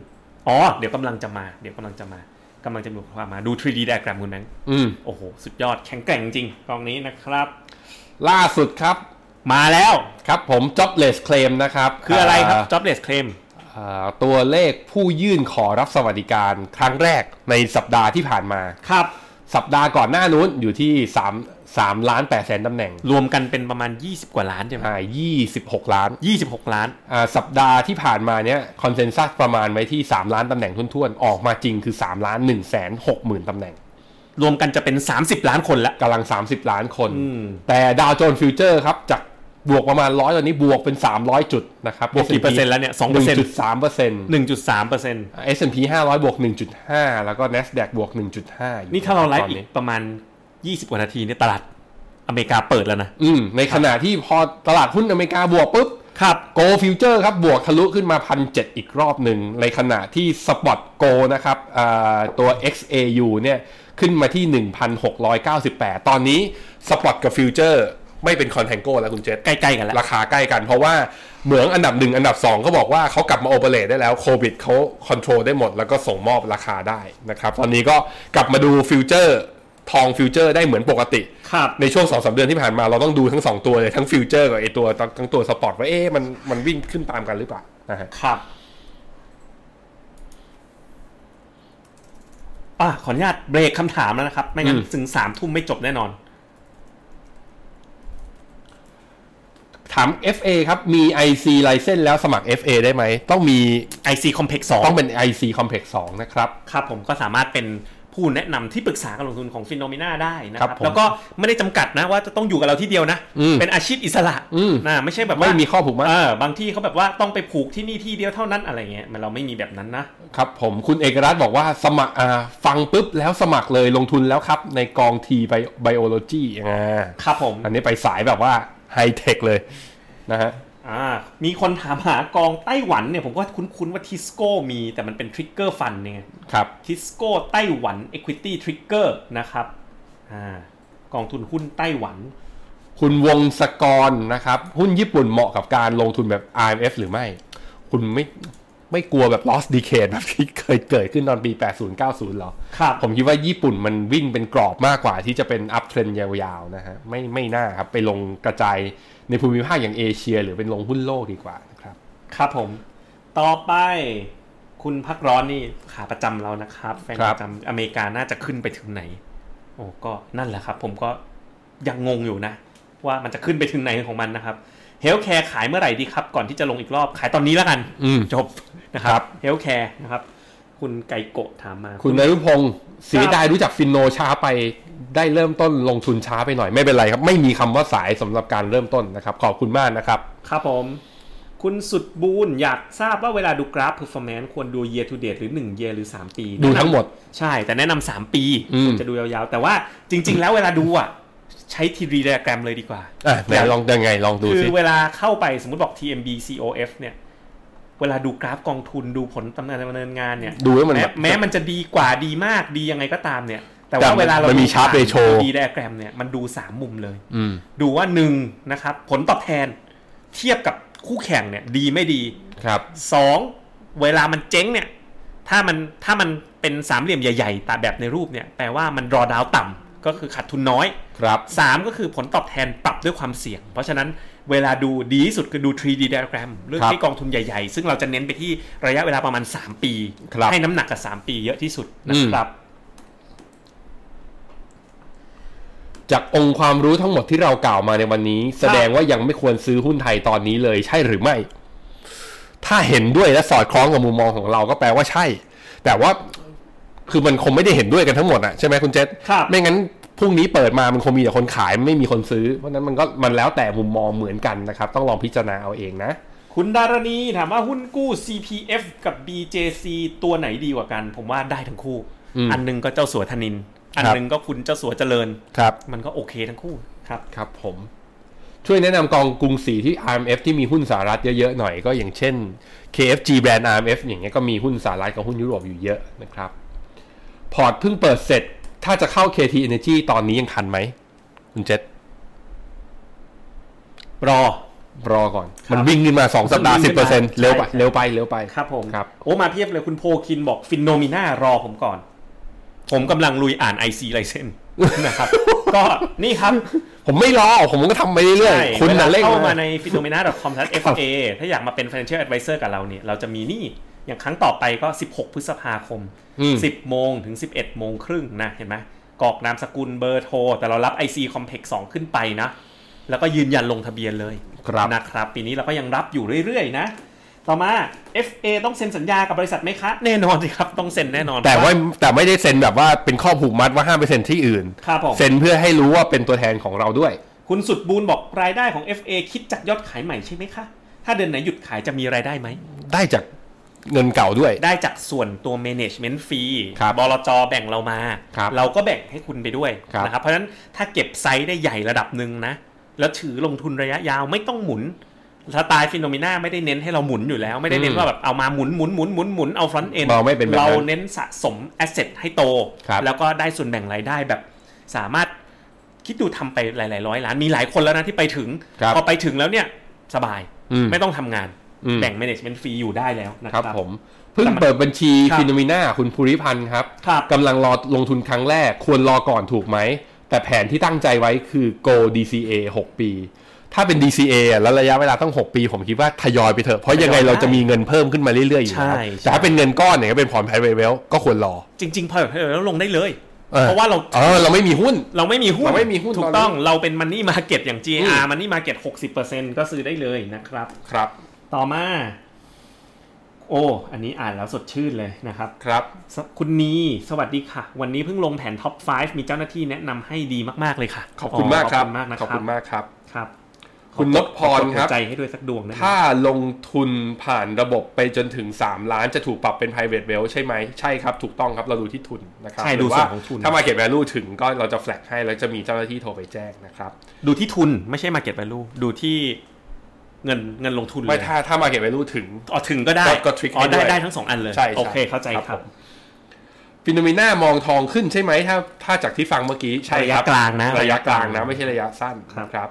อ๋อ เดี๋ยวกำลังจะมา เดี๋ยวกำลังจะมากำลังจะมีความมาดู 3D diagram คุณแบงค์ อืม โอ้โห สุดยอดแข็งแกร่งจริงกองนี้นะครับ ล่าสุดครับ มาแล้ว ครับผม jobless claim นะครับ คืออะไรครับ า jobless claim อ่าตัวเลขผู้ยื่นขอรับสวัสดิการครั้งแรกในสัปดาห์ที่ผ่านมา ครับ สัปดาห์ก่อนหน้านู้นอยู่ที่3 3ล้าน8แสนตำแหน่ง รวมกันเป็นประมาณ 20 กว่าล้านใช่ไหม อ่า26 ล้าน 26 ล้าน อ่าสัปดาห์ที่ผ่านมาเนี้ยคอนเซนแซสประมาณไว้ที่ 3 ล้านตำแหน่งทุ่วนๆ ออกมาจริงคือ 3 ล้าน1แสน6หมื่นตำแหน่ง รวมกันจะเป็น 30 ล้านคนละ กำลัง 30 ล้านคน อืม แต่ดาวโจนส์ฟิวเจอร์ครับ จากบวกประมาณ 100 ตอนนี้บวกเป็น 300 จุดนะครับ บวกกี่เปอร์เซ็นต์แล้วเนี่ยสองเปอร์เซ็นต์ 1.3เปอร์เซ็นต์ หนึ่งจุดสามเปอร์เซ็นต์ S&P 500 บวก 1.5 แล้วก็ NASDAQ บวก 1.5 อยู่ นี่ถ้าเราไลฟ์ ต อี น ก นี้ ประมาณยี่สิบกว่านาทีเนี่ยตลาดอเมริกาเปิดแล้วนะ อืมในขณะที่พอตลาดหุ้นอเมริกาบวกปุ๊บ ครับ โกฟิวเจอร์ครับบวกทะลุขึ้นมาพันเอีกรอบหนึ่ง ในขณะที่สปอตโกนะครับอ่าตัว XAU เนี่ยขึ้นมาที่ 1,698 ตอนนี้สปอตกับฟิวเจอร์ไม่เป็นคอนแทงโกแล้วคุณเจษ ใกล้ๆกันแล้ว ราคาใกล้กันเพราะว่าเหมืองอันดับหนึ่งอันดับ 2 ก็บอกว่าเขากลับมาโอเปเรตได้แล้วโควิดเขาคอนโทรลได้หมด แล้วก็ส่งมอบราคาได้นะครับ ตอนนี้ก็กลับมาดูฟิวเจอร์ทองฟิวเจอร์ได้เหมือนปกติ ครับ ในช่วงสองสาเดือนที่ผ่านมาเราต้องดูทั้งสองตัวเลยทั้งฟิวเจอร์กับไอตัวทั้งทั้งตัวสปอร์ตว่าเอ๊ะมันมันวิ่งขึ้นตามกันหรือเปล่านะฮะ ครับ อ่ะ ขออนุญาตเบรกคำถามแล้วนะครับ ไม่งั้นถึงสามทุ่มไม่จบแน่นอน ถาม FA ครับ มี IC ไลเส้นแล้วสมัคร FA ได้ไหม ต้องมี IC Complex 2 ต้องเป็น IC Complex 2 นะครับ ครับผมก็สามารถเป็นผู้แนะนำที่ปรึกษาการลงทุนของฟินโนมิน่าได้นะค ครั รับบ ผม แล้วก็ไม่ได้จำกัดนะว่าจะต้องอยู่กับเราที่เดียวนะ อืม เป็นอาชีพอิสระ อืม นะไม่ใช่แบบว่า ไม่มีข้อผูกมัด เออบางที่เขาแบบว่าต้องไปผูกที่นี่ที่เดียวเท่านั้นอะไรเงี้ยมันเราไม่มีแบบนั้นนะครับ ผมคุณเอกรัตน์บอกว่าสมัครอ่าฟังปุ๊บแล้วสมัครเลยลงทุนแล้วครับ ในกองทีไบโอโลจีอ่า ครับผม อันนี้ไปสายแบบว่าไฮเทคเลยนะฮะ อ่ามีคนถามหากองไต้หวันเนี่ยผมก็คุ้นๆว่าทิสโก้มีแต่มันเป็นทริกเกอร์ฟันเนี่ย ครับ ทิสโก้ไต้หวัน Equity Trigger นะครับอ่ากองทุนหุ้นไต้หวัน คุณวงศกรนะครับ หุ้นญี่ปุ่นเหมาะกับการลงทุนแบบ IMF หรือไม่ คุณไม่ ไม่กลัวแบบ lost decade แบบที่เคยเกิดขึ้นตอนปี 80 90 หรอ ครับ ผมคิดว่าญี่ปุ่นมันวิ่งเป็นกรอบมากกว่าที่จะเป็น up trend ยาวๆนะฮะ ไม่ไม่น่าครับ ไปลงกระจายในภูมิภาคอย่างเอเชีย หรือเป็นลงหุ้นโลกดีกว่านะครับ ครับผม ต่อไปคุณพักร้อนนี่ขาประจำเรานะครับ แฟน ครั ป บ ระจำอเมริกาน่าจะขึ้นไปถึงไหน โอ้ก็นั่นแหละครับ ผมก็ยังงงอยู่นะ ว่ามันจะขึ้นไปถึงไหนของมันนะครับเฮลท์แคร์ขายเมื่อไหร่ดีครับ ก่อนที่จะลงอีกรอบขายตอนนี้แล้วกัน อืม จบนะครับ ครับ เฮลท์แคร์นะครับ คุณไก่โกะถามมา คุณนรุพงศ์เสียดายรู้จักฟินโนช้าไปได้เริ่มต้นลงทุนช้าไปหน่อยไม่เป็นไรครับ ไม่มีคำว่าสายสำหรับการเริ่มต้นนะครับ ขอบคุณมากนะครับ ครับผม คุณสุดบูนอยากทราบว่าเวลาดูกราฟ performance ควรดู year to date หรือ 1 year หรือ 3 ปี ดู แนะนำ ทั้งหมด ใช่ แต่แนะนำสา3ปี อืม ควรจะดูยาวๆ แต่ว่าจริง ๆ แล้วเวลาดูอ่ะ ใช้ทีรีไดแกรมเลยดีกว่า อ่ะไหนลองยังไงลองดู คือ สิ เวลาเข้าไปสมมติบอก TMB COF เนี่ย เวลาดูกราฟกองทุนดูผลตำแหน่งดำเนินงานเนี่ย ดูแล้วมัน แม้ แบบ แม้มันจะดีกว่าดีมากดียังไงก็ตามเนี่ย แต่ แต่ ว่า มัน เวลาเรา มันมี sharp ratio ดีไดแกรมเนี่ยมันดูสามมุมเลย อืม ดูว่าหนึ่งนะครับผลตอบแทนเทียบกับคู่แข่งเนี่ยดีไม่ดี ครับ สองเวลามันเจ๊งเนี่ยถ้ามันถ้ามันเป็นสามเหลี่ยมใหญ่ๆตามแบบในรูปเนี่ยแปลว่ามันรอดาวต่ำก็คือขาดทุนน้อย ครับ สามก็คือผลตอบแทนปรับด้วยความเสี่ยง เพราะฉะนั้นเวลาดูดีที่สุดคือดู 3D diagram เลือก ครับ ที่กองทุนใหญ่ๆ ซึ่งเราจะเน้นไปที่ระยะเวลาประมาณ 3 ปี ครับ ให้น้ำหนักกับ 3 ปีเยอะที่สุดนะครับ จากองค์ความรู้ทั้งหมดที่เรากล่าวมาในวันนี้ แสดงว่ายังไม่ควรซื้อหุ้นไทยตอนนี้เลยใช่หรือไม่ ถ้าเห็นด้วยและสอดคล้องกับมุมมองของเราก็แปลว่าใช่ แต่ว่าคือมันคงไม่ได้เห็นด้วยกันทั้งหมดอะใช่ไหมคุณเจษ ครับ ไม่งั้นพรุ่งนี้เปิดมามันคงมีแต่คนขายไม่มีคนซื้อ เพราะฉะนั้นมันก็มันแล้วแต่มุมมองเหมือนกันนะครับ ต้องลองพิจารณาเอาเองนะ คุณดารณีถามว่าหุ้นกู้ CPF กับ BJC ตัวไหนดีกว่ากัน ผมว่าได้ทั้งคู่ อืม อันหนึงก็เจ้าสัวธนิน อัน ครับ หนึงก็คุณเจ้าสัวเจริญ ครับ มันก็โอเคทั้งคู่ครับ ครับผม ช่วยแนะนำกองกรุงศรีที่ RMF ที่มีหุ้นสหรัฐเยอะ ๆ หน่อยก็อย่างเช่น KFG แบรนด์ RMF อย่างเงี้ยก็มีหุ้นสหรัฐกับหุ้นยุโรปอยู่เยอะนะครับ พอร์ตเพิ่งเปิดเสร็จ ถ้าจะเข้า KT Energy ตอนนี้ยังทันไหม คุณเจษ รอ รอก่อน ครับ มันวิ่งขึ้นมา 2 สัปดาห์ วิ่งขึ้นมา 10%เร็วไป ใช่ เร็วไปเร็วไป ครับผม ครับ โอ้มาเพียบเลยคุณโพคินบอกฟินโนมิน่ารอผมก่อน ผมกำลังลุยอ่าน IC ไลเซนนะครับ ก็นี่ครับ ผมไม่รอ ผมก็ทำไปเรื่อย ใช่ ๆ คุณ เวลา น่ะเร่ง เข้า มา มาใน phenomena.com/fa ถ้าอยากมาเป็น financial advisor กับเราเนี่ย เราจะมีนี่ อย่างครั้งต่อไปก็ 16 พฤษภาคม อืม 10 โมงถึง 11 โมงครึ่งนะ เห็นไหมกรอกนามสกุลเบอร์โทร แต่เรารับ IC Complex 2 ขึ้นไปนะ แล้วก็ยืนยันลงทะเบียนเลย ครับ นะครับปีนี้เราก็ยังรับอยู่เรื่อยๆนะ ต่อมา FA ต้องเซ็นสัญญากับบริษัทไหมคะ แน่นอนสิครับต้องเซ็นแน่นอน แต่ว่าแต่ไม่ได้เซ็นแบบว่าเป็นข้อผูกมัดว่าห้ามไปเซ็นที่อื่น ครับผม เซ็นเพื่อให้รู้ว่าเป็นตัวแทนของเราด้วย คุณสุดบูนบอกรายได้ของ FA คิดจากยอดขายใหม่ใช่ไหมคะถ้าเดือนไหนหยุดขายจะมีรายได้ไหม ได้จากเงินเก่าด้วย ได้จากส่วนตัว management fee ครับ บลจแบ่งเรามา ครับ เราก็แบ่งให้คุณไปด้วย ครับ นะครับ เพราะฉะนั้นถ้าเก็บไซส์ได้ใหญ่ระดับหนึ่งนะ แล้วถือลงทุนระยะยาวไม่ต้องหมุนสไตล์ฟิโนเมนาไม่ได้เน้นให้เราหมุนอยู่แล้ว ไม่ได้เน้น อืม ว่าแบบเอามาหมุนหมุนหมุนหมุนหมุนเอา front end เราไม่เป็นแบบนั้น เราเน้นสะสม asset ให้โต ครับ แล้วก็ได้ส่วนแบ่งรายได้แบบสามารถคิดดูทำไปหลายๆร้อยล้านมีหลายคนแล้วนะที่ไปถึง ครับ พอไปถึงแล้วเนี่ยสบาย อืม ไม่ต้องทำงาน อืม แบ่ง management fee อยู่ได้แล้วนะ ค ค รั รับ บ ผมเพิ่งเปิดบัญชี ครับ ฟิโนมิน่าคุณภูริพันธ์ครับ ครับ กำลังรอลงทุนครั้งแรกควรรอก่อนถูกไหม แต่แผนที่ตั้งใจไว้คือ go DCA 6 ปี ถ้าเป็น DCA อ่ะแล้วระยะเวลาต้อง 6 ปี ผมคิดว่าทยอยไปเถอะ เพราะยังไงเราจะมีเงินเพิ่มขึ้นมาเรื่อยๆอยู่แล้ว ใช่ใช่ แต่ถ้าเป็นเงินก้อนเนี่ยก็เป็นพอร์ตไพรเวลก็ควรรอ จริงๆพอแบบเราลงได้เลย เออ เพราะว่าเรา เออเราไม่มีหุ้น เราไม่มีหุ้น เราไม่มีหุ้น ถู ตอก นนี้ ต้องเราเป็นมันนี่มาเก็ตอย่าง อื GR ม มันนี่มาเก็ตหกสิบเปอร์เซ็นก็ซื้อได้เลยนะครับ ครับ ต่อมา โอ้ อันนี้อ่านแล้วสดชื่นเลยนะครับ ครับ คุณนีสวัสดีค่ะ วันนี้เพิ่งลงแผนท็อป 5 มีเจ้าหน้าที่แนะนำให้ดีมากๆเลยค่ะ ขอบคุณมากครับ ขอบคุณมากนะค ขอบ รั คุ บ ณมากครับ ครับ คุณนพพขรอกด ครับ หัวใจให้ด้วยสักดวงนะ ถ้าลงทุนผ่านระบบไปจนถึง 3 ล้านจะถูกปรับเป็น private wealth ใช่ไหมใช่ครับ ถูกต้องครับเราดูที่ทุนนะครับ ใช่ ห ดู รือ ส่ ว่า วนของทุน ถ้า market value ถึงก็เราจะ flag ให้แล้วจะมีเจ้าหน้าที่โทรไปแจ้งนะครับ ดูที่ทุนไม่ใช่มาเก็ต a l u e ดูที่เงินเงินลงทุนเลย ไม่ถ้าถ้า market value ถึง อ๋อถึงก็ได้ ก็ก็ trick อ๋อ ให้ด้ ได้ วย ได้ทั้งสองอันเลย ใช่ใช่ โอเคเข้าใจ ครับ ครับ ผม ฟิโนเมนามองทองขึ้นใช่ไหมถ้าถ้าจากที่ฟังเมื่อกี้ใช่ ระ ค ยะ รับ กลางนะ ระยะกลางนะ ไม่ใช่ระยะสั้น ครับ ครับ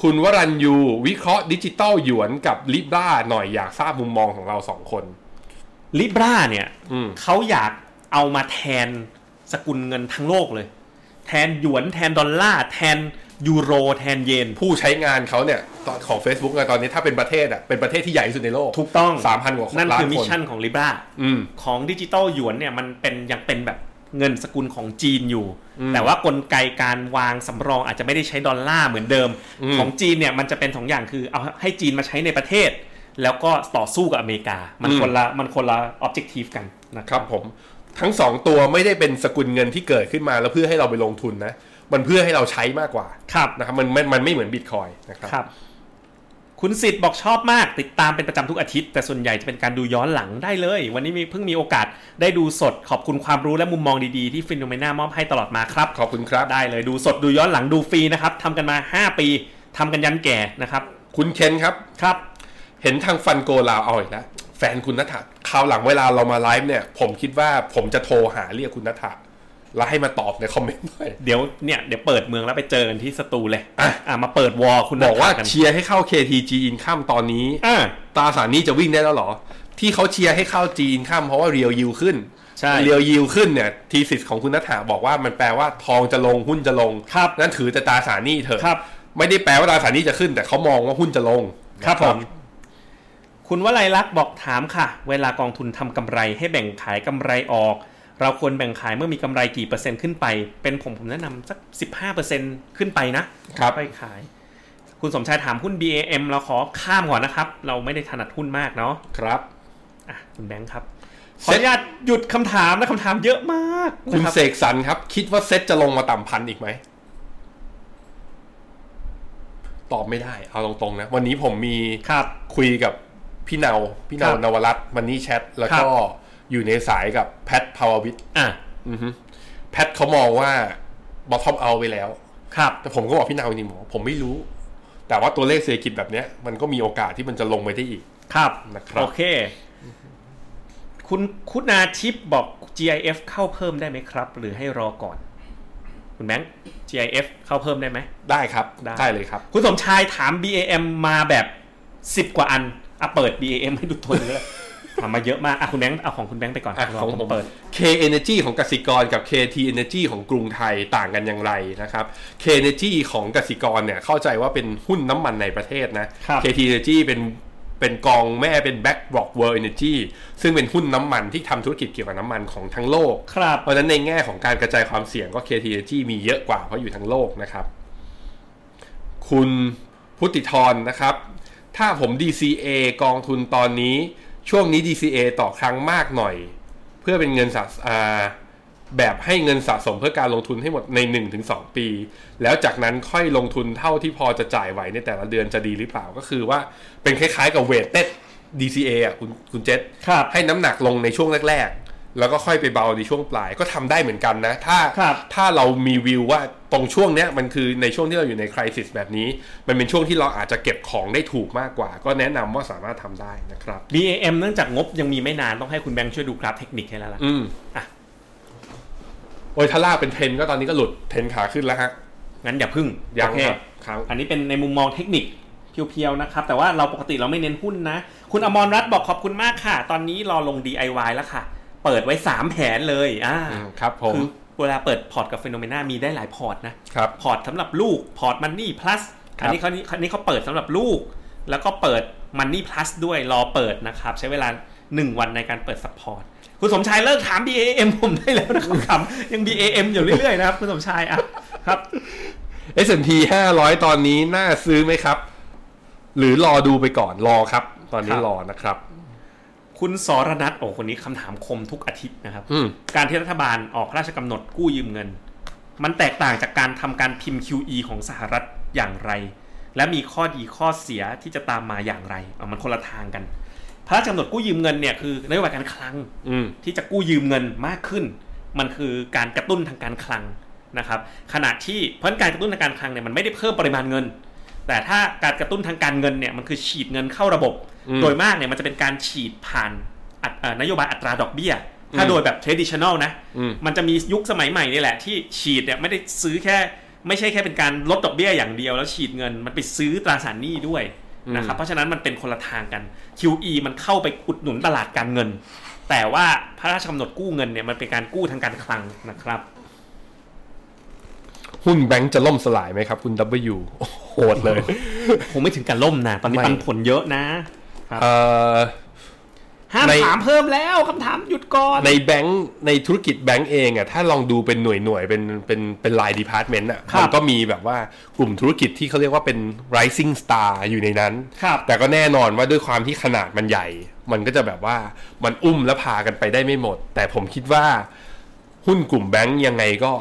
คุณวรัญยูวิเคราะห์ดิจิตอลหยวนกับลิบราหน่อยอยากทราบมุมมองของเราสองคน ลิบราเนี่ย อืม เขาอยากเอามาแทนสกุลเงินทั้งโลกเลย แทนหยวนแทนดอลลาร์แทนยูโรแทนเยน ผู้ใช้งานเขาเนี่ยตอนของ Facebook อะตอนนี้ถ้าเป็นประเทศอะเป็นประเทศที่ใหญ่ที่สุดในโลก ถูกต้อง 3,000กว่า นั่น ล้าน คือมิช คน ชั่นของ Libra อืม ของดิจิตอลหยวนเนี่ยมันเป็นยังเป็นแบบเงินสกุลของจีนอยู่ อืม แต่ว่ากลไกการวางสำรองอาจจะไม่ได้ใช้ดอลลาร์เหมือนเดิม อืม ของจีนเนี่ยมันจะเป็นสองอย่างคือเอาให้จีนมาใช้ในประเทศ แล้วก็ต่อสู้กับอเมริกา มันคนละมันคนละออบเจกตีฟกันนะค ครับ รับผมทั้งสองตัวไม่ได้เป็นสกุลเงินที่เกิดขึ้นมาแล้วเพื่อให้เราไปลงทุนนะ มันเพื่อให้เราใช้มากกว่า ครับ นะครับมันมันมันไม่เหมือนบิตคอยนะครับ ครับ คุณสิทธิ์บอกชอบมาก ติดตามเป็นประจำทุกอาทิตย์ แต่ส่วนใหญ่จะเป็นการดูย้อนหลังได้เลย วันนี้มีเพิ่งมีโอกาสได้ดูสดขอบคุณความรู้และมุมมองดีๆที่ฟินโนเมนามอบให้ตลอดมาครับ ขอบคุณครับ ได้เลยดูสดดูย้อนหลังดูฟรีนะครับทำกันมา 5 ปีทำกันยันแก่นะครับ คุณเคนครับ ครับ เห็นทางฟันโกลาวเอาอีกแล้วแฟนคุณนัทะคราวหลังเวลาเรามาไลฟ์เนี่ย ผมคิดว่าผมจะโทรหาเรียกคุณนัทะแล้วให้มาตอบในคอมเมนต์หน่อย เดี๋ยวเนี่ยเดี๋ยวเปิดเมืองแล้วไปเจอกันที่สตูเลย อ่ะ อ่ะมาเปิดวอลคุณ บอกว่า นัท เชียร์ให้เข้า KTG Income ตอนนี้ อ่า ตราสารนี้จะวิ่งได้แล้วเหรอ ที่เขาเชียร์ให้เข้าจีนข้ามเพราะว่าเรียวยิวขึ้น ใช่ เรียวยิวขึ้นเนี่ยทีสิทธิ์ของคุณนัฐาบอกว่ามันแปลว่าทองจะลงหุ้นจะลง ครับ นั้นถือแต่ตราสารหนี้เถอะ ครับ ไม่ได้แปลว่าตราสารหนี้จะขึ้น แต่เขามองว่าหุ้นจะลง ครับ นะ ผม คุณวลัยลักษณ์บอกถามค่ะ เวลากองทุนทำกำไรให้แบ่งขายกำไรออก เราควรแบ่งขายเมื่อมีกำไรกี่เปอร์เซ็นต์ขึ้นไป เป็นผมผมแนะนำสัก 15%ขึ้นไปนะครับ ไปขาย คุณสมชายถามหุ้น BAM เราขอข้ามก่อนนะครับ เราไม่ได้ถนัดหุ้นมากเนาะ ครับ อ่ะคุณแบงค์ครับ ข เซ็ ออตนุญาตหยุดคำถามนะคำถามเยอะมาก คุณ นะครับ เสกสรรครับ คิดว่าเซ็ตจะลงมาต่ำพันอีกไหม ตอบไม่ได้ เอาตรงๆนะ วันนี้ผมมี ครับ คุยกับพี่เนาพี่เนา ครับ นวรัตน์มันนี่แชท แล้วก็ ครับ อยู่ในสายกับแพทพาววิท อ่ะ อือฮึแพทเขามองว่าบอททอมเอาไปแล้ว ครับ แต่ผมก็บอกพี่นาวจริงๆผมว่าผมไม่รู้ แต่ว่าตัวเลขเศรษฐกิจแบบเนี้ย มันก็มีโอกาสที่มันจะลงไปได้อีก ครับ นะครับ โอเค คุณคุณาทิพย์บอก GIF เข้าเพิ่มได้ไหมครับ หรือให้รอก่อน คุณแบงค์ GIF เข้าเพิ่มได้ไหม ได้ครับ ได้ เลยครับ คุณสมชายถาม BAM มาแบบ 10 กว่าอันอ่ะเปิด BAM ให้ดูตัวหนึงเลย <laughs> ถามมาเยอะมากอ่ะคุณแบงค์เอาของคุณแบงค์ไปก่อน อ่ะ รอ ของ ผม ผม เปิด K Energy ของกสิกรกับ KT Energy ของกรุงไทยต่างกันอย่างไรนะครับ K Energy ของกสิกรเนี่ยเข้าใจว่าเป็นหุ้นน้ำมันในประเทศนะ ครับ KT Energy เป็นเป็นกองแม่เป็น BlackRock World Energy ซึ่งเป็นหุ้นน้ำมันที่ทำธุรกิจเกี่ยวกับน้ำมันของทั้งโลก ครับ เพราะฉะนั้นในแง่ของการกระจายความเสี่ยงก็ KT Energy มีเยอะกว่าเพราะอยู่ทั้งโลกนะครับ คุณพุทธิธรนะครับ ถ้าผม DCA กองทุนตอนนี้ ช่วงนี้ DCA ต่อครั้งมากหน่อย เพื่อเป็นเงินสะสอ่าแบบให้เงินสะสมเพื่อการลงทุนให้หมดใน 1-2 ปี แล้วจากนั้นค่อยลงทุนเท่าที่พอจะจ่ายไหวในแต่ละเดือนจะดีหรือเปล่าก็คือว่าเป็นคล้ายๆกับเวทเต็ด DCA อ่ะคุณคุณเจษ ครับ ให้น้ำหนักลงในช่วงแรก ๆ แล้วก็ค่อยไปเบาในช่วงปลายก็ทำได้เหมือนกันนะ ถ้า ครับ ถ้าเรามีวิวว่าตรงช่วงเนี้ยมันคือในช่วงที่เราอยู่ในคริสิสแบบนี้ มันเป็นช่วงที่เราอาจจะเก็บของได้ถูกมากกว่า ก็แนะนำว่าสามารถทำได้นะครับ BAM เนื่องจากงบยังมีไม่นานต้องให้คุณแบงค์ช่วยดูกราฟเทคนิคให้แล้วล่ะ อืม อ่ะ โอ้ยทาร่าเป็นเทรนก็ตอนนี้ก็หลุดเทรนขาขึ้นแล้วฮะ งั้นอย่าพึ่ง ยัง โอเค ครับครับ อันนี้เป็นในมุมมองเทคนิคเพียวๆนะครับ แต่ว่าเราปกติเราไม่เน้นหุ้นนะ คุณอมรรัตน์บอกขอบคุณมากค่ะ ตอนนี้รอลง DIY แล้วค่ะ เปิดไว้ 3 แผนเลยอ่า อืมครับผม คือเวลาเปิดพอร์ตกับฟีโนเมนามีได้หลายพอร์ตนะ ครับ พอร์ตสำหรับลูกพอร์ตมันนี่พลัส ครับ อันนี้เขาอันนี้เขาเปิดสำหรับลูก แล้วก็เปิดมันนี่พลัสด้วยรอเปิดนะครับ ใช้เวลา 1 วันในการเปิดซัพพอร์ต คุณสมชายเลิกถาม BAM ผมได้แล้วนะครับ <laughs> ครับยัง BAM อยู่เรื่อยๆนะครับคุณสมชายอ่ะครับ S&P 500 ตอนนี้น่าซื้อไหมครับ หรือรอดูไปก่อนรอครับ ตอนนี้ ครับ รอนะครับ คุณสรนัทโอ้คนนี้คำถามคมทุกอาทิตย์นะครับ อืม การที่รัฐบาลออกราชกำหนดกู้ยืมเงิน มันแตกต่างจากการทำการพิมพ์ QE ของสหรัฐอย่างไร และมีข้อดีข้อเสียที่จะตามมาอย่างไรเอามันคนละทางกัน พระราชกำหนดกู้ยืมเงินเนี่ยคือนโยบายการคลัง อืม ที่จะกู้ยืมเงินมากขึ้น มันคือการกระตุ้นทางการคลังนะครับขณะที่เพราะฉะนั้นการกระตุ้นทางการคลังเนี่ยมันไม่ได้เพิ่มปริมาณเงิน แต่ถ้าการกระตุ้นทางการเงินเนี่ยมันคือฉีดเงินเข้าระบบ อืม โดยมากเนี่ยมันจะเป็นการฉีดผ่านอัตเอ่อนโยบายอัตราดอกเบี้ย ถ้า อืม โดยแบบ traditional นะ อืม มันจะมียุคสมัยใหม่นี่แหละที่ฉีดเนี่ยไม่ได้ซื้อแค่ไม่ใช่แค่เป็นการลดดอกเบี้ยอย่างเดียวแล้วฉีดเงินมันไปซื้อตราสารหนี้ด้วยนะครับ อืม เพราะฉะนั้นมันเป็นคนละทางกัน QE มันเข้าไปอุดหนุนตลาดการเงิน แต่ว่าพระราชกำหนดกู้เงินเนี่ยมันเป็นการกู้ทางการคลังนะครับ หุ้นแบงก์จะล่มสลายไหมครับคุณ W โอ้โหโหดเลย คงไม่ถึงกับล่มนะ ตอนนี้ ไม่ ปันผลเยอะนะ เอ่อ ห้าม ใน ถามเพิ่มแล้วคำถามหยุดก่อน ในแบงก์ในธุรกิจแบงก์เองอ่ะถ้าลองดูเป็นหน่วยหน่วยๆเป็นเป็นเป็นลายดีพาร์ตเมนต์อ่ะ ครับ มันก็มีแบบว่ากลุ่มธุรกิจที่เขาเรียกว่าเป็น rising star อยู่ในนั้น ครับ แต่ก็แน่นอนว่าด้วยความที่ขนาดมันใหญ่ มันก็จะแบบว่ามันอุ้มและพากันไปได้ไม่หมด แต่ผมคิดว่าหุ้นกลุ่มแบงก์ยังไงก็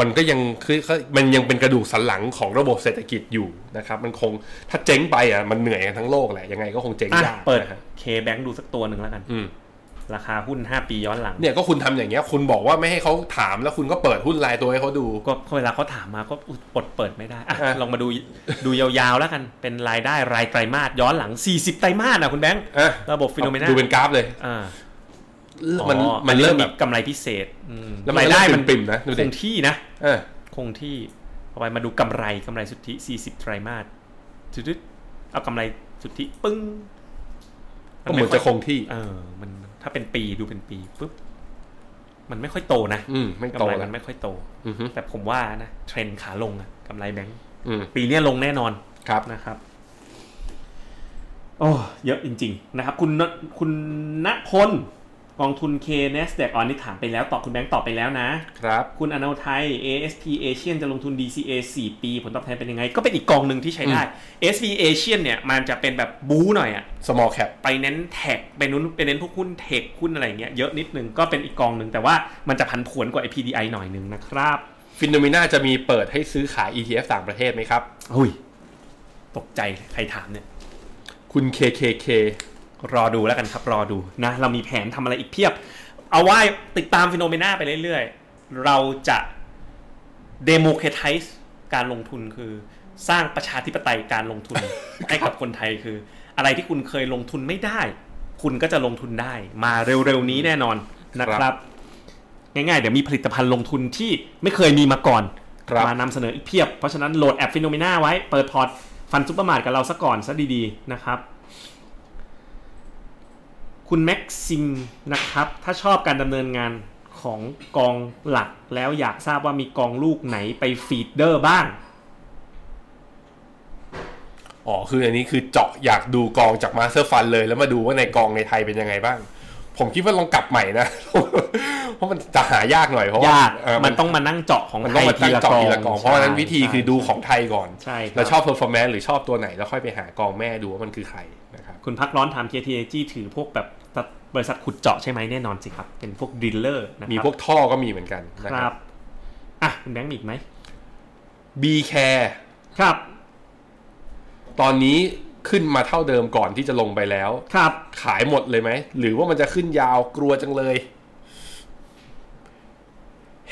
มันก็ยังคือมันยังเป็นกระดูกสันหลังของระบบเศรษฐกิจอยู่นะครับ มันคงถ้าเจ๊งไปอ่ะมันเหนื่อยกันทั้งโลกแหละยังไงก็คงเจ๊ง อ่ะ ยาก เปิด นะฮะ K Bank ดูสักตัวหนึ่งแล้วกัน อืม ราคาหุ้น 5 ปีย้อนหลัง เนี่ยก็คุณทำอย่างเงี้ย คุณบอกว่าไม่ให้เขาถามแล้วคุณก็เปิดหุ้นรายตัวให้เขาดู ก็เวลาเขาถามมาก็อุ๊ยปลดเปิดไม่ได้อะ อ่ะ ลองมาดูดูยาวๆแล้วกันเป็นรายได้รายไตรมาสย้อนหลัง 40 ไตรมาสนะคุณแบงค์ อ่ะ ระบบฟิโนเมนา ดูเป็นกราฟเลย อ่า มัน อ๋อ มันเริ่ม อั แบ มี บ กำไรพิเศษอืม แล้วมัน รายได้มัน เริ่มปริ่มๆนะดูคดิงที่นะ เออ คงที่เอาไปมาดูกำไรกำไรสุทธิ 40 ไตรมาสจุดๆเอากำไรสุทธิปึ้ง ก็เหมือนจะคงที่ เออมันถ้าเป็นปีดูเป็นปีปุ๊บมันไม่ค่อยโตนะ อืมไม่โต กำไร แล้ มั วน ไม่ค่อยโต อือฮึ แต่ผมว่านะเทรนด์ขาลงอะกำไรแบงก์ อืม ปีเนี้ยลงแน่นอน ครับ นะครับ โอ้เยอะจริง ๆ นะครับ คุณณคุณณพลกองทุน K n s d a q อันนี้ถามไปแล้วตอบคุณแบงค์ตอบไปแล้วนะ ครับ คุณอนาไทย ASP Asian จะลงทุน DCA 4 ปี ผลตอบแทนเป็นยังไง ก็เป็นอีกกองหนึ่งที่ใช้ได้ SP Asian เนี่ย มันจะเป็นแบบบู๊หน่อยอะ small cap ไปเน้นแท็กไปนู้นไปเน้นพวกหุ้นเทคหุ้นอะไรอย่างเงี้ยเยอะนิดนึงก็เป็นอีกกองหนึ่งแต่ว่ามันจะพันผวนกว่า IPDI หน่อยนึงนะครับ ฟินโนมิน่าจะมีเปิดให้ซื้อขาย ETF ต่างประเทศไหมครับ อุ้ยตกใจใครถามเนี่ย คุณ KKK รอดูแล้วกันครับรอดูนะเรามีแผนทำอะไรอีกเพียบ เอาไว้ติดตามฟิโนเมนาไปเรื่อยๆ เราจะ democratize การลงทุนคือสร้างประชาธิปไตยการลงทุน ให้กับคนไทยคือ อะไรที่คุณเคยลงทุนไม่ได้ คุณก็จะลงทุนได้ มาเร็วๆนี้แน่นอนนะค ครั รั บบ ง่ายๆ เดี๋ยวมีผลิตภัณฑ์ลงทุนที่ไม่เคยมีมาก่อน ครับ มานำเสนออีกเพียบ เพราะฉะนั้นโหลดแอปฟิโนเมนาไว้เปิดพอร์ตฟันซุปเปอร์มาร์ทกับเราซะก่อนซะดีๆนะครับ คุณแม็กซิมนะครับ ถ้าชอบการดำเนินงานของกองหลักแล้วอยากทราบว่ามีกองลูกไหนไปฟีดเดอร์บ้าง อ๋อ คืออันนี้คือเจาะอยากดูกองจาก Master Fund เลย แล้วมาดูว่าในกองในไทยเป็นยังไงบ้าง ผมคิดว่าลองกลับใหม่นะ <laughs> เพราะมันจะหายากหน่อยเพราะว่าย าก เอ่อ มันต้องมานั่งเจาะของ มัน ไท ต้อง ย มา ที ตั้ง ละ เจองอกทีละกอง เพราะฉะนั้น ใช่ วิธีคือ ใช่ ดูของไทยก่อน ใช่ครับ เราชอบเพอร์ฟอร์แมนซ์หรือชอบตัวไหน แล้วค่อยไปหากองแม่ดูว่ามันคือใครนะครับ คุณพักร้อนถาม KTAG ถือพวกแบบบริษัทขุดเจาะใช่ไหมแน่นอนสิครับ เป็นพวกดีลเลอร์นะครับ มีพวกท่อก็มีเหมือนกันนะ ค ค รั รับ บอ่ะคุณแบงค์มีอีกไหม B Care ครับ ตอนนี้ขึ้นมาเท่าเดิมก่อนที่จะลงไปแล้ว ครับ ขายหมดเลยไหม หรือว่ามันจะขึ้นยาวกลัวจังเลย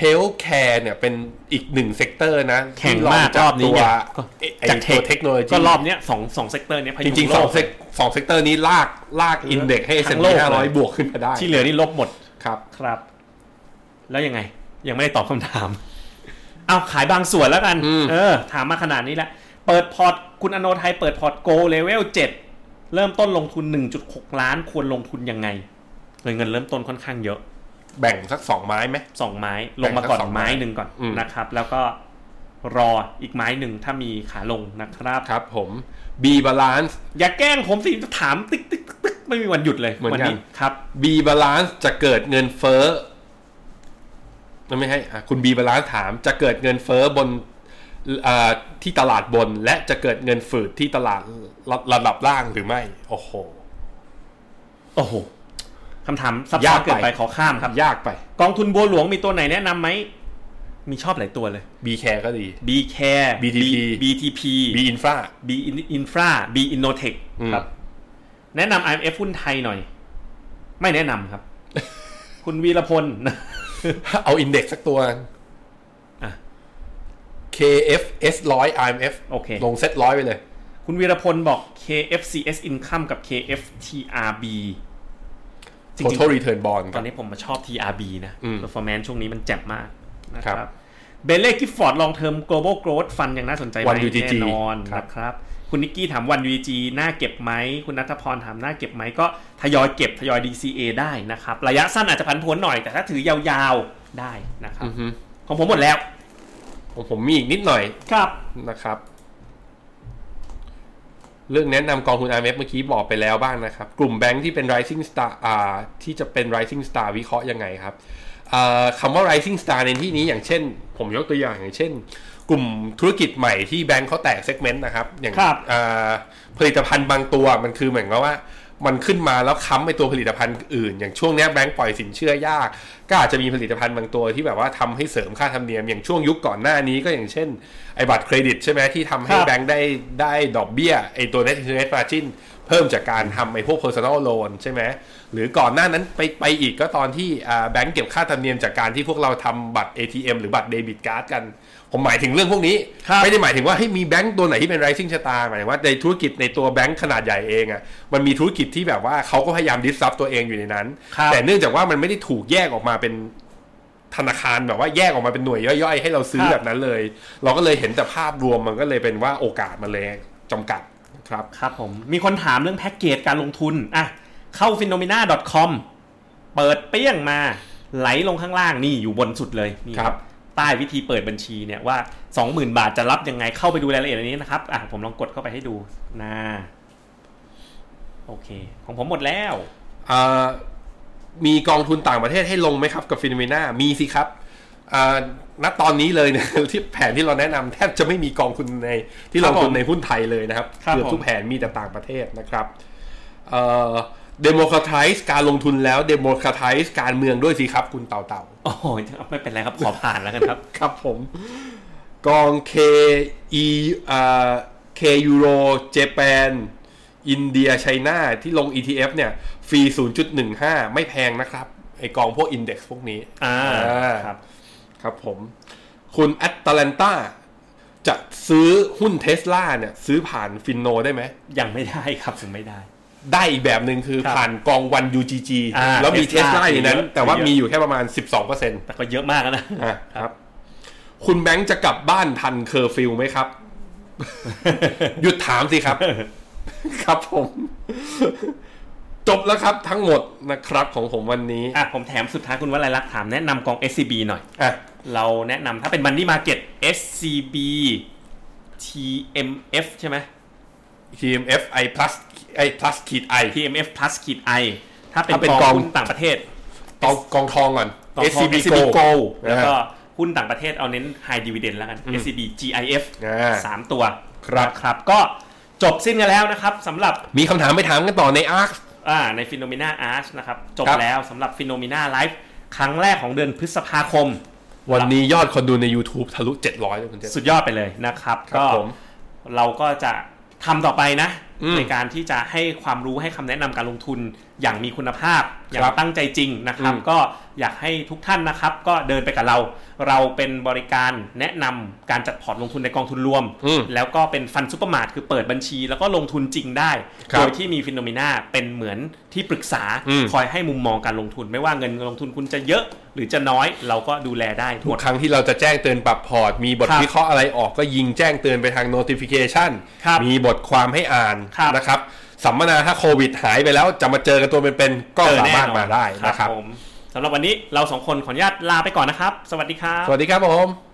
Health Care เนี่ยเป็นอีกหนึ่งเซกเตอร์นะ แข่งมากรอบนี้ไงก็ จาก เทคตัว เทคโนโลยี ก็รอบเนี้ยสองสองเซกเตอร์เนี้ยพ จ ยุ ริงๆ โล สอง ก เซกสองเซกเตอร์นี้ลากลากอินเด็กให้ ทั้ง S&P โลกเลย 500 บวกขึ้นมาได้ ที่เหลือนี่ลบหมด ครับ ครับ แล้วยังไง ยังไม่ได้ตอบคำ <laughs> ถาม เอาขายบางส่วนแล้วกัน อืม เออ ถามมาขนาดนี้แล้วเปิดพอร์ต คุณอโนไทยเปิดพอร์ตโกเลเวลเจ็ดเริ่มต้นลงทุน 1.6 ล้านควรลงทุนยังไงโดยเงินเริ่มต้นค่อนข้างเยอะ แบ่งสักสองไม้ไหม สองไม้ลงมาก่อน แบ่งสักสองไม้ ไม้หนึ่งก่อน อืม นะครับ แล้วก็รออีกไม้หนึ่งถ้ามีขาลงนะครับ ครับผม B balance อย่าแกล้งผมสิจะถามติ๊กติ๊กติ๊กติ๊กไม่มีวันหยุดเลย เหมือนกัน วัครับ B balance จะเกิดเงินเฟ้อมันไม่ให้อ่ะคุณ B balance ถามจะเกิดเงินเฟ้อบนอ่าที่ตลาดบน และจะเกิดเงินฝืดที่ตลาดระระดับล่างหรือไม่ โอ้โห โอ้โหคำถามซับซ้อนเกินไป ยากไป ขอข้ามครับ ยากไป กองทุนบัวหลวงมีตัวไหนแนะนำไหม มีชอบหลายตัวเลย B care ก็ดี B Care BTP BTP B infra B Infra B Innotech อืม ครับ แนะนำ IMF หุ้นไทยหน่อย ไม่แนะนำ <laughs> ครับ คุณวีรพล <laughs> เอาอินเด็กซ์สักตัว อ่ะ KFS ร้อย IMF โอเค ลงเซ็ตร้อยไปเลย คุณวีรพลบอก KFCS Income กับ KFTRB จริง Total Return Bond ๆ ตอนนี้ผมมาชอบ TRB นะ อืม performance ช่วงนี้มันแจ่มมากนะค ครั รับ บ เบเล่กิฟฟอร์ดลองเทอม global growth fund ยังน่าสนใจไหม One UGG แน่นอน ครับ นะครับ คุณนิกกี้ถามวัน UGG น่าเก็บไหม คุณนัทพรถามน่าเก็บไหม ก็ทยอยเก็บทยอย DCA ได้นะครับ ระยะสั้นอาจจะผันผวนหน่อย แต่ถ้าถือยาวๆได้นะครับ อือฮึ ของผมหมดแล้ว ของผมมีอีกนิดหน่อย ครับ นะครับ เรื่องแนะนำกองทุน IMF เมื่อกี้บอกไปแล้วบ้างนะครับ กลุ่มแบงค์ที่เป็น rising star อ่าที่จะเป็น rising star วิเคราะห์ยังไงครับอ่าคำว่า rising star ในที่นี้อย่างเช่น ผมยกตัวอย่างอย่างเช่น กลุ่มธุรกิจใหม่ที่แบงค์เขาแตกเซกเมนต์นะครับ อย่าง ครับ อ่าผลิตภัณฑ์บางตัวมันคือเหมือนกับว่า มันขึ้นมาแล้วค้ำไปตัวผลิตภัณฑ์อื่น อย่างช่วงเนี้ยแบงก์ปล่อยสินเชื่อยาก ก็อาจจะมีผลิตภัณฑ์บางตัวที่แบบว่าทำให้เสริมค่าธรรมเนียมอย่างช่วงยุคก่อนหน้านี้ก็อย่างเช่นไอ้บัตรเครดิตใช่ไหมที่ทำให้ ครับ แบงก์ได้ได้ดอกเบี้ยไอ้ตัว net interest margin เพิ่มจากการทำไอ้พวก personal loan ใช่ไหมหรือก่อนหน้านั้นไปไปอีกก็ตอนที่อ่าแบงก์เก็บค่าธรรมเนียมจากการที่พวกเราทำบัตร ATM หรือบัตรเดบิตการ์ดกัน ผมหมายถึงเรื่องพวกนี้ ครับ ไม่ได้หมายถึงว่าให้ยมีแบงก์ตัวไหนที่เป็น rising star หมายถึงว่าในธุรกิจในตัวแบงก์ขนาดใหญ่เองอะ่ะมันมีธุรกิจที่แบบว่าเขาก็พยายามดิสซับตัวเองอยู่ในนั้น ครับ แต่เนื่องจากว่ามันไม่ได้ถูกแยกออกมาเป็นธนาคารแบบว่าแยกออกมาเป็นหน่วยย่อยๆ ให้เราซื้อ ครับ แบบนั้นเลย เราก็เลยเห็นแต่ภาพรวมมันก็เลยเป็นว่าโอกาสมันเลยจำกัดครับ ครับผม มีคนถามเรื่องแพ็กเกจการลงทุน อ่ะ เข้า phenomena com เปิดเปี้ยงมา ไหลลงข้างล่างนี่อยู่บนสุดเลยนี่ ครับ ใต้วิธีเปิดบัญชีเนี่ยว่า 20,000 บาทจะรับยังไงเข้าไปดูรายละเอียดอันนี้นะครับ อ่ะ ผมลองกดเข้าไปให้ดูนะโอเค ของผมหมดแล้ว เอ่อมีกองทุนต่างประเทศให้ลงไหมครับกับฟิโนเมนามีสิครับเอ่อณตอนนี้เลยเนี่ย <laughs> ที่แผนที่เราแนะนำแทบจะไม่มีกองทุนในที่ลงทุนในหุ้นไทยเลยนะครับ ครับ เกืบทุผกม แผนมีแต่ต่างประเทศนะครับเอ่อ democratize การลงทุนแล้ว democratize การเมืองด้วยสิครับ คุณเต่าเต่า โอ้โหไม่เป็นไรครับ ขอผ่านแล้วกัน <laughs> ครับ ๆครับผม กอง K E เอ่อ K Euro Japan อินเดียไชน่าที่ลง ETF เนี่ย ฟรี 0.15 ไม่แพงนะครับ ไอกองพวก Index พวกนี้ อ่า อ่า ครับ ครับผม คุณแอตแลนตาจะซื้อหุ้นเทสลาเนี่ย ซื้อผ่านฟินโนได้ไหม ยังไม่ได้ครับยังไม่ได้ ได้อีกแบบหนึ่งคือ ครับ ผ่านกองวัน UGG อ่า แล้วมีเท Tesla สลาอยู่นั้น เยอะ แต่ว่า เยอะ มีอยู่แค่ประมาณ 12%อ แต่ก็เยอะมากแล้วนะ <laughs> ่ะครับ คุณแบงค์จะกลับบ้านทันเคอร์ฟิวไหม <laughs> ครับ หยุดถามสิครับ ครับผม จบแล้วครับทั้งหมดนะครับของผมวันนี้ อ่ะผมแถมสุดท้ายคุณว่าอะไรลักษณ์ถามแนะนำกอง SCB หน่อย อ่ะ เราแนะนำถ้าเป็น Money Market SCB TMF ใช่ไหม TMF I plus I plus ขีด I TMF plus ขีด I ถ้าเป็น ถ้าเป็น ก ก อ อง ง หุ้นต่างประเทศ เอากองทองก่อน กอง SCB ทอง Go แล้วก็ อ่า หุ้นต่างประเทศเอาเน้น High Dividend แล้วกัน SCB GIF อ่า สามตัว ครับ นะครับ ก็จบสิ้นกันแล้วนะครับสำหรับ มีคำถามไปถามกันต่อใน ARK อ่าในฟิโนเมนาอาร์ชนะครับ จบ ครับ แล้วสำหรับฟิโนเมนาไลฟ์ครั้งแรกของเดือนพฤษภาคม วันนี้ยอดคนดูใน YouTube ทะลุ 700เลยคุณเจษ สุดยอดไปเลยนะครับ ครับ ก็ ผม เราก็จะทำต่อไปนะ อืม ในการที่จะให้ความรู้ให้คำแนะนำการลงทุนอย่างมีคุณภาพ อย่าง ครับ ตั้งใจจริงนะครับ อืม ก็อยากให้ทุกท่านนะครับ ก็เดินไปกับเรา เราเป็นบริการแนะนำการจัดพอร์ตลงทุนในกองทุนรวม อืม แล้วก็เป็นฟันซูเปอร์มาร์ทคือเปิดบัญชี แล้วก็ลงทุนจริงได้ ครับ โดยที่มีฟิโนเมนาเป็นเหมือนที่ปรึกษา อืม คอยให้มุมมองการลงทุน ไม่ว่าเงินลงทุนคุณจะเยอะ หรือจะน้อย เราก็ดูแลได้หม ทุ ด กครั้งที่เราจะแจ้งเตือนปรับพอร์ต มีบท ครับ วิเคราะห์อะไรออกก็ยิงแจ้งเตือนไปทาง notification ครับ มีบทความให้อ่าน ครับ นะครับ สัมมนาถ้าโควิดหายไปแล้วจะมาเจอกันตัวเป็นๆก็ เจอ สา แน่นอน มารถมาได้นะครับ ผมสำหรับวันนี้เราสองคนขออนุญาตลาไปก่อนนะครับ สวัสดีครับ สวัสดีครับผม